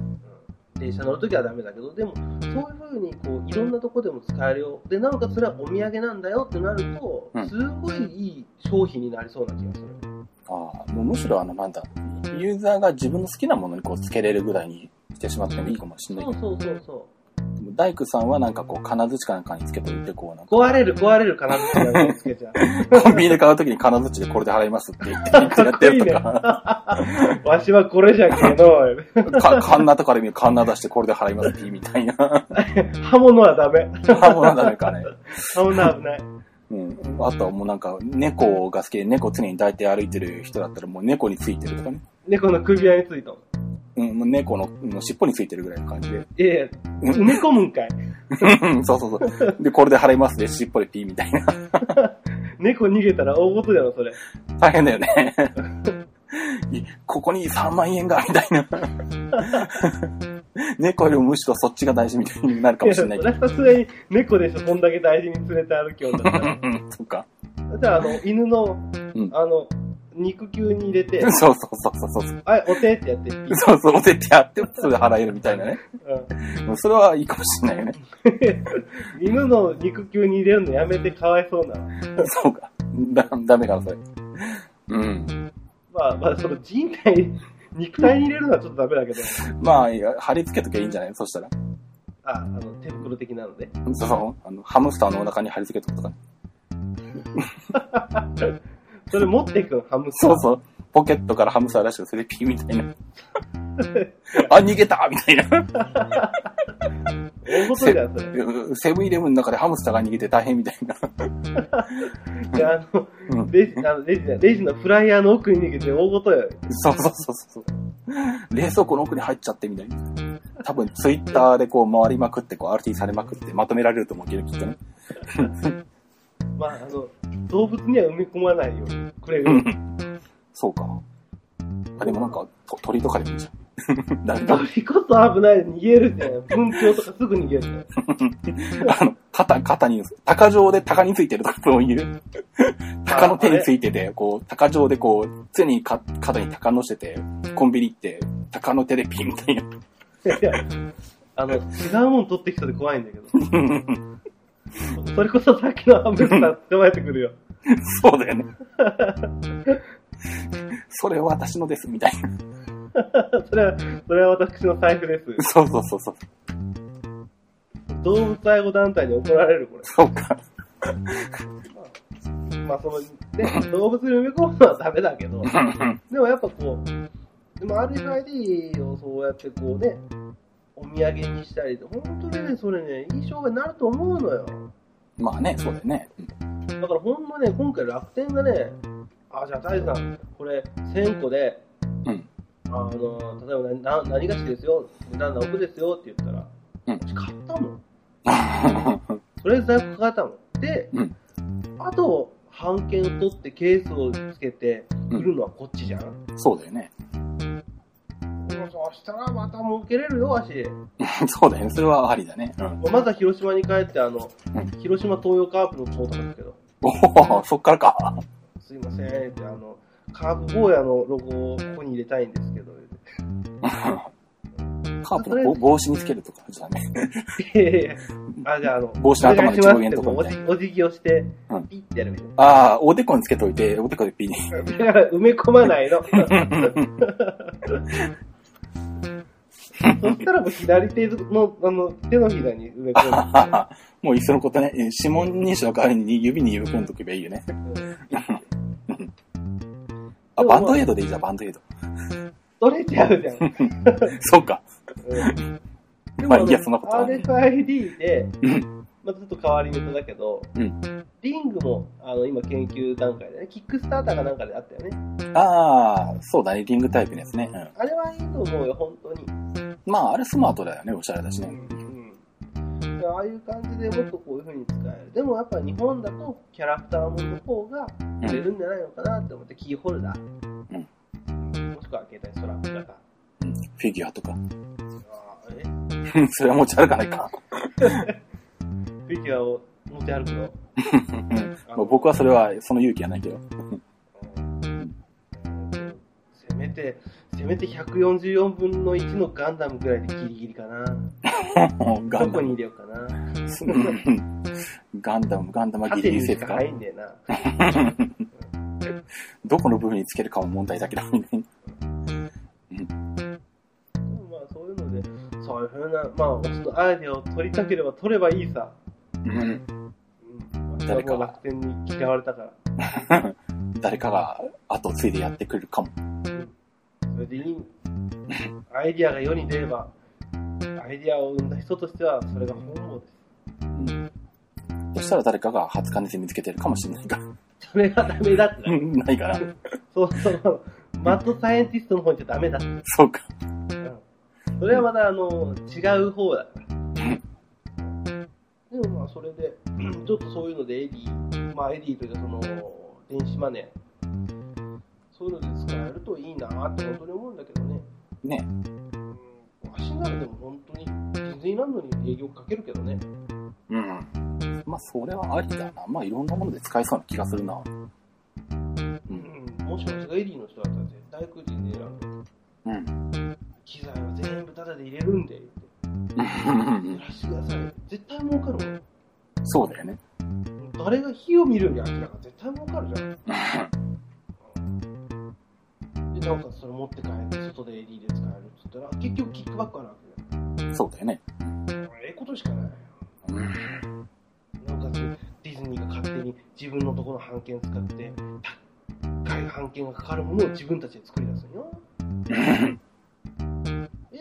[SPEAKER 2] 電車乗るときはダメだけどでもそういうふうにこういろんなとこでも使えるよでなおかつそれはお土産なんだよってなると
[SPEAKER 1] うん
[SPEAKER 2] すごいいい商品になりそうな気がする
[SPEAKER 1] ああ、もうむしろあの、なんだ、ユーザーが自分の好きなものにこう、つけれるぐらいにしてしまってもいいかもしれない
[SPEAKER 2] そう
[SPEAKER 1] けど、
[SPEAKER 2] そうそうそう
[SPEAKER 1] 大工さんはなんかこう、金槌かなんかにつ けておいて、こう、なんか、
[SPEAKER 2] 壊れる壊れるかなって言われてつけ ちゃう。
[SPEAKER 1] コンビニで買うときに金槌でこれで払いますって言って、やってるとか、
[SPEAKER 2] わしはこれじゃけど、
[SPEAKER 1] かカンナとかで見るカンナ出してこれで払いますっていいみたいな。
[SPEAKER 2] 刃物はダメ。
[SPEAKER 1] あもうなんだろうかね。
[SPEAKER 2] 刃物は危ない。
[SPEAKER 1] うん。あとはもうなんか、猫が好きで猫常に抱いて歩いてる人だったらもう猫についてるとかね。
[SPEAKER 2] 猫の首輪についと。
[SPEAKER 1] うん、もう猫のうん尻尾についてるぐらいの感じで。
[SPEAKER 2] いやいや、埋め込むんかい。
[SPEAKER 1] うんそうそうそう。で、これで払いますで、尻尾でピーみたいな。
[SPEAKER 2] 猫逃げたら大事だよ、それ。
[SPEAKER 1] 大変だよね。いここに3万円が、みたいな。猫よりもむしろそっちが大事みたいになるかもしれない
[SPEAKER 2] い
[SPEAKER 1] け
[SPEAKER 2] や
[SPEAKER 1] ど。
[SPEAKER 2] それはさすがに猫でしょ、そんだけ大事に連れて歩きようんだったら。
[SPEAKER 1] うん、そっか。
[SPEAKER 2] じゃあ、あの、犬の
[SPEAKER 1] うん、
[SPEAKER 2] あの、肉球に入れて
[SPEAKER 1] そう、そうそうそうそう。
[SPEAKER 2] あい、お手ってやって、ピッ
[SPEAKER 1] そうそう、お手ってやって、それで払えるみたいなね。うんそれはいいかもしれないよね。
[SPEAKER 2] うん犬の肉球に入れるのやめてかわいそうな。
[SPEAKER 1] そうか。だ、ダメかな、それ。うん。
[SPEAKER 2] まあ、まあ、その人体、 肉体に入れるのはちょっとダメだけど、
[SPEAKER 1] まあ、いや貼り付けときゃいいんじゃないそしたら。
[SPEAKER 2] あ、あの、手袋的なので。
[SPEAKER 1] そうそう。あの、ハムスターのお腹に貼り付けとくとかね。
[SPEAKER 2] それ持っていくの、ハムスタ
[SPEAKER 1] そ
[SPEAKER 2] ー。
[SPEAKER 1] うそう。ポケットからハムスターらしく、それでピーみたいな。あ、逃げたみたいな。
[SPEAKER 2] 大事だよ、それ。
[SPEAKER 1] うんセブンイレブンの中でハムスターが逃げて大変みたいな。
[SPEAKER 2] いや、あの、
[SPEAKER 1] うん
[SPEAKER 2] レジ、あの、レジだ、レジのフライヤーの奥に逃げて大ごとよ。
[SPEAKER 1] そうそうそうそう。冷蔵庫の奥に入っちゃってみたいな。多分ツイッターでこう回りまくって、こう RT されまくってまとめられると思うけど、きっとね。
[SPEAKER 2] まあ、あの、動物には埋め込まないように。これ
[SPEAKER 1] う
[SPEAKER 2] が、
[SPEAKER 1] ん。そうか。あ、でもなんか、と鳥とかでもいいじゃ ん。誰か、
[SPEAKER 2] 鳥こそ危ない逃げるじゃん。文鳥とかすぐ逃げるじゃん。
[SPEAKER 1] あの、肩、肩に、鷹上で鷹についてるとか、そういう。鷹の手についてて、こう、鷹上でこう、常にか肩に鷹乗せてて、コンビニ行って、鷹の手でピンみたいな。
[SPEAKER 2] いや、 あの、違うもん取ってきそうで怖いんだけど。それこそさっきのハムスター捕まえてくるよ。
[SPEAKER 1] そうだよね。それは私のです、みたいな。
[SPEAKER 2] それは、それは私の財布です。
[SPEAKER 1] そうそうそうそう。
[SPEAKER 2] 動物愛護団体に怒られる、こ
[SPEAKER 1] そうか。
[SPEAKER 2] れ。まあ、その、ね、動物に埋め込むのはダメだけど。でもやっぱこう、でも RFID をそうやってこうね、お土産にしたりと、本当にね、それね、いい商売になると思うのよ。
[SPEAKER 1] まあね、そうだよね。
[SPEAKER 2] だからほんまね、今回楽天がね、あ、じゃあ大地さん、これ1000個で、
[SPEAKER 1] うん
[SPEAKER 2] あの、例えばなな何がしですよ、値段何億ですよって言ったら、
[SPEAKER 1] うん
[SPEAKER 2] 私買ったもん。
[SPEAKER 1] うん。
[SPEAKER 2] とりあえず在庫抱えたもん。で、
[SPEAKER 1] うん
[SPEAKER 2] あと、半券を取ってケースをつけて売るのはこっちじゃん。
[SPEAKER 1] そうだよね。
[SPEAKER 2] もうそしたらまた儲けれるよ、わし。
[SPEAKER 1] そうだよね。それはありだね。うん。
[SPEAKER 2] まずは広島に帰って、あの
[SPEAKER 1] うん、
[SPEAKER 2] 広島東洋カープの調査なんですけど、
[SPEAKER 1] おお、そっからか。
[SPEAKER 2] すいません、って、あの、カープ坊やのロゴをここに入れたいんですけど、
[SPEAKER 1] カープの帽帽子につけるとかじゃね。
[SPEAKER 2] いやいやいや あ、じゃあ、あの、
[SPEAKER 1] 帽子の頭の一番上のとこ
[SPEAKER 2] お
[SPEAKER 1] ろみた
[SPEAKER 2] 願い
[SPEAKER 1] い
[SPEAKER 2] しますっておじお辞儀をして
[SPEAKER 1] うん、
[SPEAKER 2] ピッてやる みたい
[SPEAKER 1] ああ、おでこにつけといて、おでこでピンに。
[SPEAKER 2] な。だから埋め込 まないの。そしたらもう左手の、あの、手のひらに埋め込む。
[SPEAKER 1] もういっそのことね、え指紋認証の代わりに指に指組んどけばいいよね。あ、バンドエイドでいいじゃん、バンドエイド。
[SPEAKER 2] 取れちゃうじゃん。
[SPEAKER 1] そうか。
[SPEAKER 2] うん
[SPEAKER 1] まあいいやそんなことはね
[SPEAKER 2] RFID で
[SPEAKER 1] う、
[SPEAKER 2] まあ、ずっと変わりネタだけど、
[SPEAKER 1] うん
[SPEAKER 2] リングもあの今研究段階でね、キックスターターがなんかであったよね。
[SPEAKER 1] ああ、そうだね、リングタイプのやつね。うん
[SPEAKER 2] あれはいいと思うよ、本当に。
[SPEAKER 1] まあ、あれスマートだよね、おしゃれだしね。
[SPEAKER 2] うんああいう感じでもっとこういう風に使える。でもやっぱ日本だとキャラクターものの方が売れるんじゃないのかなって思って、キーホルダー。もしくは携帯ストラップだ
[SPEAKER 1] う
[SPEAKER 2] か。
[SPEAKER 1] んフィギュアとか。
[SPEAKER 2] あーえ
[SPEAKER 1] それは持ち歩かないか。
[SPEAKER 2] フィギュアを持ち歩くの
[SPEAKER 1] まあ僕はそれは、その勇気はないけど。
[SPEAKER 2] せめて、せめて144分の1のガンダムぐらいでギリギリかな。
[SPEAKER 1] ガ
[SPEAKER 2] ど
[SPEAKER 1] ンダ
[SPEAKER 2] こ
[SPEAKER 1] ム。
[SPEAKER 2] に入れようかな。
[SPEAKER 1] うんガンダム、ガンダムはギ
[SPEAKER 2] 縦
[SPEAKER 1] リギリ
[SPEAKER 2] に
[SPEAKER 1] セ
[SPEAKER 2] し
[SPEAKER 1] ーフ
[SPEAKER 2] か
[SPEAKER 1] か。
[SPEAKER 2] 入んねえな。
[SPEAKER 1] どこの部分につけるかも問題だけど。
[SPEAKER 2] まあそういうので、そういうふうな、まあ、そのアイデアを取りたければ取ればいいさ。
[SPEAKER 1] うん
[SPEAKER 2] うん。私は
[SPEAKER 1] 誰か
[SPEAKER 2] もう楽天に嫌われたから。
[SPEAKER 1] 誰かが後を継いでやってくれるかも。
[SPEAKER 2] それでいい。アイデアが世に出れば、アイデアを生んだ人としては、それが本望です。
[SPEAKER 1] うんそしたら誰かが初金で見つけてるかもしれないから。
[SPEAKER 2] それがダメだってな。
[SPEAKER 1] ないから。
[SPEAKER 2] そうそう。マッドサイエンティストの方じゃダメだって。
[SPEAKER 1] そうか。
[SPEAKER 2] うんそれはまたあの違う方だから。でもまあ、それで、ちょっとそういうのでエディ、まあエディというかその、電子マネー、そういうので使えるといいなって本当に思うんだけどね。
[SPEAKER 1] ね。
[SPEAKER 2] うん、足ならでも本当に、ディズニーランドに営業かけるけどね。
[SPEAKER 1] うん。まあ、それはありだな。まあ、いろんなもので使えそうな気がするな。う。
[SPEAKER 2] うんん、もし私がエディの人だったら絶対行くディズニーランド。
[SPEAKER 1] うん。
[SPEAKER 2] 機材は全部タダで入れるんで、やらしてください。絶対儲かるもん。
[SPEAKER 1] そうだよね。
[SPEAKER 2] 誰が火を見るより明らか絶対儲かるじゃん。で、なおかつそれ持って帰って、外で AD で使えるって言ったら、結局キックバックはなわけ
[SPEAKER 1] そうだよね。
[SPEAKER 2] だよ。ええことしかない。なおかつ、ディズニーが勝手に自分のところの版権使って、高い版権がかかるものを自分たちで作り出すんよ。ええ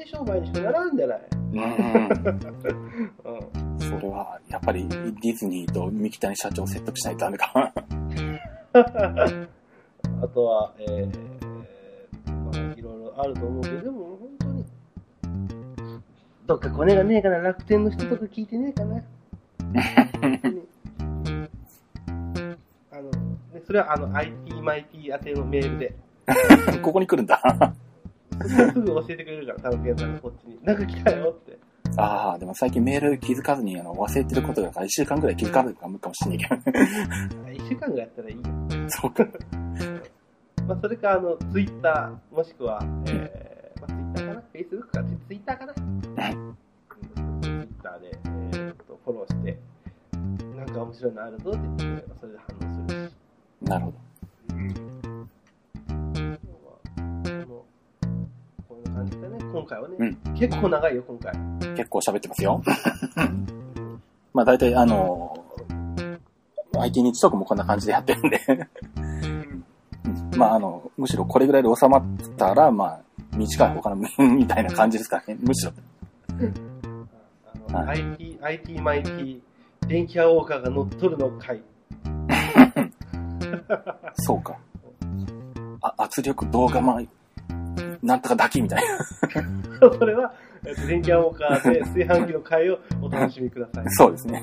[SPEAKER 2] 商売にしかならんじゃない。
[SPEAKER 1] うん。
[SPEAKER 2] うん。
[SPEAKER 1] それは、やっぱり、ディズニーと三木谷社長を説得しないとダメか。
[SPEAKER 2] あとは、えー、まあ、いろいろあると思うけど、でも本当に。どっかコネがねえかな、楽天の人とか聞いてねえかな。ねあの、ね、それはあの、IT マイティ宛てのメールで。
[SPEAKER 1] ここに来るんだ。
[SPEAKER 2] それすぐ教えてくれるから、タロケンさんがこっちに。なんか来たよって。
[SPEAKER 1] ああ、でも最近メール気づかずに、あの、忘れてることがから、一週間くらい気づかずかもしれないけどね。
[SPEAKER 2] あ一週間ぐらいやったらいいよ。
[SPEAKER 1] そうか。
[SPEAKER 2] まあ、それか、あの、ツイッター、もしくは、えー、まあ、ツイッターかなフェイスブックかツイッターかなツイッターで、えー、と、フォローして、なんか面白いのあるぞって言ってくれれば、それで反応するし。
[SPEAKER 1] なるほど。
[SPEAKER 2] 今日はもうこんな感じだね、今回はね。
[SPEAKER 1] うん
[SPEAKER 2] 結構長いよ、今回。
[SPEAKER 1] 結構喋ってますよ。 まあ大体あの、IT 日トークもこんな感じでやってるんで。 うんまああの、むしろこれぐらいで収まったら、まあ、短い他のみたいな感じですからね。むしろ。
[SPEAKER 2] あの、IT、IT マイティ、電気屋ウォーカーが乗っ取るの回。
[SPEAKER 1] そうか。あ圧力動画まなんとかだけみたいな。
[SPEAKER 2] それは、えっと電気屋ウォーカーで炊飯器の回をお楽しみください。
[SPEAKER 1] そうですね。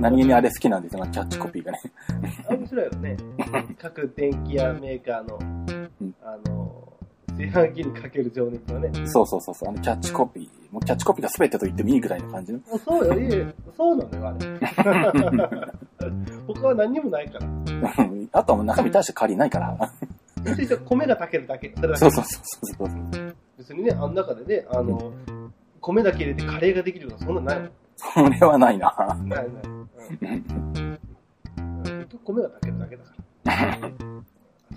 [SPEAKER 1] 何気にあれ好きなんですよ、キャッチコピーがね。
[SPEAKER 2] あ面白いよね。各電気屋メーカーの
[SPEAKER 1] うん、
[SPEAKER 2] あの、炊飯器にかける情熱はね。
[SPEAKER 1] そうそうそうそう、あのキャッチコピー。もうキャッチコピーが全てと言ってもいいぐらいの感じの。
[SPEAKER 2] もうそうよ、いいよそうなのよ、あれ。 他は何にもないから。
[SPEAKER 1] うんあとはもう中身大して変わりないから。
[SPEAKER 2] 一緒一緒米が炊けるだけ。それだ
[SPEAKER 1] そう
[SPEAKER 2] け。
[SPEAKER 1] そうそうそうそう。
[SPEAKER 2] 別にね、あの中でね、あの、米だけ入れてカレーができるとかそんなのない
[SPEAKER 1] それはないな。
[SPEAKER 2] もん。ないない。うん、結局米が炊けるだけだから。 あと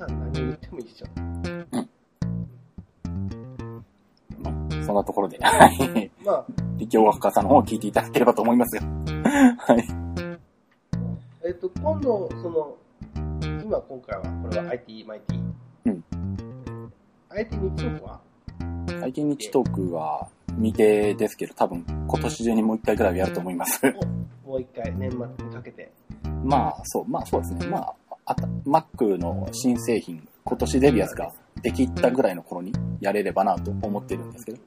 [SPEAKER 2] は何を言っても一緒。
[SPEAKER 1] そんなところで、はい。
[SPEAKER 2] まあ、
[SPEAKER 1] 力量若さんの方を聞いていただければと思いますよ。はい。
[SPEAKER 2] えっと、今度、その、今、今回は、これは IT、MIT。
[SPEAKER 1] うん。
[SPEAKER 2] IT 日トークは、
[SPEAKER 1] 最近日トークは未定ですけど、多分今年中にもう一回ぐらいはやると思います。
[SPEAKER 2] もう一回、年末にかけて。
[SPEAKER 1] まあ、そう、まあそうですね。まあ、あた Mac の新製品、今年デビアスができたぐらいの頃にやれればなと思ってるんですけど。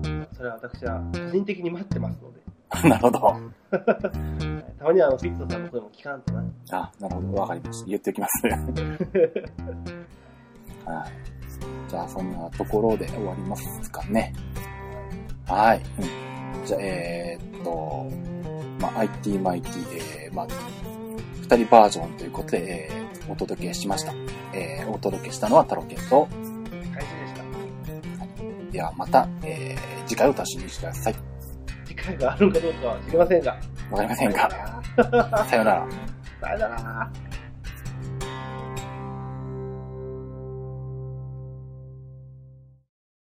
[SPEAKER 2] それは私は、個人的に待ってますので。
[SPEAKER 1] なるほど。
[SPEAKER 2] はいたまには、あの、フィットさんの声も聞かんとな。
[SPEAKER 1] あ、なるほど。わかりました。言っておきます。はい。じゃあ、そんなところで終わりますかね。はい。うんじゃあ、えーっと、まあ、IT マイティ、えー、まあ、二人バージョンということで、えーお届けしました。えーお届けしたのはタロケンと、
[SPEAKER 2] 開始でした。
[SPEAKER 1] ではまた、えー次回を楽しみにしてください。
[SPEAKER 2] 次回があるかどうかは知りませんが。
[SPEAKER 1] わかりませんかさようなら。
[SPEAKER 2] さよなら。